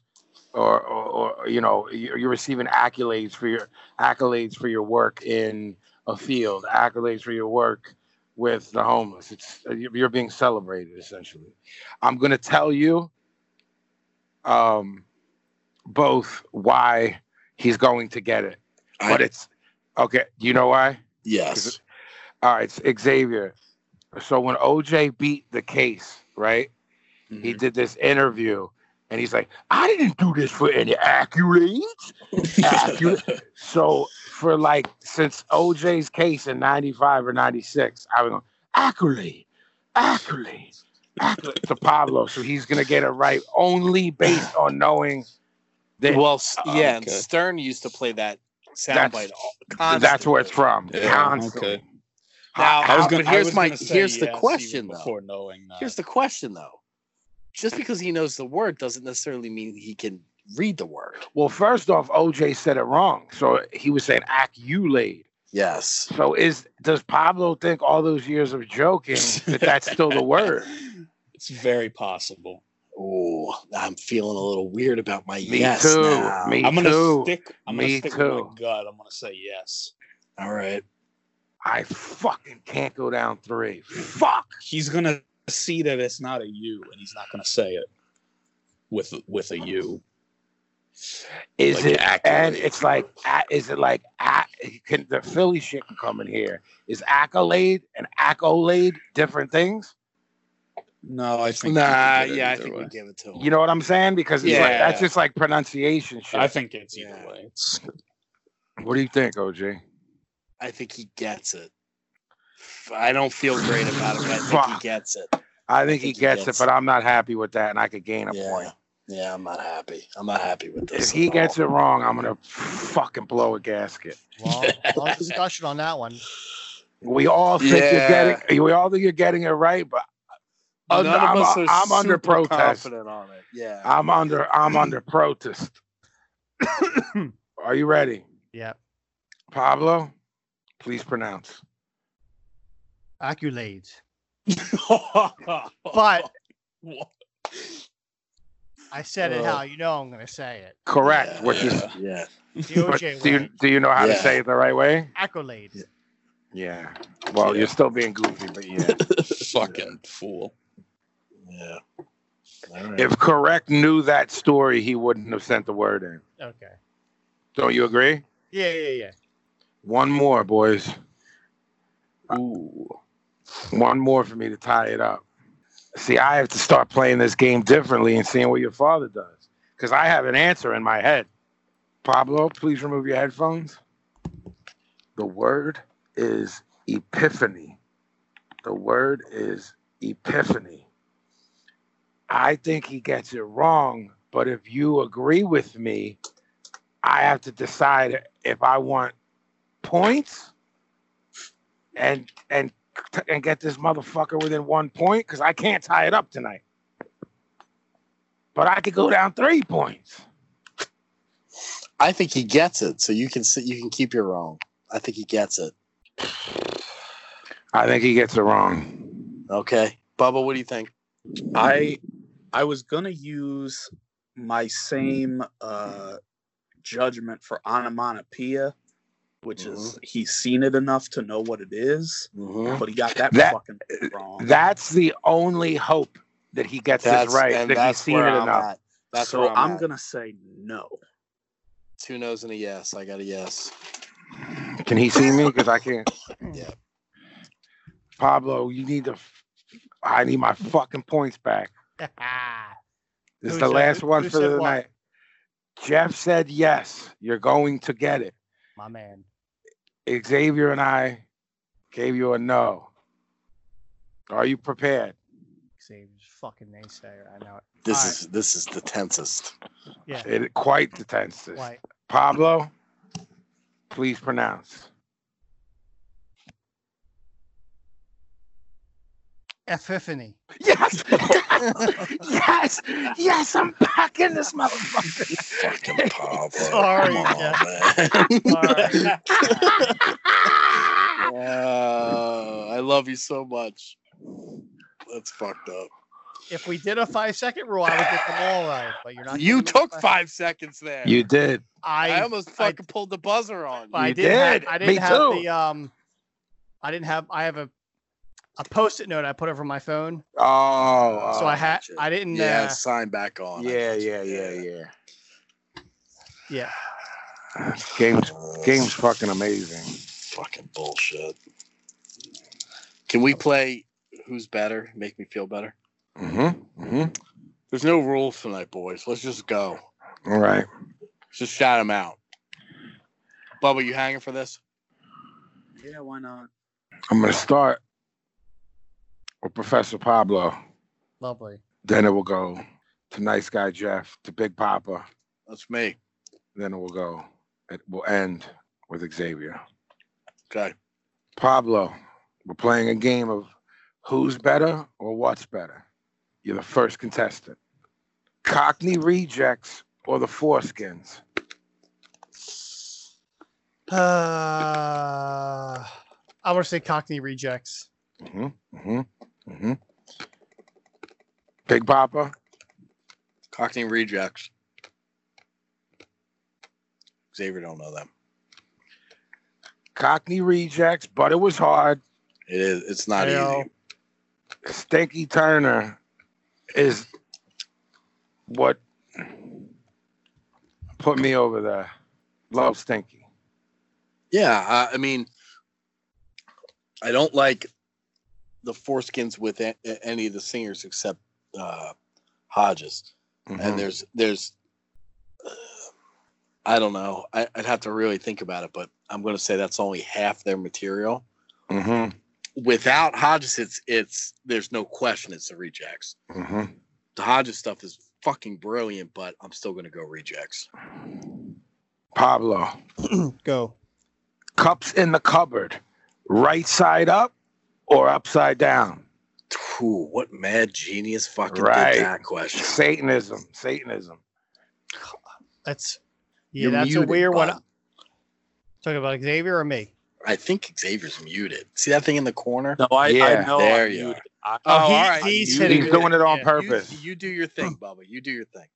or or, or you know you- you're receiving accolades for your accolades for your work in a field, accolades for your work with the homeless. It's you're you're being celebrated essentially. I'm gonna tell you, um, both why he's going to get it, I- but it's okay. You know why? Yes. All right, so Xavier. So when OJ beat the case, right? Mm-hmm. He did this interview and he's like, I didn't do this for any accolades. Accu- so for like since OJ's case in 95 or 96, I was going, accolade, accolade, accolade to Pablo. So he's gonna get it right only based on knowing that well, s Oh, yeah, and okay. Stern used to play that That's- soundbite all- constantly. that's where it's from. Yeah, constantly. okay. Now, I was but here's my gonna say here's the yes, even question though. Before knowing that. Here's the question though. Just because he knows the word doesn't necessarily mean he can read the word. Well, first off, OJ said it wrong. So he was saying accolade. Yes. So is does Pablo think all those years of joking that that's still the word? It's very possible. Oh, I'm feeling a little weird about my Me yes too. now. Me I'm gonna too. stick. I'm Me gonna stick with too. my gut. I'm gonna say yes. All right. I fucking can't go down three. Fuck. He's gonna see that it's not a you, and he's not gonna say it with with a you. Is Like it accolade. and it's like a- is it like a- can the Philly shit can come in here? Is accolade and accolade different things? No, I think. Nah, you can do it yeah, I either think way. we give it to him. You know what I'm saying? Because it's like, that's Yeah. just like pronunciation shit. I think it's either Yeah. way. It's, what do you think, OJ? I think he gets it. I don't feel great about it, but I think he Fuck. gets it. I think he gets it, but I'm not happy with that, and I could gain a point. Yeah. Yeah, I'm not happy. I'm not happy with this. If he at gets all. it wrong, I'm gonna fucking blow a gasket. long, long discussion on that one. We all think Yeah. you're getting. We all think you're getting it right, but None I'm- of us I'm- are I'm under super protest. confident on it. Yeah. I'm under. I'm under protest. Are you ready, Yeah, Pablo? Please pronounce. accolades. But I said it how you know I'm gonna say it. Correct. which is. yeah. yeah. The but OJ do you way. do you know how to Yeah. say it the right way? accolades. Yeah. Well, you're still being goofy, but yeah. fucking fool. Yeah. All right. if correct knew that story, he wouldn't have sent the word in. Okay. Don't you agree? Yeah, yeah, yeah. One more, boys. Ooh. One more for me to tie it up. See, I have to start playing this game differently and seeing what your father does. Because I have an answer in my head. Pablo, please remove your headphones. The word is epiphany. The word is epiphany. I think he gets it wrong, but if you agree with me, I have to decide if I want points and and and get this motherfucker within one point because I can't tie it up tonight. But I could go down three points. I think he gets it, so you can sit. You can keep your wrong. I think he gets it. I think he gets it wrong. Okay, Bubba, what do you think? I I was gonna use my same uh judgment for onomatopoeia, which is he's seen it enough to know what it is, Mm-hmm. but he got that, That- fucking wrong. That's the only hope that he gets this right. and That he's that's seen where it I'm enough. at. That's so where I'm, I'm, at. gonna say no. two no's and a yes. I got a yes. Can he see me? Because I can't. Yeah. Pablo, you need to. f- I need my fucking points back. This is Who the said- last who- one who for said the what? night. Jeff said yes. You're going to get it. My man. Xavier and I gave you a no. Are you prepared? Xavier's fucking naysayer. I know it. This All is this is the tensest. Yeah. It quite the tenses. Why? Pablo, please pronounce. Epiphany. Yes, yes, yes! I'm back in this motherfucker. Fucking Pablo. Sorry, Come on, yeah. man. Sorry. Wow, I love you so much. That's fucked up. If we did a five second rule, I would get them all right. But you're not. You giving me took five- five seconds there. You did. I I almost fucking pulled the buzzer on. I You didn't have- did. I Me didn't have too. the um. I didn't have. I have a a post it note I put over my phone, Oh, so oh, I had. shit. I didn't. yeah, Uh, sign back on. I Yeah, got you. yeah, yeah, yeah. yeah. Game's Uh, game's fucking amazing. fucking bullshit. Can we play Who's Better? Make me feel better. Mm-hmm. Mm-hmm. There's no rule tonight, boys. Let's just go. All right. Just shout him out. Bubba, you hanging for this? Yeah, why not? I'm gonna start with Professor Pablo. Lovely. Then it will go to Nice Guy Jeff, to Big Papa. That's me. Then it will go. It will end with Xavier. Okay. Pablo, we're playing a game of who's better or what's better. You're the first contestant. Cockney rejects or the foreskins. Uh, I want to say Cockney rejects. hmm hmm hmm Big Papa, Cockney rejects. Xavier don't know them. Cockney rejects, but it was hard. It is. It's not Hell. easy. Stinky Turner is what put me over the love Stinky. Yeah, I, I mean, I don't like the foreskins with a, a- any of the singers except uh, Hodges. Mhm. and there's there's uh, i don't know I, i'd have to really think about it but i'm going to say that's only half their material Mhm, without hodges it's it's there's no question it's the rejects mhm. the hodges stuff is fucking brilliant but i'm still going to go rejects Pablo, Go. cups in the cupboard, right side up or upside down? Ooh, what mad genius fucking Right. did that question Satanism, Satanism. That's yeah. You're that's a muted, Uh, weird one. bud. Talking about Xavier or me? i think xavier's muted see that thing in the corner No, I, Yeah, I know. there I'm you muted. Oh, I, he- all right. he's You- hitting He's doing it on Yeah. you, purpose. you do your thing bubba you do your thing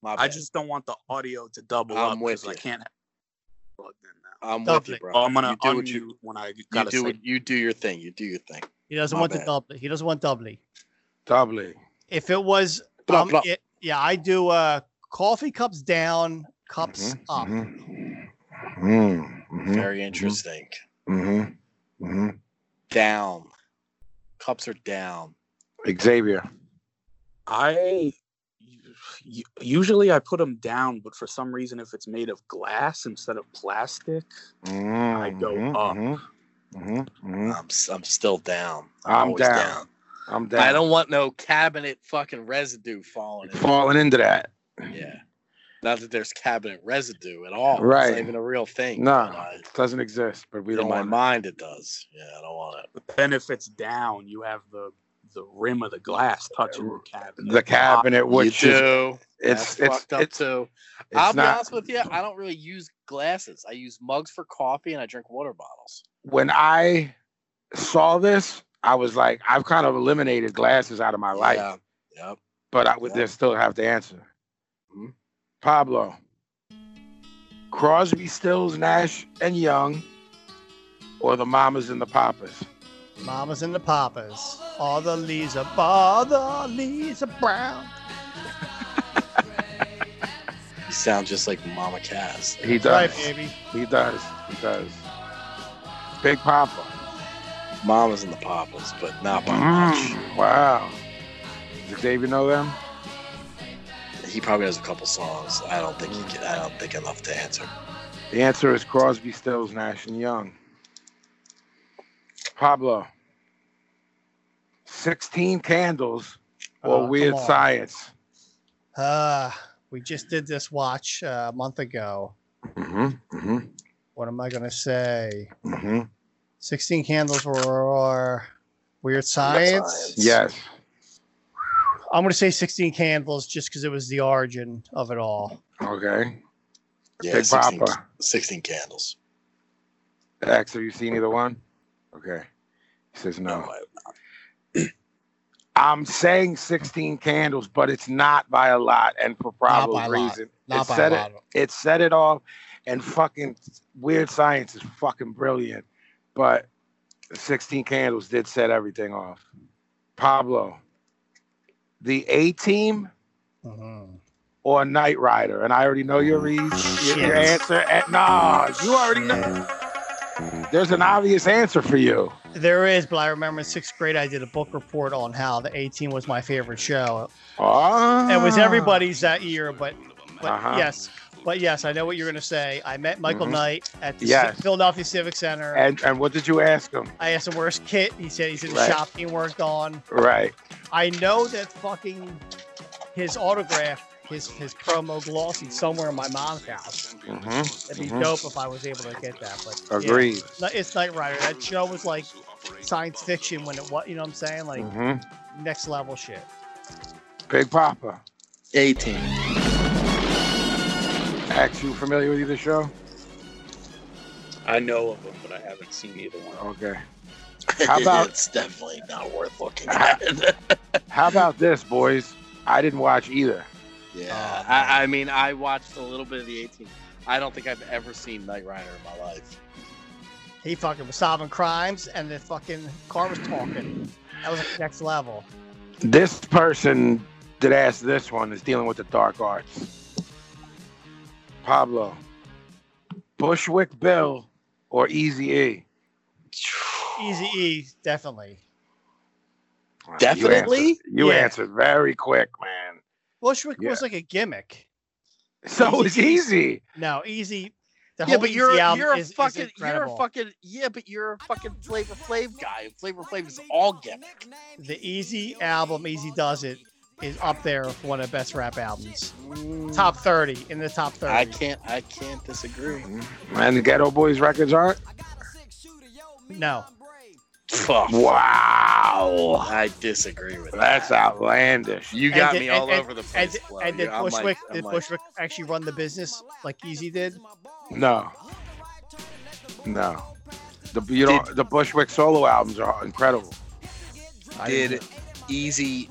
My I bad. just don't want the audio to double I'm up with because I you. can't have it plugged in now. i'm with you Lovely. bro Oh, I'm gonna you do unmute what you, when I you gotta do say. what you do your thing you do your thing He doesn't My want the bad. doubly. He doesn't want doubly. Doubly. If it was, Blah, um, blah. it- yeah, I do. Uh, coffee cups down, cups Mhm, up. mhm. Mm, mhm, Mm-hmm. Very interesting. mhm, mhm. Down. Cups are down. Xavier. I u- usually I put them down, but for some reason, if it's made of glass instead of plastic, Mm, I go mhm, up. mhm, mhm, mhm. I'm s- I'm still down. I'm always down. I'm down. I don't want no cabinet fucking residue falling. In. falling into that. Yeah. Not that there's cabinet residue at all. It's Right. not even a real thing. No, but I- it doesn't exist, but we in don't my want it. mind, it does. Yeah, I don't want it. then if it's down, you have the the rim of the glass touching the cabinet. the cabinet, which you is do. it's That's it's fucked up it's, it's too. I'll be not honest with you. I don't really use glasses. I use mugs for coffee and I drink water bottles. when I saw this, I was like, I've kind of eliminated glasses out of my life, Yeah. Yep. but I would Yeah. they still have to answer. Mhm. Pablo, Crosby, Stills, Nash, and Young, or the Mamas and the Papas. Mamas and the papas. All the leaves are, all the leaves are brown. You sound just like Mama Cass. He Right, does. baby. He does. He does. Big Papa. Mamas and the Papas, but not by Mm. much. Wow. Does Xavier know them? He probably has a couple songs. I don't think he can. I don't think enough to answer. The answer is Crosby, Stills, Nash, and Young. Pablo. 16 Candles or Oh, Weird come on. Science? Uh, we just did this watch uh, a month ago. Mm-hmm. Mm-hmm. What am I gonna say? Mm-hmm. 16 Candles or Weird Science. Yes. I'm gonna say 16 Candles just because it was the origin of it all. Okay. Yeah, Big 16, Papa. 16 candles. X, have you seen either one? Okay. He says no. No, I'm saying 16 candles, but it's not by a lot and for probable by a lot. reason. Not it by said a lot. it it said it all and fucking weird science is fucking brilliant. But 16 candles did set everything off. Pablo. The A team Mhm. or Knight Rider? And I already know your re- your, your answer. And, no, you already know. There's an obvious answer for you. There is, but I remember in sixth grade I did a book report on how the 18 was my favorite show. Oh. It was everybody's that year, but but Uh-huh. yes, but yes, I know what you're gonna say. I met Michael Mhm. Knight at the Yes. Ci- Philadelphia Civic Center. And and what did you ask him? I asked him where's Kit. He said he's in the Right. shop he worked on. Right. I know that fucking his autograph, his his promo glossy somewhere in my mom's house. hmm It'd be Mhm. dope if I was able to get that. But yeah. Agreed. No, it's Knight Rider. That show was like science fiction when it was. You know what I'm saying? Like hmm next level shit. Big Papa. 18. Ax, you familiar with either show? I know of them, but I haven't seen either one. Okay. How about- it's definitely not worth looking at. How about this, boys? I didn't watch either. yeah, Uh, I, I mean, I watched a little bit of the 18. I don't think I've ever seen Knight Rider in my life. He fucking was solving crimes, and the fucking car was talking. That was like next level. This person that asked this one is dealing with the dark arts. Pablo. Bushwick Bill or Easy E? Easy E, definitely. Definitely? You, answered, you Yeah. answered very quick, man. Bushwick Yeah. was like a gimmick. So it's E. easy. No, Easy. The yeah, whole but Easy you're album you're a is, is fucking you're a incredible. fucking yeah, but you're a fucking Flavor Flav guy. Flavor Flav is all gimmick. The Easy album, Easy Does It, is up there for one of the best rap albums. Top 30, in the top 30. I can't I can't disagree. And the Ghetto Boys records aren't? No. Fuck, Wow. I disagree with that. That's outlandish. You And got did- me all and- and- over the place. And, Flo. and did You're- I'm like- Bushwick I'm did like, Bushwick actually run the business like Easy did? No. No. The you know the Bushwick solo albums are incredible. did Easy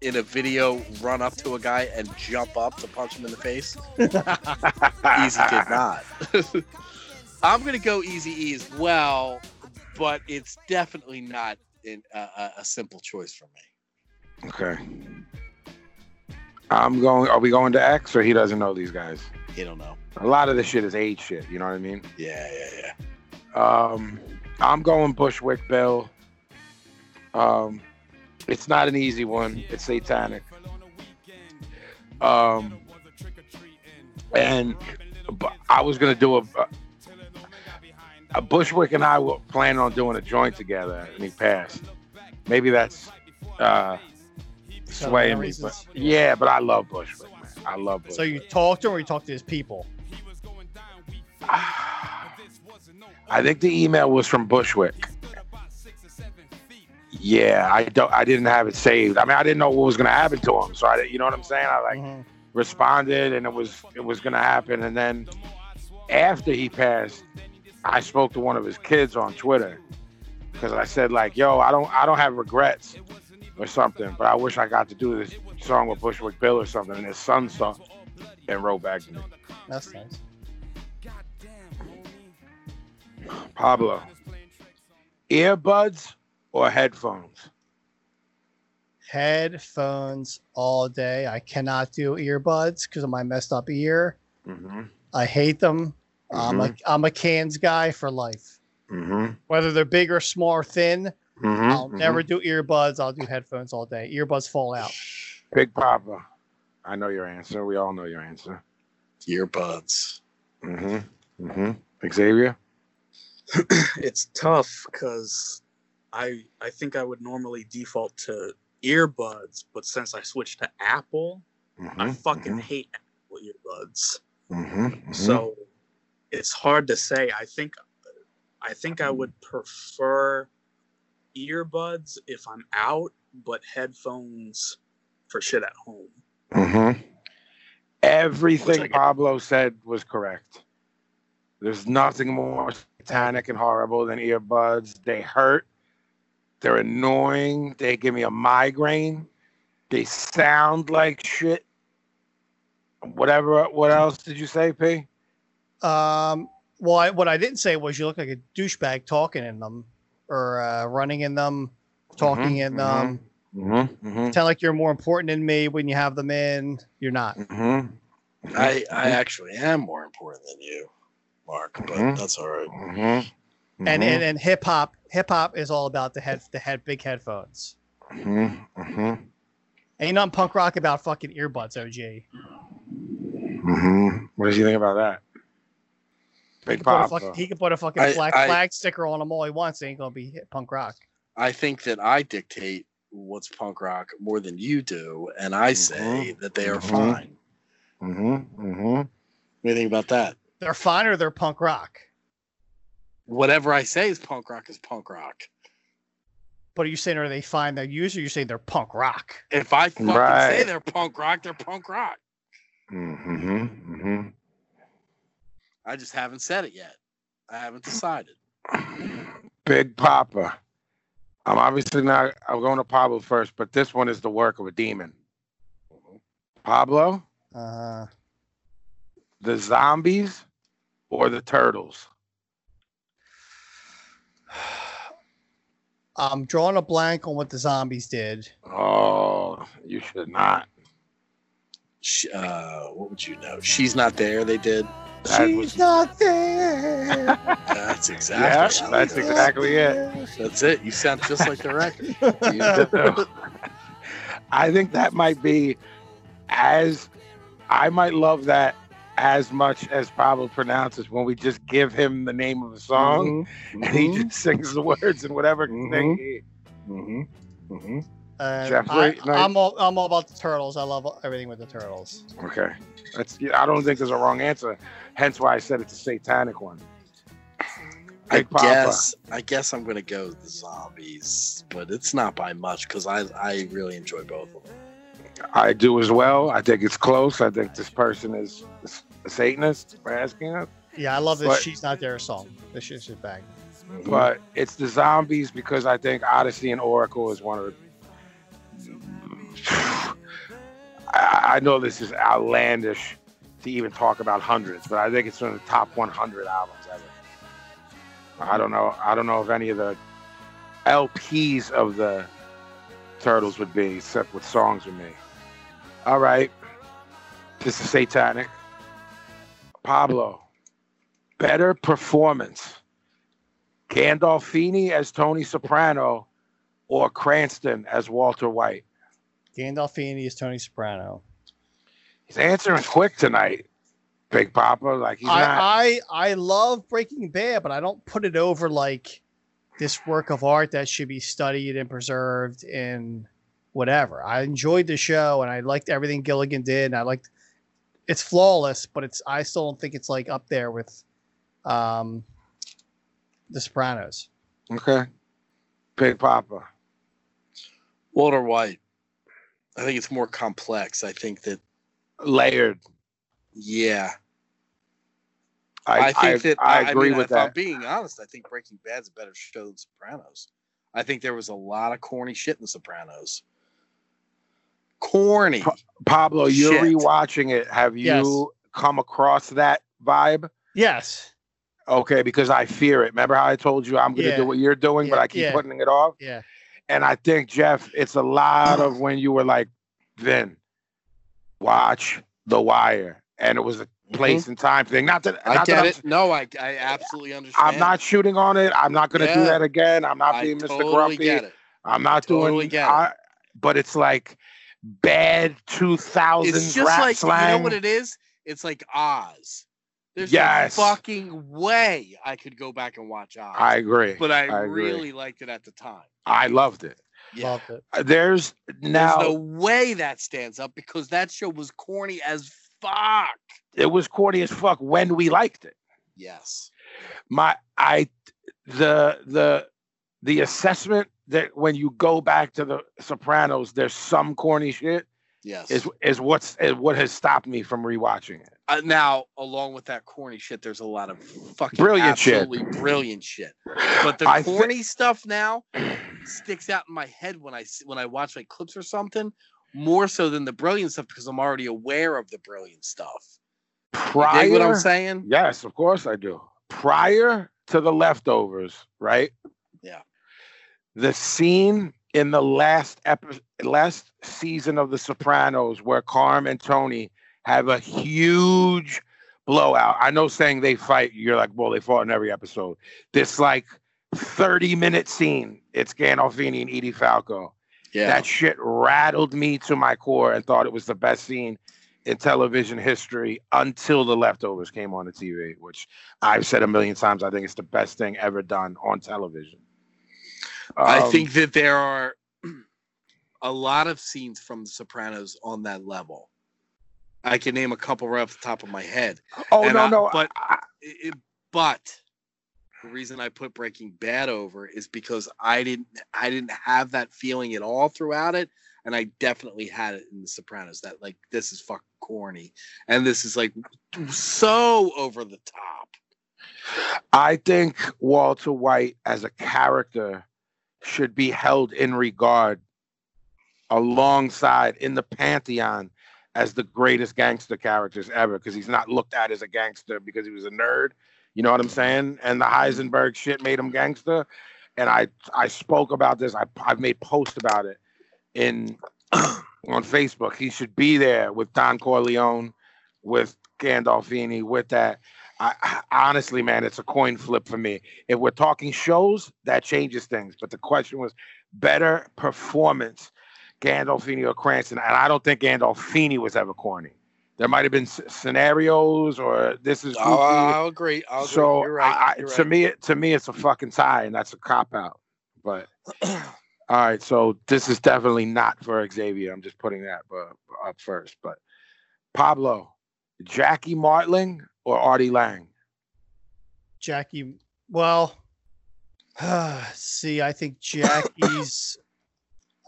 in a video run up to a guy and jump up to punch him in the face? Easy did not. I'm gonna go Easy E as well, but it's definitely not in, a- a, a simple choice for me. Okay. I'm going are we going to X or he doesn't know these guys? You don't know. A lot of this shit is age shit, you know what I mean? Yeah, yeah, yeah. Um I'm going Bushwick Bill. Um it's not an easy one. It's satanic. Um and but I was gonna do a a Bushwick and I were planning on doing a joint together, and he passed. Maybe that's uh, So swaying no me, but reasons. yeah, but I love Bushwick, man. I love Bushwick. So you talked to him or you talked to his people? I think the email was from Bushwick. Yeah, I don't. I didn't have it saved. I mean, I didn't know what was gonna happen to him, so I, you know what I'm saying. I like Mhm. responded, and it was it was gonna happen. And then after he passed, I spoke to one of his kids on Twitter because I said like, "Yo, I don't I don't have regrets or something, but I wish I got to do this song with Bushwick Bill or something." And his son saw and wrote back to me. That's nice. Pablo, earbuds or headphones? Headphones all day. I cannot do earbuds because of my messed up ear. Mm-hmm. I hate them. I'm, a, I'm a cans guy for life. Mm-hmm. whether they're big or small or thin. mm-hmm. I'll never do earbuds. I'll do headphones all day. Earbuds fall out. Big Papa. I know your answer. We all know your answer. Earbuds. Mm-hmm. Mm-hmm. Xavier. it's tough because I I think I would normally default to earbuds, but since I switched to Apple, I fucking hate Apple earbuds. Mm-hmm. So it's hard to say. I think I think I would prefer earbuds if I'm out, but headphones for shit at home. Mm-hmm. Everything Looks like- Pablo said was correct. There's nothing more satanic and horrible than earbuds. They hurt. They're annoying. They give me a migraine. They sound like shit. Whatever. What else did you say, P? Um, well, I, what I didn't say was you look like a douchebag talking in them or uh, running in them, talking Mhm, in them. Mm-hmm. Sound like you're more important than me when you have them in. You're not. Mm-hmm. I I actually am more important than you, Mark. But Mhm. that's all right. Mm-hmm. And and, and hip hop hip hop is all about the head the head big headphones. Mm-hmm. Mm-hmm. Ain't nothing punk rock about fucking earbuds, OG. Mm-hmm. What did you think about that? He Big can, put a Papa. fucking, he can put a fucking I- black I- flag sticker on them all he wants. It ain't gonna be hit punk rock. I think that I dictate what's punk rock more than you do, and Mm-hmm. I say that they are Mhm. fine. Mm-hmm. Mm-hmm. What do you think about that? They're fine or they're punk rock. Whatever I say is punk rock is punk rock. But are you saying are they fine? They're user. You're saying they're punk rock. If I fucking Right. say they're punk rock, they're punk rock. Mm-hmm. Mm-hmm. I just haven't said it yet. I haven't decided. mm-hmm. Big Papa. I'm obviously not. I'm going to Pablo first, but this one is the work of a demon. Pablo, Uh, the zombies, or the turtles? I'm drawing a blank on what the zombies did. Oh, you should not. Sh uh, what would you know? She's not there. They did. That was, not there. That's exactly. yeah, she- that's exactly it. That's it. You sound just like the record. You- I think that might be as I might love that as much as Pablo pronounces when we just give him the name of a song. and he just sings the words and whatever thing. He, Uh, Jeffrey, I, no. I'm all I'm all about the turtles. I love everything with the turtles. Okay, that's. yeah, I don't think there's a wrong answer. Hence why I said it's a satanic one. I Big Papa. guess. I guess I'm gonna go with the zombies, but it's not by much because I I really enjoy both of them. I do as well. I think it's close. I think this person is a Satanist for asking us, Yeah, I love this. But- She's not there song. This shit's just bang. but it's the zombies because I think Odyssey and Oracle is one of the. I I know this is outlandish to even talk about hundreds, but I think it's one of the top 100 albums ever. I don't know. I don't know if any of the LPs of the Turtles would be, except with songs with me. All right, this is satanic. Pablo, better performance: Gandolfini as Tony Soprano or Cranston as Walter White. Gandolfini is Tony Soprano. He's answering quick tonight, Big Papa. Like he's not. I, I I love Breaking Bad, but I don't put it over like this work of art that should be studied and preserved and whatever. I enjoyed the show and I liked everything Gilligan did. And I liked it's flawless, but it's I still don't think it's like up there with um The Sopranos. okay. Big Papa. Walter White. I think it's more complex. I think that Layered. yeah. I, I think that I, agree mean, with if I'm that. being honest, I think Breaking Bad's a better show than Sopranos. I think there was a lot of corny shit in Sopranos. Corny. Pablo, you're Shit. rewatching it. Have you Yes. come across that vibe? Yes. Okay, because I fear it. Remember how I told you I'm going to Yeah. do what you're doing, but Yeah, I keep yeah. putting it off? Yeah. And I think, Jeff, it's a lot of when you were like, Vin, watch The Wire. And it was a place and time thing. Not that Mm-hmm. I not that get I'm- it. No, I, I absolutely understand. I'm not shooting on it. I'm not going to do Yeah. that again. I'm not I being Mr. totally Grumpy. get it. I'm not Totally doing. get it. I, but it's like bad 2000s It's just rap like slang. you know what it is. It's like Oz. There's Yes. no fucking way I could go back and watch Oz. I agree. but I, I agree. really liked it at the time. I loved it. Yeah. Loved it. There's now There's no way that stands up because that show was corny as fuck. it was corny as fuck when we liked it. Yes. My I the the the assessment that when you go back to the Sopranos, there's some corny shit Yes. is is what's is what has stopped me from rewatching it. Uh, now, along with that corny shit, there's a lot of fucking Brilliant shit. absolutely brilliant shit. But the I thi- corny stuff now sticks out in my head when I s- when I watch like clips or something more so than the brilliant stuff because I'm already aware of the brilliant stuff. You prior dig what I'm saying? Yes, of course I do. Prior to the leftovers, right? Yeah. The scene in the last epi- last season of The Sopranos where Carm and Tony have a huge blowout. I know saying they fight, you're like, well, they fought in every episode. This like 30 minute scene. It's Gandolfini and Edie Falco. Yeah. That shit rattled me to my core and thought it was the best scene in television history until The Leftovers came on the TV, which I've said a million times. I think it's the best thing ever done on television. I Um, think that there are a lot of scenes from The Sopranos on that level. I can name a couple right off the top of my head. Oh and no, I- no, but- I- I- I- but the reason I put Breaking Bad over is because I didn't I didn't have that feeling at all throughout it, and I definitely had it in The Sopranos that like this is fucking corny, and this is like so over the top. I think Walter White as a character should be held in regard alongside in the pantheon as the greatest gangster characters ever because he's not looked at as a gangster because he was a nerd. You know what I'm saying? And the Heisenberg shit made him gangster. And I I spoke about this. I I've made posts about it in on Facebook. He should be there with Don Corleone, with Gandolfini, with that. I, I honestly, man, it's a coin flip for me. If we're talking shows, that changes things. But the question was better performance, Gandolfini or Cranston. And I don't think Gandolfini was ever corny. There might have been s- scenarios or this is. I'll, goofy. I'll agree. I'll agree. so You're right. I, I, You're to right. me, to me, it's a fucking tie, and that's a cop out. But all right, so this is definitely not for Xavier. I'm just putting that uh, up first. But Pablo, Jackie Martling or Artie Lang? Jackie. Well, see, I think Jackie's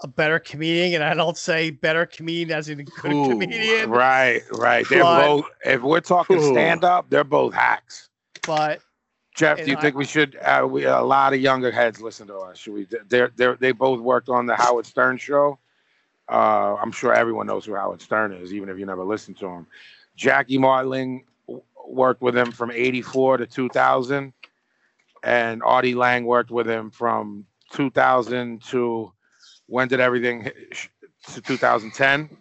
a better comedian, and I don't say better comedian as in a good Ooh, comedian, Right, right. They're But- both. If we're talking Ooh. stand up, they're both hacks. but Jeff, do And you I- think we should? Uh, we a lot of younger heads listen to us. Should we? They're they are they both worked on the Howard Stern show. Uh, I'm sure everyone knows who Howard Stern is, even if you never listened to him. Jackie Martling w- worked with him from '84 to 2000, and Artie Lang worked with him from 2000 to when did everything hit, to 2010.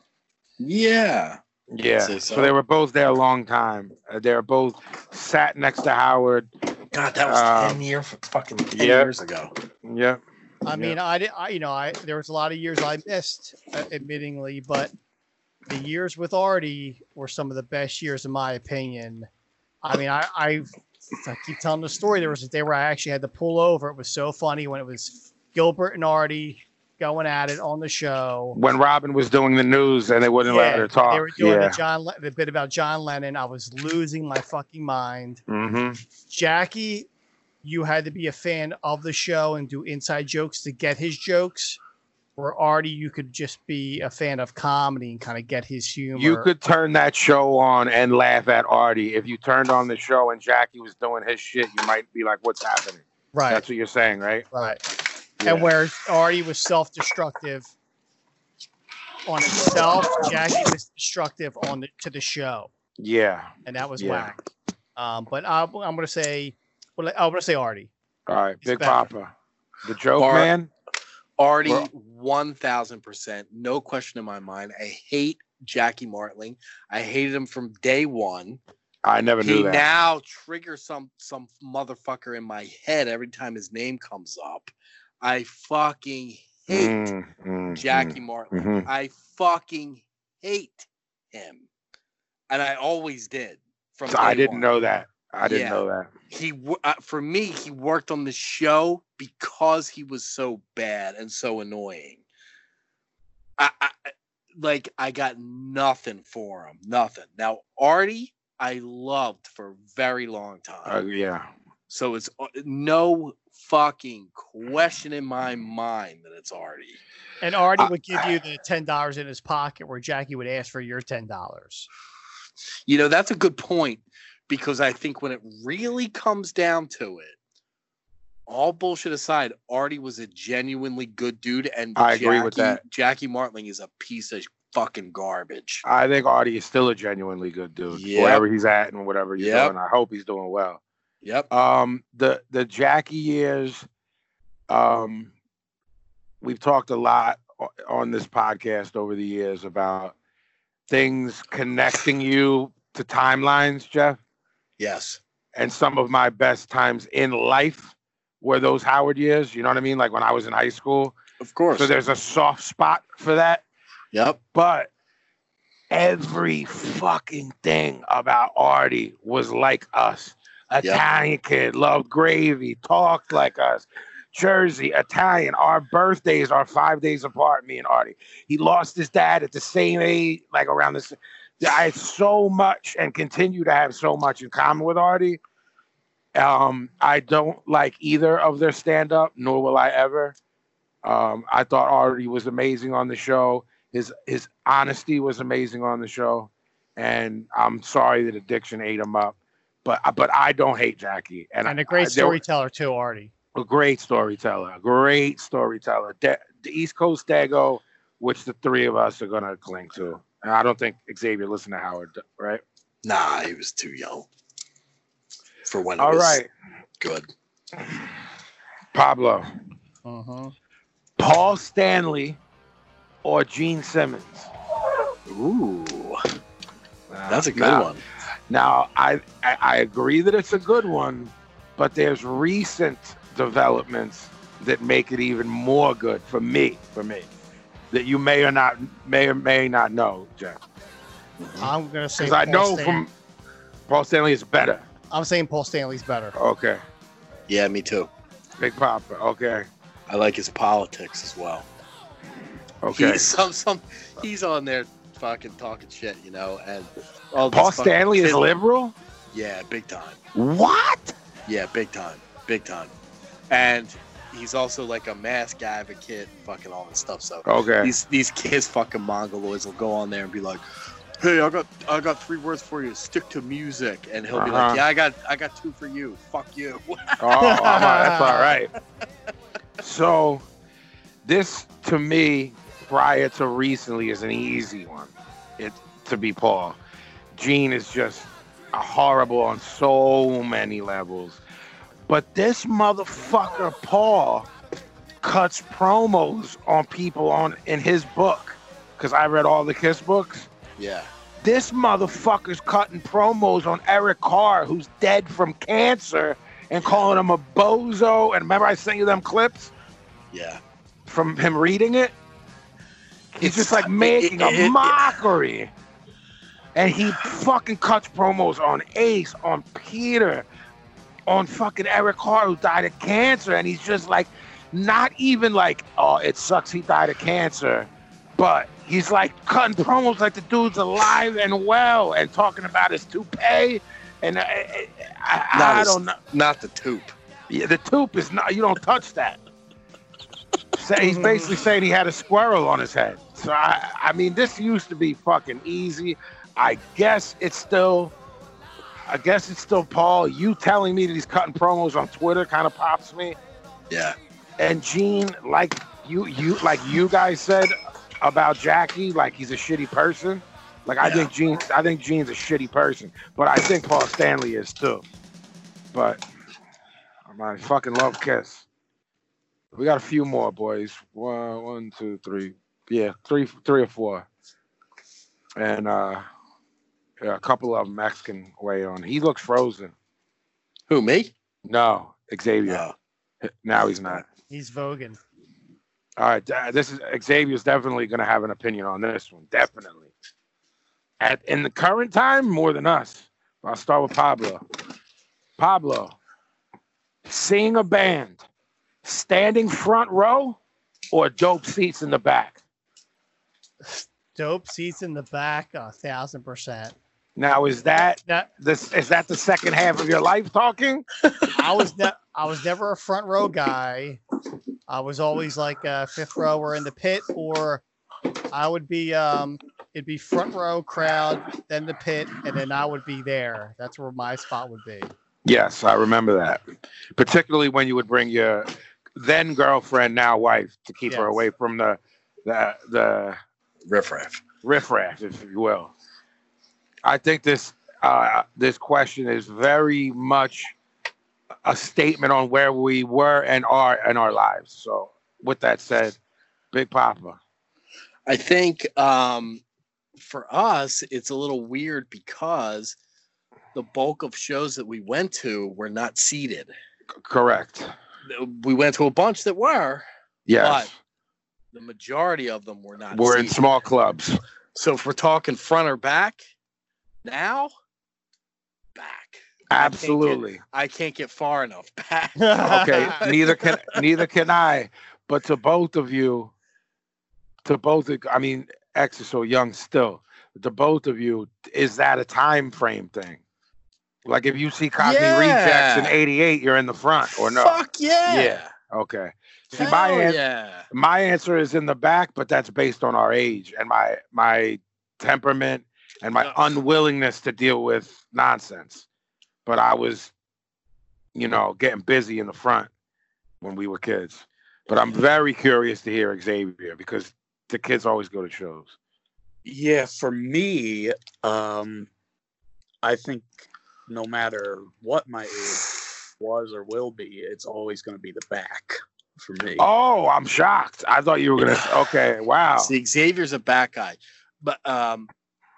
yeah. Yeah. say So. so. they were both there a long time. Uh, they were both sat next to Howard. God, that was Uh, ten year fucking ten yeah. years ago. Yeah. I mean, I did. I, you know, I there was a lot of years I missed, uh, admittingly, but the years with Artie were some of the best years in my opinion. I mean, I I, I keep telling the story. There was a day where I actually had to pull over. It was so funny when it was Gilbert and Artie going at it on the show. When Robin was doing the news and they wouldn't let her talk. They were doing yeah. the John Le- the bit about John Lennon. I was losing my fucking mind. Mm-hmm. Jackie, you had to be a fan of the show and do inside jokes to get his jokes. Where Artie, you could just be a fan of comedy and kind of get his humor. You could turn that show on and laugh at Artie. If you turned on the show and Jackie was doing his shit, you might be like, "What's happening?" right, That's what you're saying, right? right. Yeah. And where Artie was self-destructive on himself, Jackie was destructive on the, to the show, Yeah. and that was Yeah. whack. Um, but I, I'm going to say, well, I'm going to say Artie. All right, It's Big better. Papa, the joke Bar- man. Artie, Well- one thousand percent, no question in my mind. I hate Jackie Martling. I hated him from day one. I never He knew that. now triggers some some motherfucker in my head every time his name comes up. I fucking hate Mm, mm, Jackie Martin. mm, mhm. I fucking hate him, and I always did. From I day didn't one. know that. I didn't Yeah. know that. he wo- uh, for me he worked on the show because he was so bad and so annoying I, I I- like i got nothing for him nothing now artie i loved for a very long Uh, time yeah. so it's uh, no fucking question in my mind that it's artie And Artie I- would give you the ten dollars in his pocket, where Jackie would ask for your ten dollars. you know that's a good point because i think when it really comes down to it all bullshit aside, Artie was a genuinely good dude, and I agree with Jackie- that. Jackie Martling is a piece of fucking garbage. I think Artie is still a genuinely good dude, Yep. wherever he's at and whatever he's Yep. doing. I hope he's doing well. Yep. Um, the the Jackie years, um, we've talked a lot o- on this podcast over the years about things connecting you to timelines, Jeff. Yes. And some of my best times in life were those Howard years. You know what I mean? Like when I was in high school. Of course. So there's a soft spot for that. yep. But every fucking thing about Artie was like us. Italian kid, loved gravy, talked like us. Jersey, Italian. Our birthdays are five days apart, me and Artie. He lost his dad at the same age, like around the same. I had so much and continue to have so much in common with Artie. Um, I don't like either of their stand up, nor will I ever. Um, I thought Artie was amazing on the show his his honesty was amazing on the show, and I'm sorry that addiction ate him up, but but I don't hate Jackie, and, And I- a great I- there were- storyteller too, Artie. a great storyteller, a great storyteller. Da- the East Coast Dago, which the three of us are gonna cling to, and I don't think Xavier listened to Howard, right? Nah, he was too young for when it All was right, good. Pablo, Mm-hmm. Paul Stanley, or Gene Simmons. Ooh, that's a good Now- one. Now, I, I I agree that it's a good one, but there's recent developments that make it even more good for me. For me, that you may or not may or may not know, Jeff, I'm gonna say because I Paul know Stan- from Paul Stanley is better. I'm saying Paul Stanley's better. Okay, Yeah, me too. Big Papa. Okay, I like his politics as well. okay. He's some some. He's on there fucking talking shit, you know, and all this Paul fucking Stanley is fiddle- liberal. Yeah, big time. What? Yeah, big time, big time. And he's also like a mask advocate, and fucking all this stuff. So Okay. these these kids, fucking mongoloids, will go on there and be like, "Hey, I got I got three words for you. Stick to music." And he'll be Uh-huh. like, "Yeah, I got I got two for you. Fuck you." Oh, all right, that's all right. So, this to me, prior to recently, is an easy one. It to be Paul. Gene is just a horrible on so many levels, but this motherfucker Paul cuts promos on people on in his book because I read all the Kiss books. yeah. This motherfucker's cutting promos on Eric Carr, who's dead from cancer, and calling him a bozo. And remember, I sent you them clips Yeah. from him reading it? He's It's- just like making it- it- a it- mockery. and he fucking cuts promos on Ace, on Peter, on fucking Eric Carr, who died of cancer. And he's just like, not even like, oh, it sucks he died of cancer. But he's like cutting promos like the dude's alive and well and talking about his toupee. And I, I, I, Not I his- don't know. Not the toop. Yeah, the tooth is not. You don't touch that. Say he's basically saying he had a squirrel on his head. So I, I mean, this used to be fucking easy. I guess it's still, I guess it's still Paul. You telling me that he's cutting promos on Twitter kind of pops me. Yeah. And Gene, like you, you like you guys said about Jackie, like he's a shitty person. Like I Yeah. think Gene, I think Gene's a shitty person, but I think Paul Stanley is too. But I'm I fucking love Kiss. We got a few more boys. One, one, two, three. Yeah, three, three or four. And uh a couple of them Mexican way on. He looks frozen. Who me? No, Xavier. No. Now he's not. He's Vogan. All right, uh, this is Xavier's definitely going to have an opinion on this one. Definitely. At in the current time, more than us. I'll start with Pablo. Pablo, seeing a band, standing front row, or dope seats in the back. Dope seats in the back, a thousand percent. Now is that That this is that the second half of your life talking? I was ne- I was never a front row guy. I was always like a fifth row or in the pit, or I would be um it'd be front row crowd, then the pit, and then I would be there. That's where my spot would be. Yes, I remember that. Particularly when you would bring your then girlfriend, now wife, to keep her Yes. away from the the the Riffraff. riffraff, if you will. I think this uh, this question is very much a statement on where we were and are in our lives. So, with that said, Big Papa, I think um, for us, it's a little weird because the bulk of shows that we went to were not seated. c- correct? We went to a bunch that were. Yes, The majority of them were not. we're in seated. small clubs. So if we're talking front or back, now back. Absolutely. I can't get far enough back. okay neither can neither can i but to both of you to both of, i mean x is so young still to both of you is that a time frame thing like if you see cosby rejects in Yeah. 88 you're in the front or no Fuck yeah. Yeah. okay see Hell my answer yeah. my answer is in the back but that's based on our age and my my temperament and my Yeah. unwillingness to deal with nonsense but i was you know getting busy in the front when we were kids but i'm very curious to hear xavier because the kids always go to shows Yeah, for me, um, I think no matter what my age was or will be, it's always going to be the back for me. oh i'm shocked i thought you were gonna okay wow See, Xavier's a back guy, but um,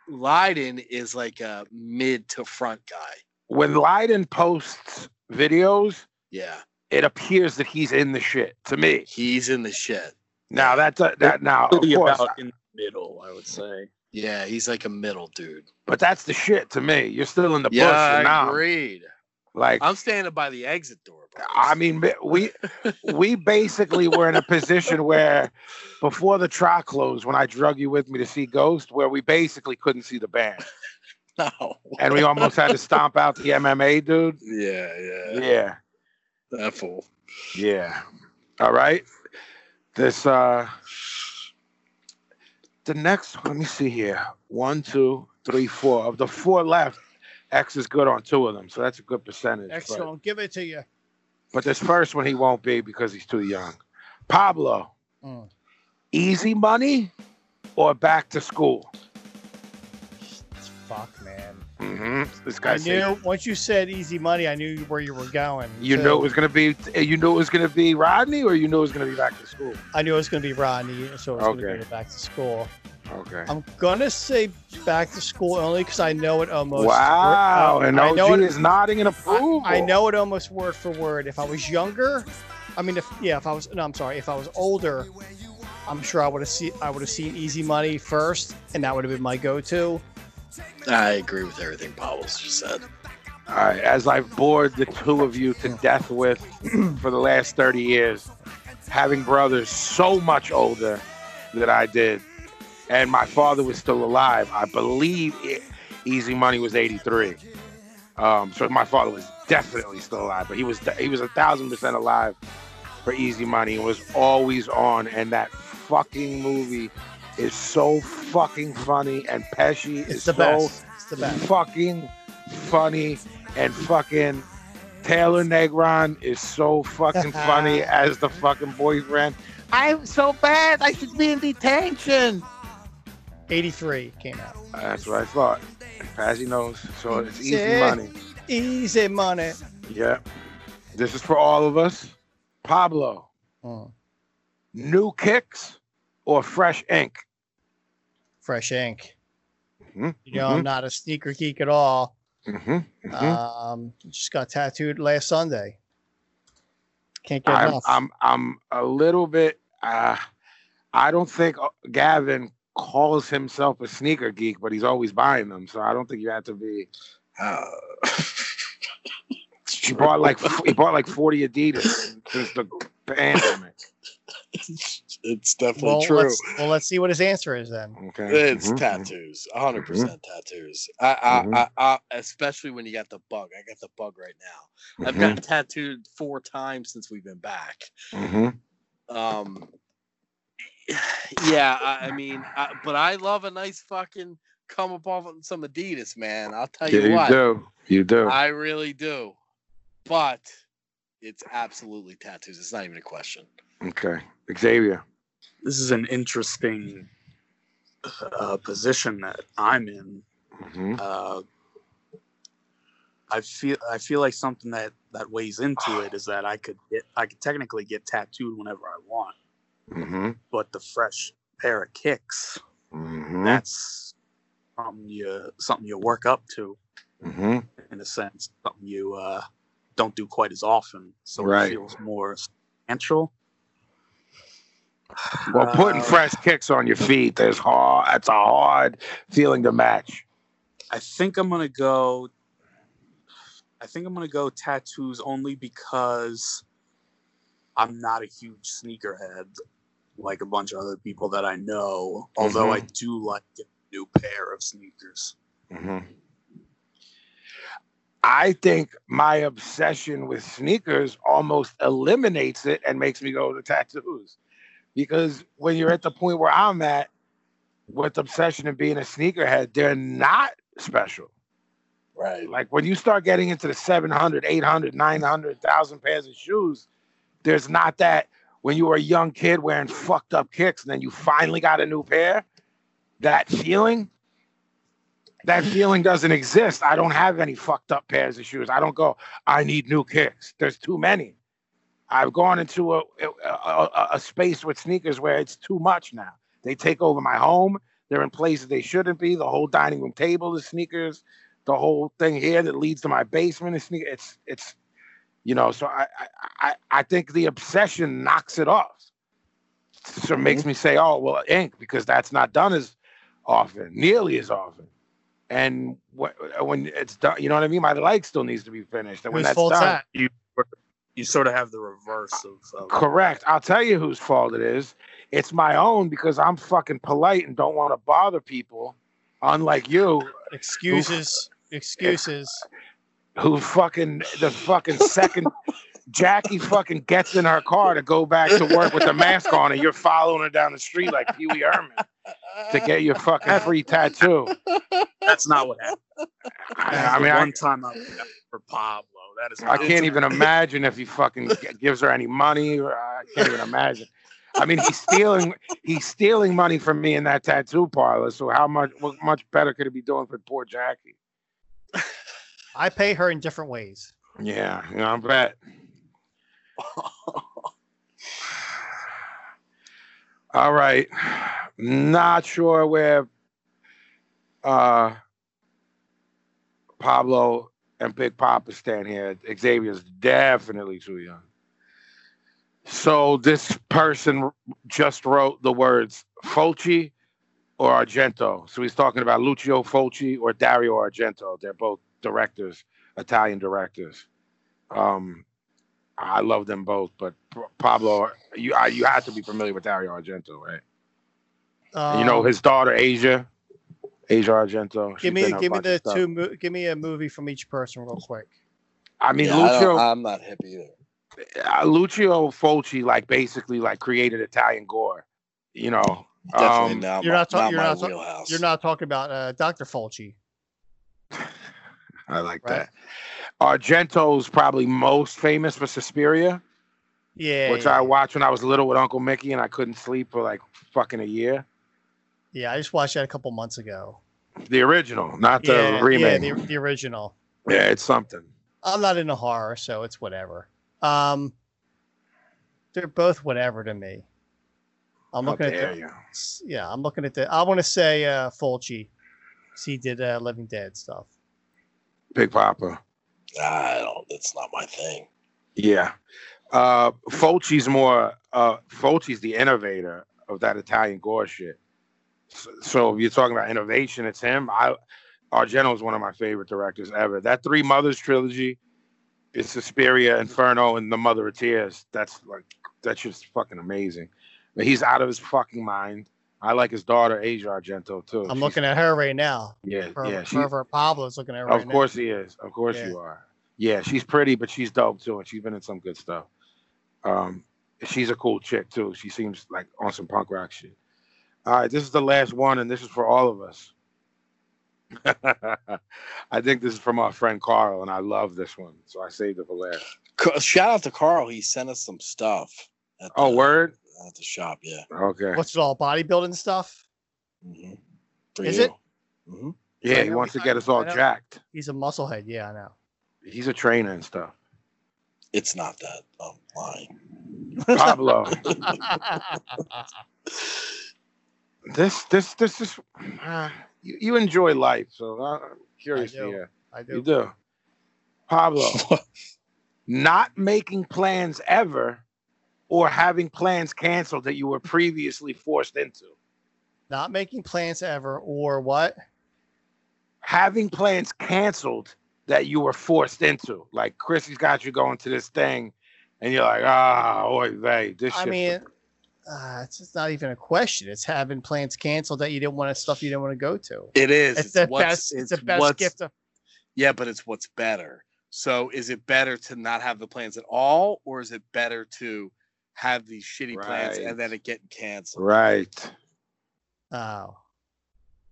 Leiden is like a mid to front guy. when Leiden posts videos Yeah, it appears that he's in the shit to me he's in the shit. now that's a, that now of Pretty course about in the middle, I would say. Yeah, he's like a middle dude. But that's the shit to me. You're still in the yeah, bush and I now, agreed. like I'm standing by the exit door. boys. I mean, ma- we we basically were in a position where before the trial closed, when I drug you with me to see Ghost, where we basically couldn't see the band, no. and we almost had to stomp out the MMA dude. Yeah, yeah, Yeah, that fool. yeah. All right. This uh, the next. Let me see here. One, two, three, four. Of the four left, X is good on two of them, so that's a good percentage. X but- gonna give it to you. But this first one he won't be because he's too young. Pablo, Mm. easy money or back to school? Fuck man. hmm This guy I said, knew once you said easy money, I knew where you were going. you too. knew it was gonna be you knew it was gonna be Rodney or you knew it was gonna be back to school. I knew it was gonna be Rodney, so it was Okay. gonna be back to school. Okay. I'm gonna say back to school only because I know it almost. Wow, wor- and I OG know it, is nodding in I, approval. I know it almost word for word. If I was younger, I mean, if yeah, if I was no, I'm sorry, if I was older, I'm sure I would have seen I would have seen Easy Money first, and that would have been my go-to. I agree with everything Paul's just said. All right, as I've bored the two of you to death with for the last 30 years, having brothers so much older than I did, and my father was still alive. I believe E- Easy Money was 83. Um, so my father was definitely still alive, but he was he was a thousand percent alive for Easy Money and was always on. And that fucking movie is so fucking funny, and Pesci It's is the so best. It's the best. fucking funny and fucking Taylor Negron is so fucking funny as the fucking boyfriend. I'm so bad. I should be in detention. 83 came out. That's what I thought. As he knows, so it's easy Easy. money. Easy Money. Yeah. This is for all of us. Pablo, Mm, new kicks or fresh ink? fresh ink. Mhm. You know, I'm Mhm. not a sneaker geek at all. Mhm. Mhm. Um, just got tattooed last Sunday. Can't get I'm, enough. I'm I'm a little bit. Uh, I don't think uh, Gavin calls himself a sneaker geek, but he's always buying them. So I don't think you have to be. Uh, He bought like he bought like forty Adidas since the pandemic. it's definitely well, true. Let's, well, let's see what his answer is then. Okay. It's Mhm. tattoos, a hundred percent tattoos. I, I, Mhm. I, I, especially when you got the bug. I got the bug right now. I've Mhm. gotten tattooed four times since we've been back. Mhm. Um, yeah, I, I mean, I, but I love a nice fucking come up off of some Adidas, man. I'll tell Yeah, you you what, do. You do. I really do. But it's absolutely tattoos. It's not even a question. Okay. Xavier. This is an interesting uh, position that I'm in. hmm Uh, I feel I feel like something that that weighs into it is that I could get I could technically get tattooed whenever I want, hmm but the fresh pair of kicks hmm that's something you something you work up to hmm in a sense, something you uh, don't do quite as often, so Right. it feels more substantial. Well, putting Uh, fresh kicks on your feet, there's hard. That's a hard feeling to match. I think I'm gonna go. I think I'm gonna go tattoos only because I'm not a huge sneakerhead like a bunch of other people that I know. Although Mm-hmm. I do like a new pair of sneakers. hmm I think my obsession with sneakers almost eliminates it and makes me go to tattoos. Because when you're at the point where I'm at with obsession and being a sneakerhead, they're not special. Right. Like when you start getting into the 700, 800, 900, 1,000 pairs of shoes, there's not that when you were a young kid wearing fucked up kicks and then you finally got a new pair, that feeling, that feeling doesn't exist. I don't have any fucked up pairs of shoes. I don't go, I need new kicks. There's too many. I've gone into a, a, a, a space with sneakers where it's too much now. They take over my home. They're in places they shouldn't be. The whole dining room table is sneakers the whole thing here that leads to my basement is sneak. It's it's you know. So I I I, I think the obsession knocks it off. So it makes me say, oh well, ink because that's not done as often, nearly as often. And wh- when it's done, you know what I mean. My leg still needs to be finished, and when Whose that's fault's done, that? You sort of have the reverse of. of Correct. I'll tell you whose fault it is. It's my own because I'm fucking polite and don't want to bother people, unlike you Excuses. Excuses. who fucking the fucking second Jackie fucking gets in her car to go back to work with the mask on, and you're following her down the street like Pee Wee Herman to get your fucking free tattoo. that's not what happened. I, I mean, one I, time I was out for Pablo. That is. I not- can't even imagine if he fucking g- gives her any money. Or I can't even imagine. I mean, he's stealing he's stealing money from me in that tattoo parlor. So how much what much better could it be doing for poor Jackie? I pay her in different ways. Yeah, you know, I bet. All right. Not sure where uh Pablo and Big Papa stand here. Xavier's definitely too young. So this person just wrote the words Fulci or Argento. So he's talking about Lucio Fulci or Dario Argento. They're both directors, Italian directors. Um, I love them both, but P- Pablo, you I, you have to be familiar with Dario Argento, right? Um, you know his daughter Asia, Asia Argento. she's Give me, been in a give me bunch of the stuff. two. Mo- give me a movie from each person, real quick. I mean, Yeah, I Lucio, don't, I'm not hip either. uh, Lucio Fulci, like basically like created Italian gore. You know, Definitely um, not. you're my, not ta- you're my not ta- wheelhouse. You're not talking about uh, Doctor Fulci. I like Right. that. Argento's probably most famous for Suspiria, Yeah. which yeah, I watched when I was little with Uncle Mickey, and I couldn't sleep for like fucking a year. yeah, I just watched that a couple months ago. The original, not the yeah, remake. yeah, the, the original. yeah, it's something. I'm not into horror, so it's whatever. Um, they're both whatever to me. I'm How looking at dare the, you. yeah, I'm looking at the. I want to say uh, Fulci. 'cause he did uh, Living Dead stuff. Big Papa. I don't. That's not my thing. Yeah. Uh Fulci's more uh Fulci's the innovator of that Italian gore shit. So, so if you're talking about innovation, it's him. I Argento is one of my favorite directors ever. That Three Mothers trilogy is Suspiria, Inferno, and The Mother of Tears. That's like that's just fucking amazing. But he's out of his fucking mind. I like his daughter Asia Argento too. I'm Oh, She's- looking at her right now. Yeah, Her, yeah. she- Forever Pablo's looking at her right of now. course he is. Of course Yeah. you are. Yeah, she's pretty, but she's dope too, and she's been in some good stuff. Um, she's a cool chick too. She seems like on some punk rock shit. All right, this is the last one, and this is for all of us. I think this is from our friend Carl, and I love this one, so I saved it for last. Ca- Shout out to Carl. He sent us some stuff. At Oh, the, word. At the shop, yeah. Okay. What's it all bodybuilding stuff? hmm For Is you. it? hmm Yeah, he know wants we- to get us I all know- jacked. He's a musclehead. Yeah, I know. He's a trainer and stuff. It's not that. oh, I'm lying. Pablo, I this, this, this, this. Uh, you, you enjoy life, so uh, I'm curious to do. hear. You do. do. Pablo, not making plans ever or having plans canceled that you were previously forced into. Not making plans ever, or what? Having plans canceled that you were forced into. Like Chrissy's got you going to this thing and you're like, ah, oy vey, this I shit. mean, uh, it's just not even a question. It's having plans canceled that you didn't want to stuff you didn't want to go to. It is. It's, the what's- best. It's, the best what's- gift. Of, Yeah, but it's what's better. So is it better to not have the plans at all, or is it better to have these shitty plans Right. and then it getting canceled? right. oh,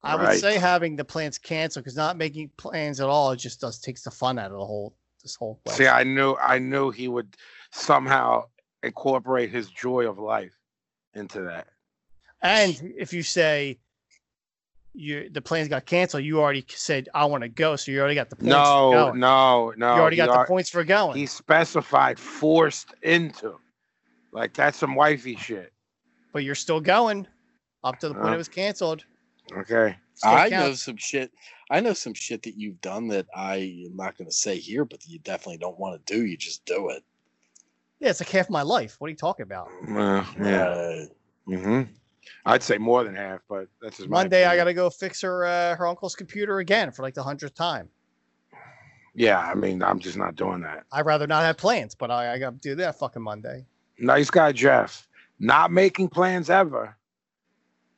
I Right. would say having the plans canceled because not making plans at all it just does takes the fun out of the whole this whole. Quest. See, I knew I knew he would somehow incorporate his joy of life into that. And if you say you the plans got canceled, you already said I want to go, so you already got the points. for No, going. no, no. you already he got the al- points for going. He specified forced into. Like that's some wifey shit. but you're still going up to the point Uh, it was canceled. Okay. Still I count. know some shit. I know some shit that you've done that I am not going to say here, but that you definitely don't want to do. You just do it. Yeah, it's like half my life. What are you talking about? yeah. Uh, hmm I'd say more than half, but that's just my Monday, I opinion. gotta go fix her uh, her uncle's computer again for like the hundredth time. Yeah, I mean, I'm just not doing that. I'd rather not have plans, but I, I gotta do that fucking Monday. Nice guy, Jeff. Not making plans ever,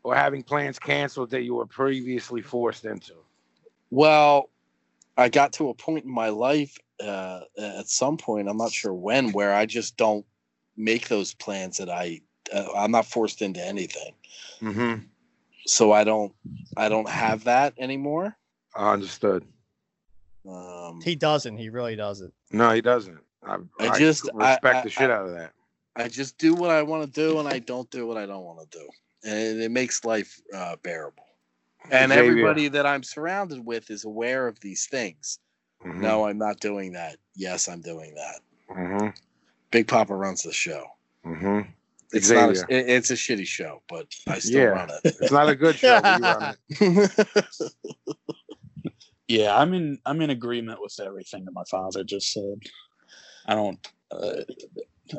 or having plans canceled that you were previously forced into. well, I got to a point in my life uh, at some point. I'm not sure when, where I just don't make those plans that I. Uh, I'm not forced into anything. Mm-hmm. so I don't I don't have that anymore. Understood. Mm. Um, He doesn't. He really doesn't. No, he doesn't. I, I I just- I- respect I- the shit out of that. I just do what I want to do, and I don't do what I don't want to do, and it makes life uh, bearable. And Xavier. everybody that I'm surrounded with is aware of these things. Mhm, No, I'm not doing that. Yes, I'm doing that. mhm, Big Papa runs the show. mhm. It's not. A, Xavier. it- it's a shitty show, but I still Yeah. run it. It's not a good show. but you run it. Yeah, I'm in. I'm in agreement with everything that my father just said. I don't. Uh,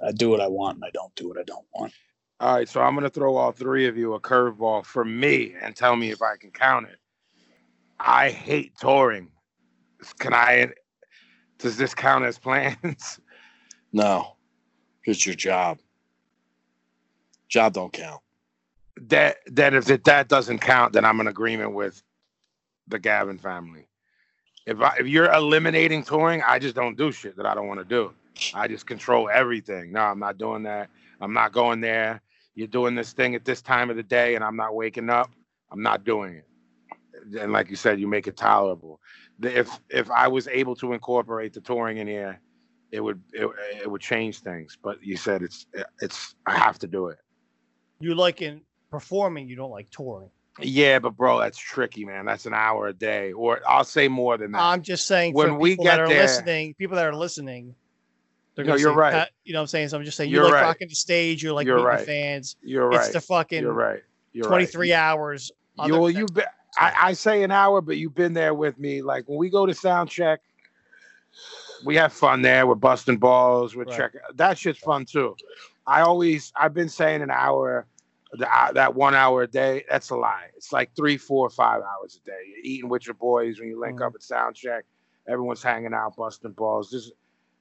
I do what I want, and I don't do what I don't want. All right, so I'm gonna throw all three of you a curveball for me and tell me if I can count it. I hate touring. Can I? Does this count as plans? no, it's your job. Job don't count. That that if it, that doesn't count, then I'm in agreement with the Gavin family. If I, if you're eliminating touring, I just don't do shit that I don't want to do. I just control everything. No, I'm not doing that. I'm not going there. You're doing this thing at this time of the day, and I'm not waking up. I'm not doing it. and like you said, you make it tolerable. The- If if I was able to incorporate the touring in here, it would it, it would change things. But you said it's it's I have to do it. You like in performing. You don't like touring. Yeah, but bro, that's tricky, man. That's an hour a day, or I'll say more than that. I'm just saying for When we people get that are there- listening, people that are listening, they're No, gonna you're say, right. "Pat," you know what I'm saying? So I'm just saying you You're like right. rocking the stage, you like You're meeting right. the fans. You're it's right. the fucking You're right. You're right. 23 hours. You, other- well, you be, I, I say an hour, but you've been there with me. Like when we go to sound check, we have fun there. We're busting balls. We're Right. checking. That shit's fun too. I always I've been saying an hour, the, uh, that one hour a day. That's a lie. It's like three, four, five hours a day. You're eating with your boys when you Mm. link up at sound check. Everyone's hanging out, busting balls. Just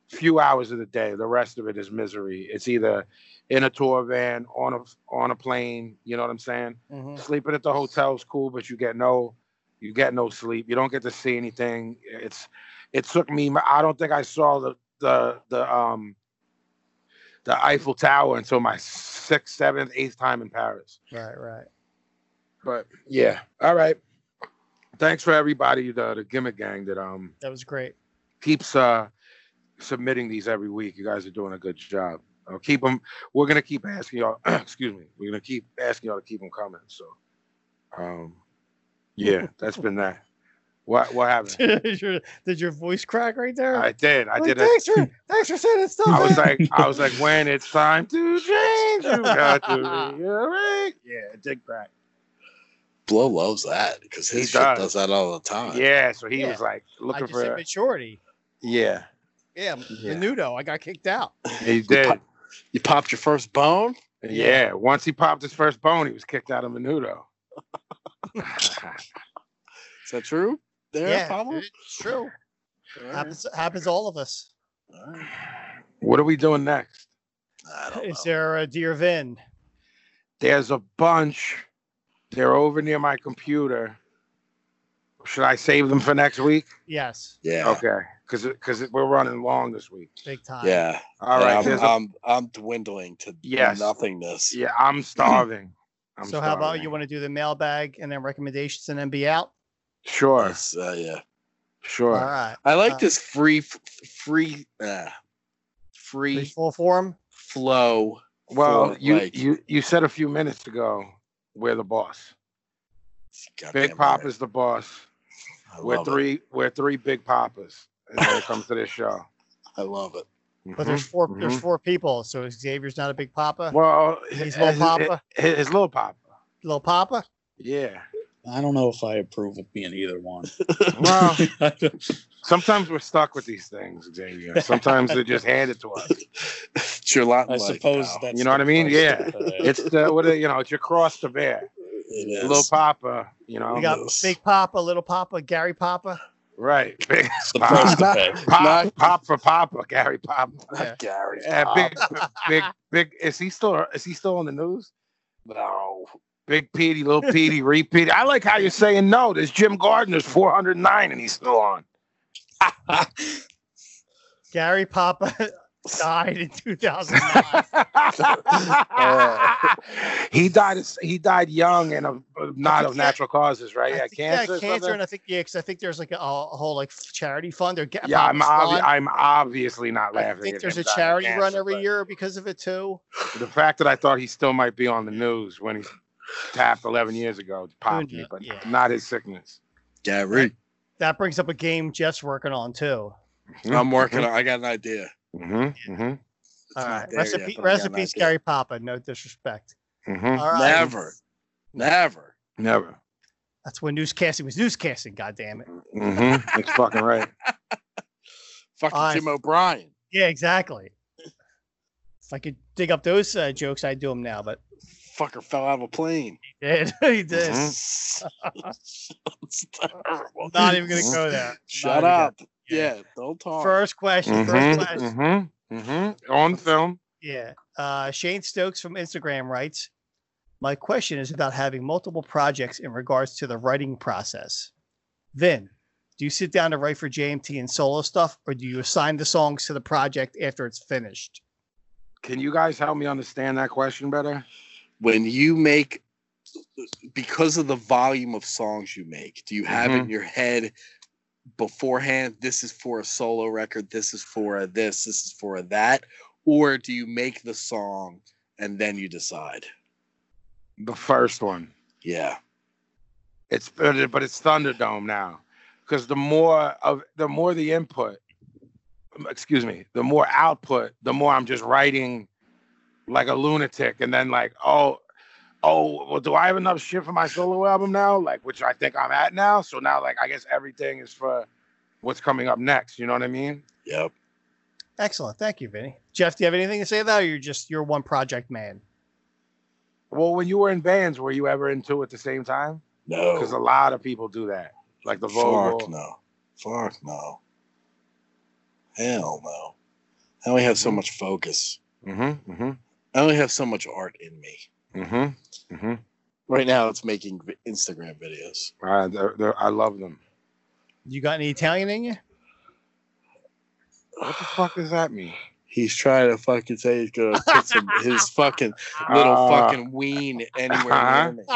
few hours of the day. The rest of it is misery. It's either in a tour van, on a on a plane. You know what I'm saying? Mhm. sleeping at the hotel's cool, but you get no, you get no sleep. You don't get to see anything. It's, it took me. I don't think I saw the the the um, the Eiffel Tower until my sixth, seventh, eighth time in Paris. Right, right. But yeah, all right. Thanks for everybody, the the gimmick gang that um That was great. keeps uh submitting these every week. You guys are doing a good job. I'll keep them. We're gonna keep asking y'all. excuse me. We're gonna keep asking y'all to keep them coming. So, um, yeah, that's been that. What what happened? did, your, did your voice crack right there? I did. I Like, did. A, Thanks for thanks for saying stuff. I was man. like, I was like, when it's time to change, you got to be alright. Yeah, dig back. Blow loves that because his He shit does. does that all the time. Yeah. So he Yeah. was like I looking just said for. maturity. Yeah. Yeah, Yeah. Menudo. I got kicked out. He did. You popped your first bone. Yeah. Once he popped his first bone, he was kicked out of Menudo. Is that true? There, Yeah, Pablo? dude, it's true. All right. Happens happens to all of us. All right. What are we doing next? I don't know. Is there a dear Vin? There's a bunch. They're over near my computer. Should I save them for next week? Yes, Yeah. Okay, because because we're running long this week. big time. Yeah. All right. I'm, there's a- I'm, I'm dwindling to Yes. nothingness. yeah, I'm starving. I'm so how about you starving. want to do the mailbag and then recommendations and then be out? Sure, Yes, uh, yeah. sure. All right. I like Uh, this free, f- free, uh, Be free full form. flow. well, for, you like, you you said a few minutes ago we're the boss. goddamn Big Pop right. is the boss. I We're love it. three. We're three big poppers when it comes to this show. I love it. But there's 4 Mhm, there's mhm. four people. So Xavier's not a big papa. Mm-hmm. well, He's his, little his, papa. his, his little papa. Little papa. Yeah. I don't know if I approve of being either one. Well. I don't- Sometimes we're stuck with these things, Xavier. Sometimes they're just handed to us. It's your lot. in I life suppose now. that's You know what the I mean? price Yeah. to pay. It's the what a, you know, it's your cross to bear. It is. Little Papa, you know. We got Yes. big papa, little papa, Gary papa. right. Big It's the price to Nah. pay. pop, pop for Papa, Gary Papa. Yeah. Gary. Yeah, Pop. big big big is he still is he still on the news? No. Big Petey, little Petey, repeat. I like how you're saying no. There's Jim Gardner's 409 and he's still on. Gary Papa died in 2009. Uh, he died he died young and of of- not think of that- natural causes, right? Yeah, I think, yeah, cancer. or cancer, something? and I think yeah, 'cause I think there's like a, a whole like f- charity fund or Ga- Yeah, I'm, Papa's obvi- fund. I'm obviously not I laughing. think at there's him a dying of charity run cancer, every but year because of it too. The fact that I thought he still might be on the news when he tapped 11 years ago popped me, knows? but Yeah. not his sickness. Gary. That brings up a game Jeff's working on too. I'm working on I got an idea. Mm-hmm, mm-hmm, All not right, there yet, recipe, but I got an recipes, idea. Gary Papa. No disrespect. mm-hmm. All right, Never. Never. Never. that's when newscasting was newscasting. God damn it. Mm-hmm. That's fucking right. Fucking I- Jim O'Brien. Yeah, exactly. If I could dig up those uh, jokes, I'd do them now. But Fucker fell out of a plane. he did. he did. Mm-hmm. Mhm. it's terrible. Not even Mm-hmm. gonna go there. Shut Not even up. Yeah. don't talk. First question. Mm-hmm. First Mhm, question. mhm, mhm. On film. Yeah. Uh, Shane Stokes from Instagram writes, My question is about having multiple projects in regards to the writing process. Then, do you sit down to write for JMT and solo stuff, or do you assign the songs to the project after it's finished? Can you guys help me understand that question better? when you make because of the volume of songs you make do you have Mm-hmm. it in your head beforehand this is for a solo record this is for a this this is for a that or do you make the song and then you decide The first one. yeah It's but, but it's Thunderdome now, because the more of the more the input, um, excuse me, the more output, the more I'm just writing like a lunatic, and then like oh, oh, well, do I have enough shit for my solo album now? Like, which I think I'm at now. So now, like, I guess everything is for what's coming up next. You know what I mean? Yep. Excellent. Thank you, Vinny. Jeff, do you have anything to say to that, or you're just you're one project man? Well, when you were in bands, were you ever in two at the same time? Because a No. lot of people do that. Like the vocal. Fuck no. Fuck no. Hell no. I only have so much focus. Mm-hmm. Mm-hmm. I only have so much art in me. Mm-hmm. Mm-hmm. Right now, it's making vi- Instagram videos. Uh, they're, they're, I love them. You got any Italian in you? What the fuck does that mean? He's trying to fucking say he's gonna put some his fucking little Uh, fucking ween anywhere uh-huh. near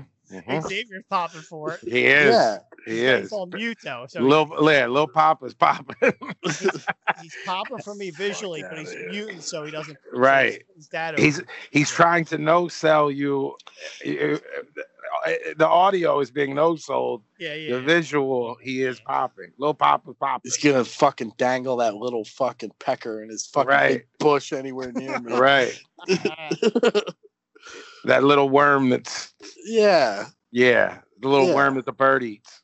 me. Mm-hmm. Mm-hmm. Xavier's popping for it. He is. Yeah. He is. He's on mute though, so Lil, yeah, Lil Pop is popping. he's popping for me visually, but outta he's here. mutant, so he doesn't. so Right. he's- His dad. he's he's trying to no sell you. eh, The audio is being no sold. yeah, yeah. The visual, he is popping. Lil Pop is popping. He's gonna fucking dangle that little fucking pecker in his fucking Right. big bush anywhere near me. Right. That little worm that's Yeah. yeah, the little Yeah. worm that the bird eats.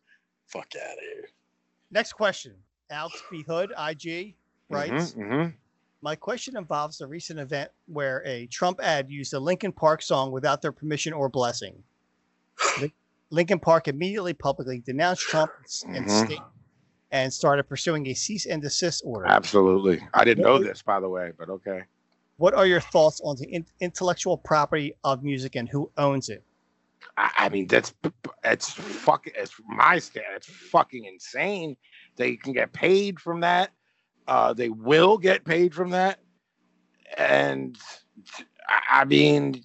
Fuck out of here. Next question. Alex B. Hood, IG, writes. Mhm, My question involves the recent event where a Trump ad used a Linkin Park song without their permission or blessing. Lin- Linkin Park immediately publicly denounced Trump and, Mhm. state, and started pursuing a cease and desist order. mhm. Absolutely. I didn't know this, by the way, but okay. What are your thoughts on the in- intellectual property of music and who owns it? I, I mean, that's it's fucking it's my stand. It's fucking insane. They can get paid from that. Uh, they will get paid from that. And I, I mean,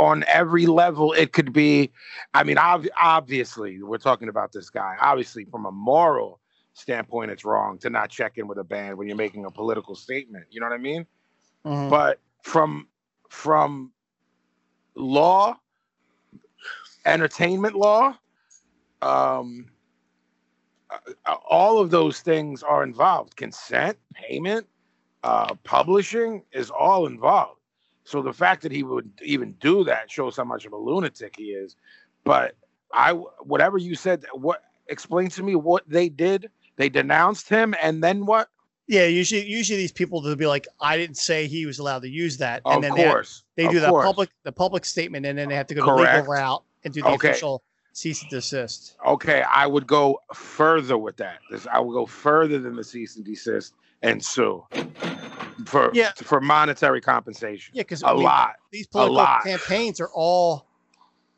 on every level, it could be. I mean, ob- obviously, we're talking about this guy. Obviously, from a moral standpoint, it's wrong to not check in with a band when you're making a political statement. You know what I mean? Mm-hmm. but from from law entertainment law um uh, all of those things are involved consent payment uh publishing is all involved so the fact that he would even do that shows how much of a lunatic he is but i whatever you said what explain to me what they did they denounced him and then what Yeah, usually usually these people will be like, I didn't say he was allowed to use that. of and then they- course they, of do the course. public the public statement and then they have to go the Correct. legal route and do the Okay. official cease and desist. okay, I would go further with that. This, I would go further than the cease and desist and sue for Yeah. for monetary compensation. Yeah, because a lot. these political lot. campaigns are all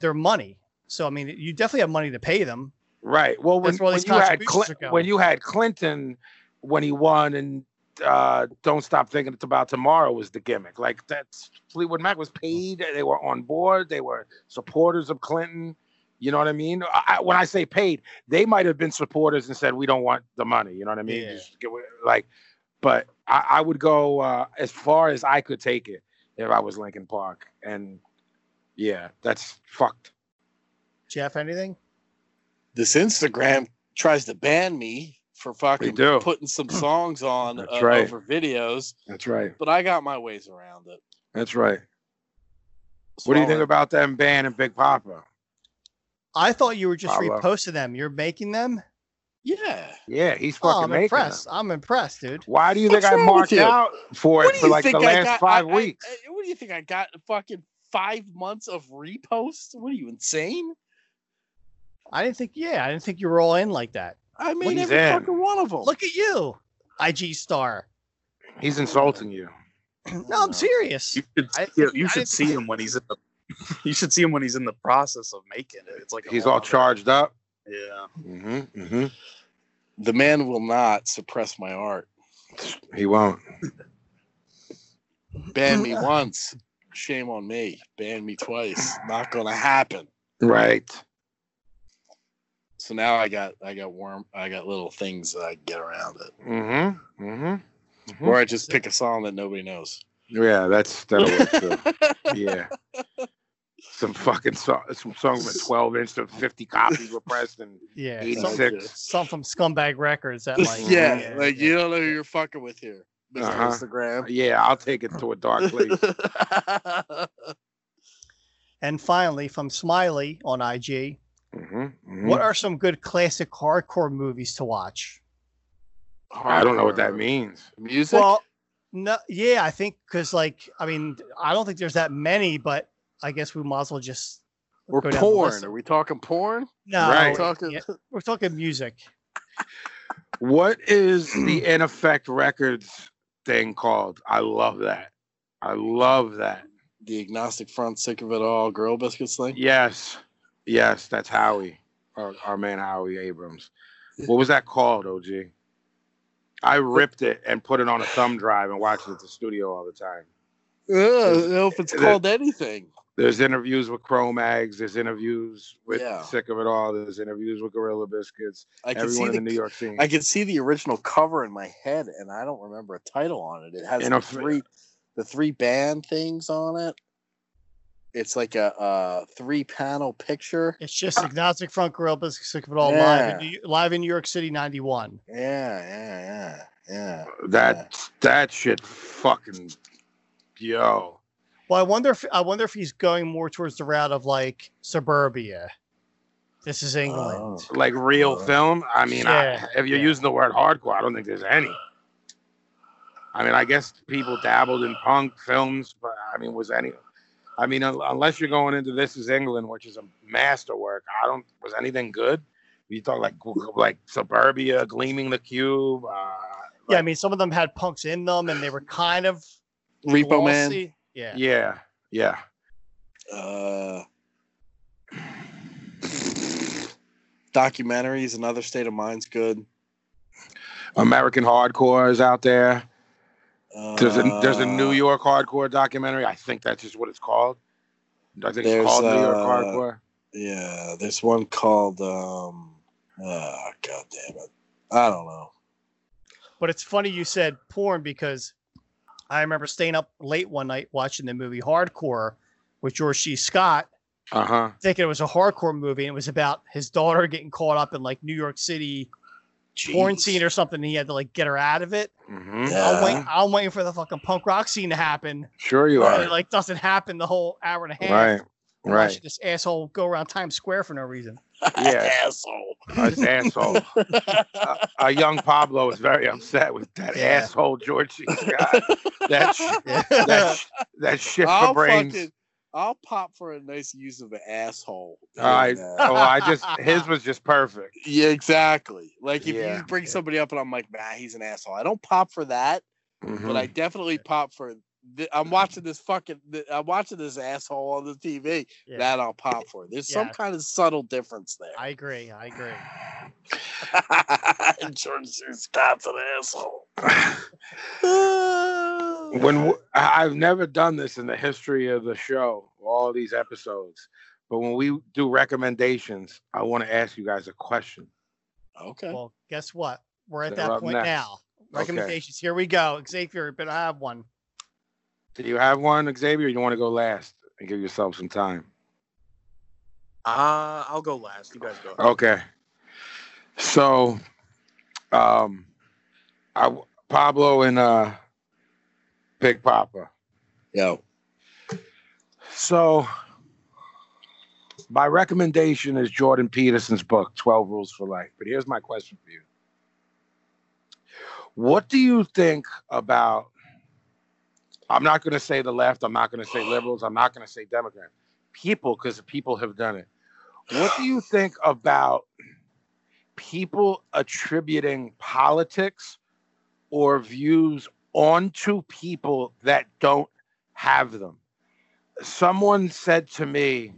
their money. So I mean, you definitely have money to pay them. Right. Well, when, That's where all when these you had contributions Clin- are going. when you had Clinton when he won and uh, don't stop thinking it's about tomorrow was the gimmick. Like that's Fleetwood Mac was paid. They were on board. They were supporters of Clinton. You know what I mean? I, I- when I say paid, they might have been supporters and said we don't want the money. You know what I mean? Yeah. Just get rid- like, but I, I would go uh, as far as I could take it if I was Lincoln Park. And yeah, that's fucked. Jeff, anything? This Instagram tries to ban me for fucking They do. putting some songs on That's uh, right. over videos, That's right. but I got my ways around it. That's right. What do you think Smaller- about them ban and Big Papa? I thought you were just Follow. reposting them. You're making them. Yeah. Yeah, he's Oh, fucking I'm making impressed. them. I'm impressed, dude. Why do you What's think I wrong with marked you? out for it for like the I last got- five I- I- weeks? I- what do you think I got? Fucking five months of reposts? What are you insane? I didn't think. Yeah, I didn't think you were all in like that. I made He's every in. fucking one of them. Look at you, IG star. he's insulting you. No, I'm serious. You should, I you, think- I should think- see him when he's in the. You should see him when he's in the process of making it. It's like a He's whole all nother- charged up. Yeah. Mm-hmm, mm-hmm. the man will not suppress my art. He won't. Ban me once, shame on me. Ban me twice, not gonna happen. Right. So now I got I got worm I got little things that I can get around it, Mm-hmm. Mm-hmm. or I just pick a song that nobody knows. Yeah, that's that'll work too. yeah. Some fucking song, some song with twelve inch to fifty copies were pressed in Yeah, eighty some, six. some from Scumbag Records that like. yeah, like you don't know who you're fucking with here, mister Uh-huh. Instagram. Yeah, I'll take it to a dark place. And finally, from Smiley on IG, Mm-hmm. Mm. what are some good classic hardcore movies to watch? I don't know what that means. Music? Well, no, yeah, I think because like I mean, I don't think there's that many, but I guess we might as well just or go down the porn? list. Are we talking porn? no. Are we Right. talking- yeah. We're talking music. What is the In Effect Records thing called? I love that. I love that. The agnostic front, sick of it all, girl biscuits thing. Yes, yes, that's Howie, our, our man Howie Abrams. What was that called, OG? I ripped it and put it on a thumb drive and watched it at the studio all the time. Ugh, I don't know if it's That- called anything. There's interviews with Chromags. There's interviews with Yeah. Sick of It All. There's interviews with Gorilla Biscuits. I can Everyone in see the the New York scene. I can see the original cover in my head, and I don't remember a title on it. It has In the a- three, the three band things on it. It's like a, uh three-panel picture. It's just agnostic front gorilla biscuits Sick of it all live in Yeah. New, live in New York City '91. Yeah, yeah, yeah, that that shit fucking yo. Well, I wonder if I wonder if he's going more towards the route of like suburbia. This is yeah. England. Like real Uh, film. I mean, yeah, I, if you're yeah. using the word hardcore, I don't think there's any. I mean, I guess people dabbled in punk films, but I mean, was any? I mean, un- unless you're going into This Is England, which is a masterwork, I don't. Was anything good? You talk like like Suburbia, Gleaming the Cube. Uh, yeah, I mean, some of them had punks in them, and they were kind of Repo Man. glossy. Yeah. yeah, yeah. Uh, documentaries. Another state of mind's good. American hardcore is out there. Uh, There's a there's a New York hardcore documentary. I think that's just what it's called. I think There's, it's called New York uh, Hardcore. Yeah, there's one called. um Oh, God damn it! I don't know. But it's funny you said porn because I remember staying up late one night watching the movie Hardcore with George C. Scott, Uh huh. thinking it was a hardcore movie, and it was about his daughter getting caught up in like New York City porn Jeez. scene or something. And he had to like get her out of it. hmm I'm, Yeah. wait, I'm waiting for the fucking punk rock scene to happen. Sure you And are. it like doesn't happen the whole hour and a half. Right. I'm Right. watching This asshole go around Times Square for no reason. Yeah. Asshole. An asshole. uh, uh, young Pablo is very upset with that Yeah. asshole George C. Scott. That sh- that, sh- that shit for I'll brains. fucking, I'll pop for a nice use of an asshole. All right. And, uh, Oh, I just his was just perfect. yeah, exactly. Like if Yeah. you bring somebody up and I'm like, nah, he's an asshole. I don't pop for that, but Mm-hmm. I definitely pop for. Th- I'm watching this fucking. th- I'm watching this asshole on the TV. Yeah. That I'll pop for. There's some Yeah. kind of subtle difference there. I agree. I agree. And George C. Scott's an asshole. when w- I- I've never done this in the history of the show, all these episodes, but when we do recommendations, I want to ask you guys a question. okay. Uh, Well, guess what? We're at They're that up point next. now. Okay. Recommendations. Here we go. Xavier, but I have one. Do you have one, Xavier? Or you want to go last and give yourself some time? Uh, I'll go last. You guys go. Okay. So, um, I Pablo and uh, Big Papa. Yo. So, my recommendation is Jordan Peterson's book, 12 Rules for Life. But here's my question for you What do you think about? I'm not going to say the left, I'm not going to say liberals, I'm not going to say Democrats, people, because people have done it. What do you think about people attributing politics or views onto people that don't have them? someone said to me,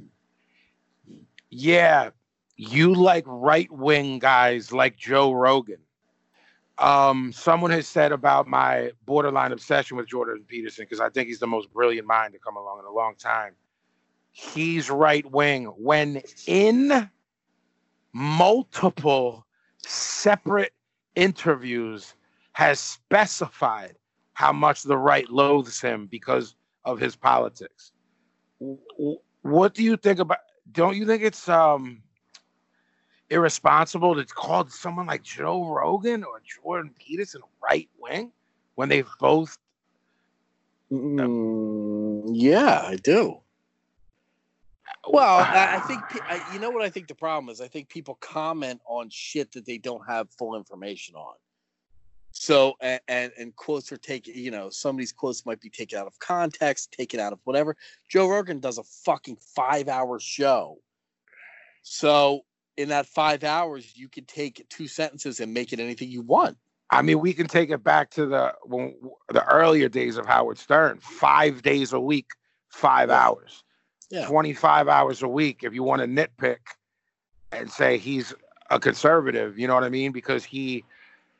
Yeah, you like right wing guys like Joe Rogan. Um, someone has said about my borderline obsession with Jordan Peterson because I think he's the most brilliant mind to come along in a long time. He's right wing when in multiple separate interviews has specified how much the right loathes him because of his politics. W- w- What do you think about? Don't you think it's um irresponsible to call someone like Joe Rogan or Jordan Peterson right wing when they've both? Mm, yeah, I do. Well, I I think pe- I, you know what I think the problem is. I think people comment on shit that they don't have full information on. So and and, and quotes are taken. You know, some of these quotes might be taken out of context, taken out of whatever. Joe Rogan does a fucking five-hour show. So in that five hours, you could take two sentences and make it anything you want. I mean, we can take it back to the when, the earlier days of Howard Stern. Five days a week, five Yeah. hours, Yeah. twenty-five hours a week. If you want to nitpick and say he's a conservative, you know what I mean, because he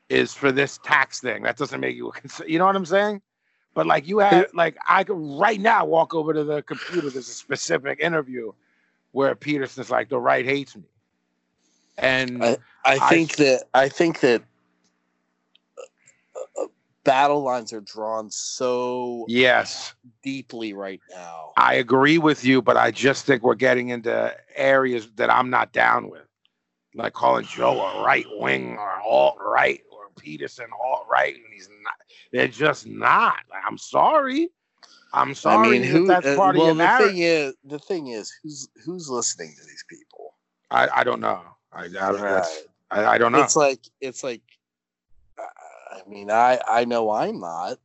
is for this tax thing. That doesn't make you a cons- You know what I'm saying? But like you have, like I could right now walk over to the computer. There's a specific interview where Peterson's like, "The right hates me," and I I- think that I think that uh, uh, battle lines are drawn so yes. deeply right now. I agree with you, but I just think we're getting into areas that I'm not down with, like calling Joe a right wing or alt right or Peterson alt right, and he's not. They're just not. Like, I'm sorry. I'm sorry. I mean, that who? that's uh, part of well, your the narrative. thing is, the thing is, who's who's listening to these people? I, I don't know. I, I, that's, I, I don't know. It's like it's like. uh, I mean, I I know I'm not.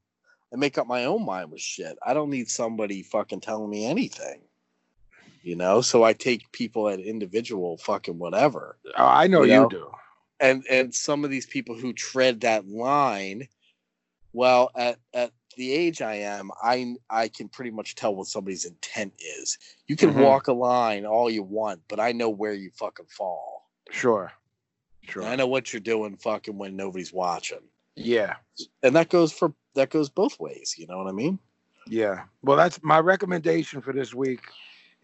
I make up my own mind with shit. I don't need somebody fucking telling me anything. You know, so I take people at individual fucking whatever. oh, I know you you, know? do. and and some of these people who tread that line well at at the age i am i i can pretty much tell what somebody's intent is you can Mhm. walk a line all you want but i know where you fucking fall Sure. And Sure. i know what you're doing fucking when nobody's watching yeah. and that goes for that goes both ways you know what i mean Yeah. Well, that's my recommendation for this week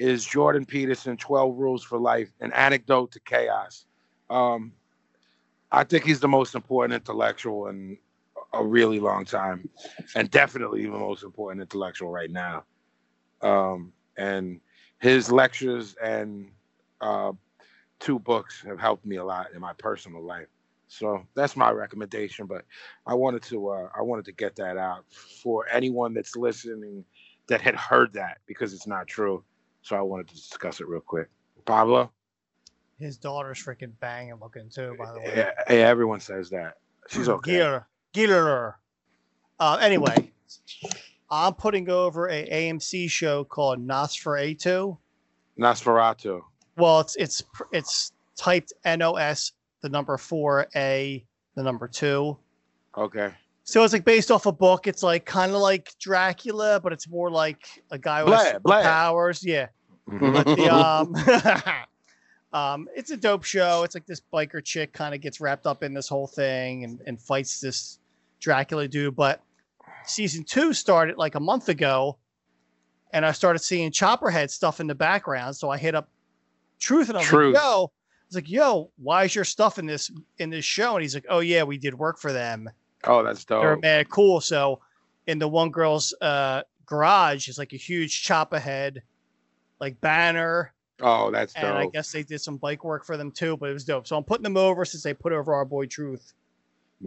is Jordan Peterson, 12 Rules for Life, an anecdote to chaos. Um, I think he's the most important intellectual in a really long time, and definitely the most important intellectual right now. Um, and his lectures and uh, two books have helped me a lot in my personal life. So that's my recommendation. But I wanted to uh, I wanted to get that out for anyone that's listening that had heard that because it's not true. So I wanted to discuss it real quick. Pablo, His daughter's freaking banging looking too, by the way. yeah, hey, everyone says that she's Mm-hmm. okay. Gear, gear. Uh, anyway, I'm putting over a AMC show called Nosferatu. Nosferatu. Well, it's it's pr- it's typed NOS the number four A the number two. Okay. So it's like based off a book. It's like kind of like Dracula, but it's more like a guy with Blair, Blair. powers. Yeah. Mhm. But the uh, um, um, it's a dope show. It's like this biker chick kind of gets wrapped up in this whole thing and, and fights this Dracula dude. But season two started like a month ago, and I started seeing Chopperhead stuff in the background. So I hit up Truth and I was Truth. like, "Yo," I was like, "Yo, why is your stuff in this in this show?" And he's like, "Oh yeah, we did work for them." Oh, that's they're dope. mad cool. So in the one girl's uh, garage is like a huge chop ahead, like banner. Oh, that's And I dope. guess they did some bike work for them too, but it was dope. So I'm putting them over since they put over our boy Truth.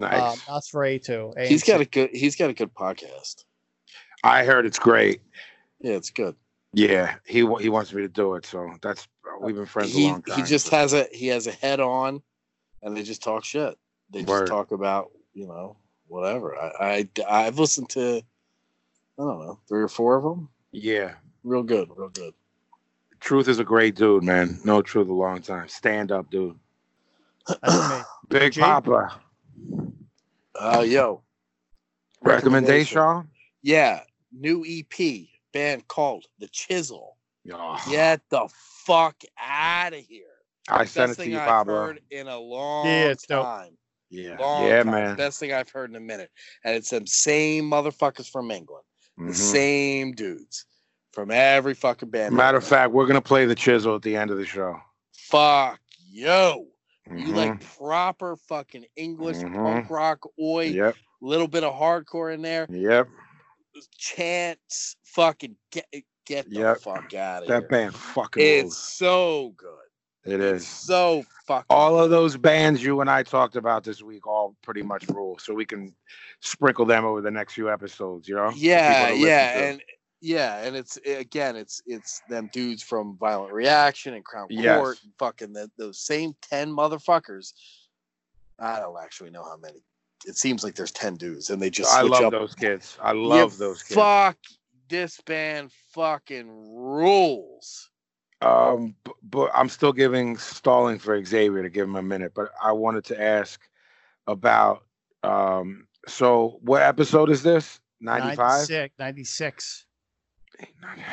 Um, Nice. that's for A2. he's got a good he's got a good podcast I heard it's great. yeah it's good Yeah, he wa- he wants me to do it. So that's we've been friends a he, long time. he just so- has a he has a head on and they just talk shit they just Word. talk about you know whatever I, I i've listened to i don't know three or four of them yeah. real good real good Truth is a great dude, man. No truth a long time. Stand up, dude. That's me. Big Jay? Papa. uh yo Recommendation? yeah new ep band called the chisel Yeah. get the fuck out of here I sent it best to thing you, i've Pablo. heard in a long Yeah, it's dope. time Yeah, long yeah, time. man. best thing i've heard in a minute and it's them same motherfuckers from england the Mhm. same dudes from every fucking band. Matter of fact, we're gonna play the chisel at the end of the show. fuck yo, you Mhm. like proper fucking English Mhm. punk rock, oi, Yep, little bit of hardcore in there. yep. Chance, fucking get get the Yep. fuck out of That here. band fucking It's rules. so good. It It's is. so fucking. All of those bands you and I talked about this week all pretty much rule. So we can sprinkle them over the next few episodes. You know? for yeah, people to listen yeah, to. and yeah, and it's again, it's it's them dudes from Violent Reaction and Crown Yes. Court, and fucking the, those same ten motherfuckers. I don't actually know how many. It seems like there's ten dudes, and they just I switch love up. those kids. I You love those kids. Fuck this band, fucking rules. Um, b- but I'm still giving stalling for Xavier to give him a minute. But I wanted to ask about um. So what episode is this? Ninety five. 96, 96.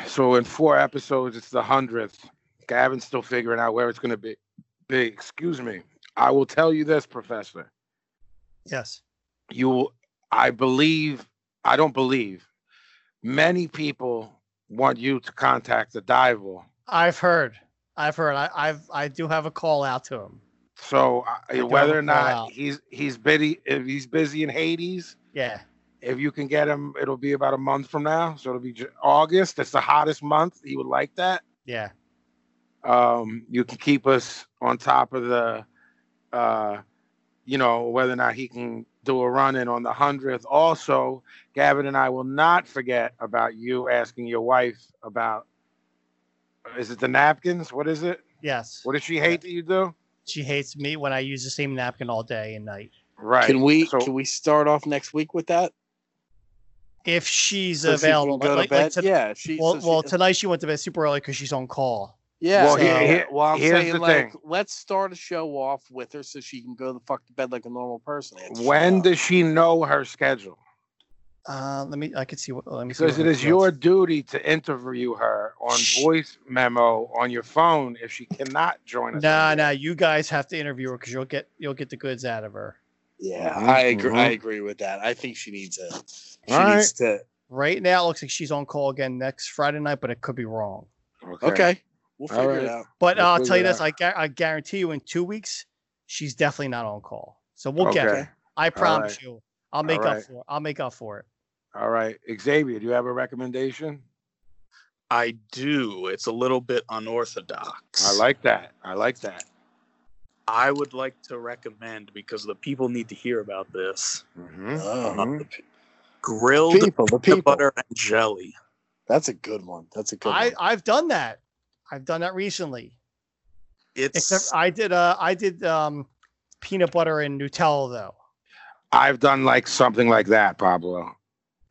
So in four episodes, it's the hundredth. Gavin's still figuring out where it's going to be. Be excuse me. I will tell you this, Professor. Yes. you will- i believe i don't believe many people want you to contact the dival I've heard. I've heard. I, I've I do have a call out to him. so I- I don't whether or know not how. he's he's busy if he's busy in hades Yeah. if you can get him it'll be about a month from now so it'll be Ju- august that's the hottest month he would like that Yeah. um you can keep us on top of the uh you know whether or not he can do a run in on the 100th also gavin and i will not forget about you asking your wife about is it the napkins what is it Yes. what does she hate that you do She hates me when I use the same napkin all day and night. right Can we so can we start off next week with that? If she's So she can available, go to like- like bed? to- yeah, she. Well, so she- well, tonight she went to bed super early because she's on call. yeah. Well, so- here- here- well, I'm here's saying the like, thing. let's start a show off with her so she can go the fuck to bed like a normal person. It's- when uh, does she know her schedule Uh, let me. I can see what. Let me. see because what it her is your notes- duty to interview her on Shh. voice memo on your phone if she cannot join us Nah, on nah. You guys have to interview her because you'll get you'll get the goods out of her. Yeah, Mhm, I agree. I mhm. agree with that. I think she needs a. She All needs to. Right now, it looks like she's on call again next Friday night, but it could be wrong. Zoom. Okay, we'll All figure right. it out. But We'll uh, I'll figure tell you it this: I, out. gu- I guarantee you, in two weeks, she's definitely not on call. So we'll get Okay. her. I promise right. you. I'll make up right. for. I'll make up for it. All right, Xavier, do you have a recommendation? I do. It's a little bit unorthodox. I like that. I like that. I would like to recommend because the people need to hear about this. Mm-hmm. Uh, Oh, the pe- Grilled people, the peanut people. butter and jelly. That's a good one. That's a good I one. I've done that. I've done that recently. It's Except I did. Uh, I did um, peanut butter and Nutella though. I've done like something like that, Pablo.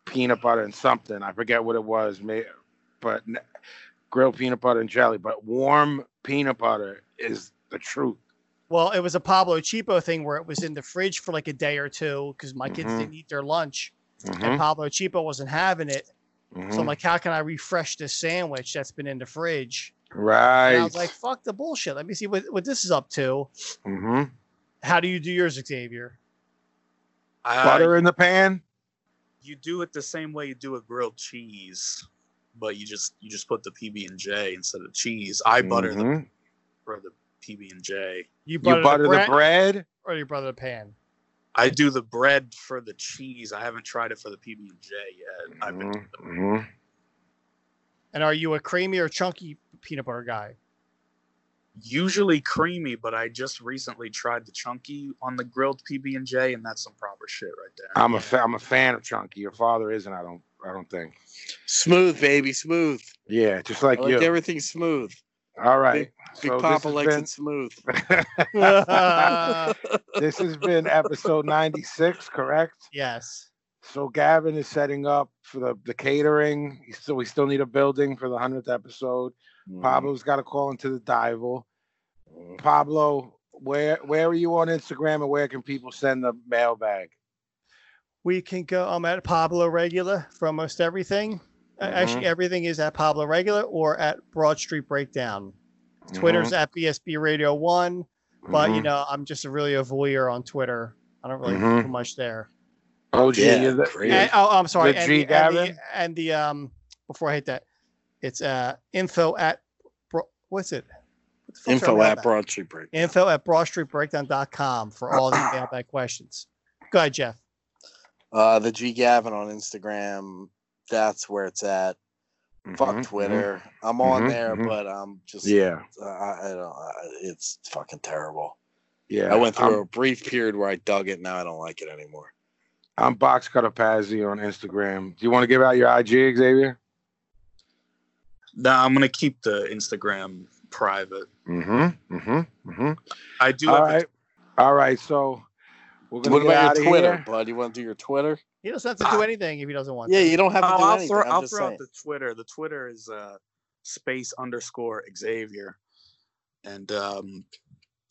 Peanut butter and something. I forget what it was, ma- but n- grilled peanut butter and jelly. But warm peanut butter is the truth. Well, it was a Pablo Chipo thing where it was in the fridge for like a day or two because my kids Mhm. didn't eat their lunch Mhm, and Pablo Chipo wasn't having it. So mhm. I'm like, how can I refresh this sandwich that's been in the fridge? right. And I was like, fuck the bullshit. Let me see what, what this is up to. hmm How do you do yours, Xavier? I- Butter in the pan. you do it the same way you do a grilled cheese, but you just you just put the PB and J instead of cheese. I butter the Mhm. for the PB and J. You You butter, the, bread. or you butter the pan? I do the bread for the cheese. I haven't tried it for the PB and J yet. I've been Mhm, mhm. And are you a creamy or chunky peanut butter guy? usually creamy, but I just recently tried the chunky on the grilled PB and J, and that's some proper shit right there. I'm a fa- I'm a fan of chunky. Your father isn't. I don't. I don't think. Smooth, baby, smooth. Yeah, just I like, like you. everything smooth. All right. Big So this Papa has likes been- it smooth. Uh, this has been episode 96, correct? yes. So Gavin is setting up for the, the catering. He still we still need a building for the hundredth episode. Pablo's got to call into the dival. Mm-hmm. Pablo, where where are you on Instagram and where can people send the mailbag? We can go. I'm at Pablo Regular for almost everything. Uh, Mm-hmm. Actually, everything is at Pablo Regular or at Broad Street Breakdown. Mm-hmm. Twitter's at BSB Radio One, but you know I'm just really a voyeur on Twitter. I don't really Mhm. do much there. oh gee, Mm-hmm. Yeah, you're the- great. And, oh, I'm sorry. The and, G the, and, the, Gavin? and the um before I hit that, it's uh info at bro, what's it? What the fuck's our Info at mailbag? Broad Street Break. info at broadstreetbreakdown.com for all the mailbag questions. Go ahead, Jeff. Uh, the G Gavin on Instagram. That's where it's at. Fuck Mhm, Twitter. I'm on Mhm, there, mhm. but I'm just mhm. Yeah, I, I don't. I, it's fucking terrible. yeah. I went through I'm, a brief period where I dug it. Now I don't like it anymore. I'm box cutter Pazzi on Instagram. Do you want to give out your IG, Xavier? Nah, I'm gonna keep the Instagram private. Mm-hmm. Mm-hmm. Mm-hmm. I do. All have a- right. All right. So we're gonna What get out about of your Twitter, here. bud? You want to do your Twitter? He doesn't have to do anything if he doesn't want Yeah, to. you don't have to Oh, do I'll anything. throw, I'm I'll just throw out saying. the Twitter. The Twitter is uh, space underscore Xavier, and um,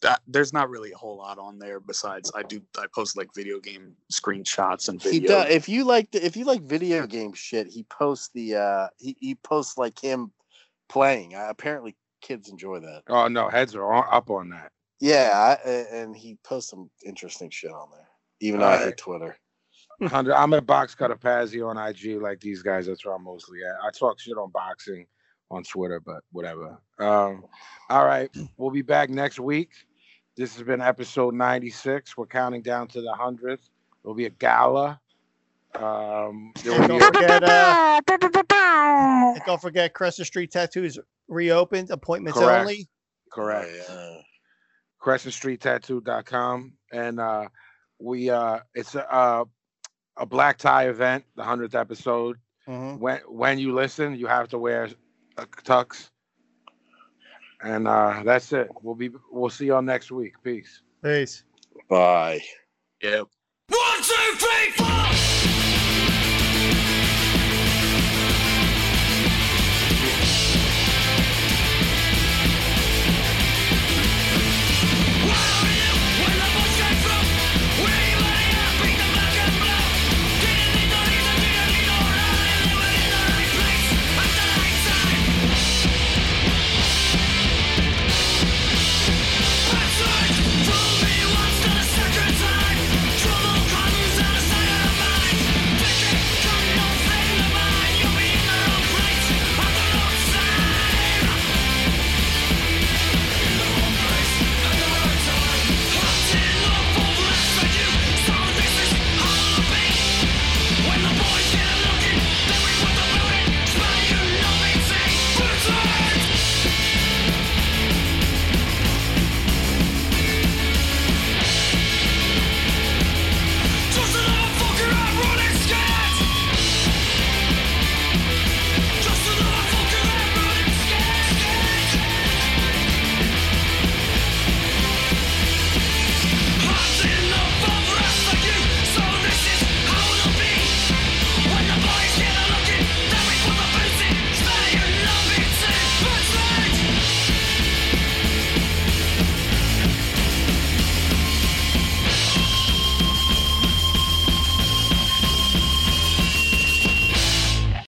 that, there's not really a whole lot on there besides I do I post like video game screenshots and He videos. does. If you like, the, if you like video game shit, he posts the. uh He, he posts like him playing. Uh, apparently, kids enjoy that. Oh no, heads are on, up on that. Yeah, I, a- and he posts some interesting shit on there. Even though I hate Alright. Twitter. Hundred. I'm a box cutter Pazzi on IG like these guys. That's where I'm mostly at. I talk shit on boxing on Twitter, but whatever. Um, all right, we'll be back next week. This has been episode 96. We're counting down to the hundredth. There'll be a gala. Um, there And will don't be a- forget, uh, and don't forget, Crescent Street Tattoos reopened, appointments Correct. only. correct. Yeah. CrescentStreetTattoo.com, and uh, we uh, it's a, a a black tie event, the hundredth episode. Mhm. when when you listen, you have to wear a tux. And uh, that's it. We'll be we'll see y'all next week. Peace. Peace. Bye. Yep. One, two, three, four.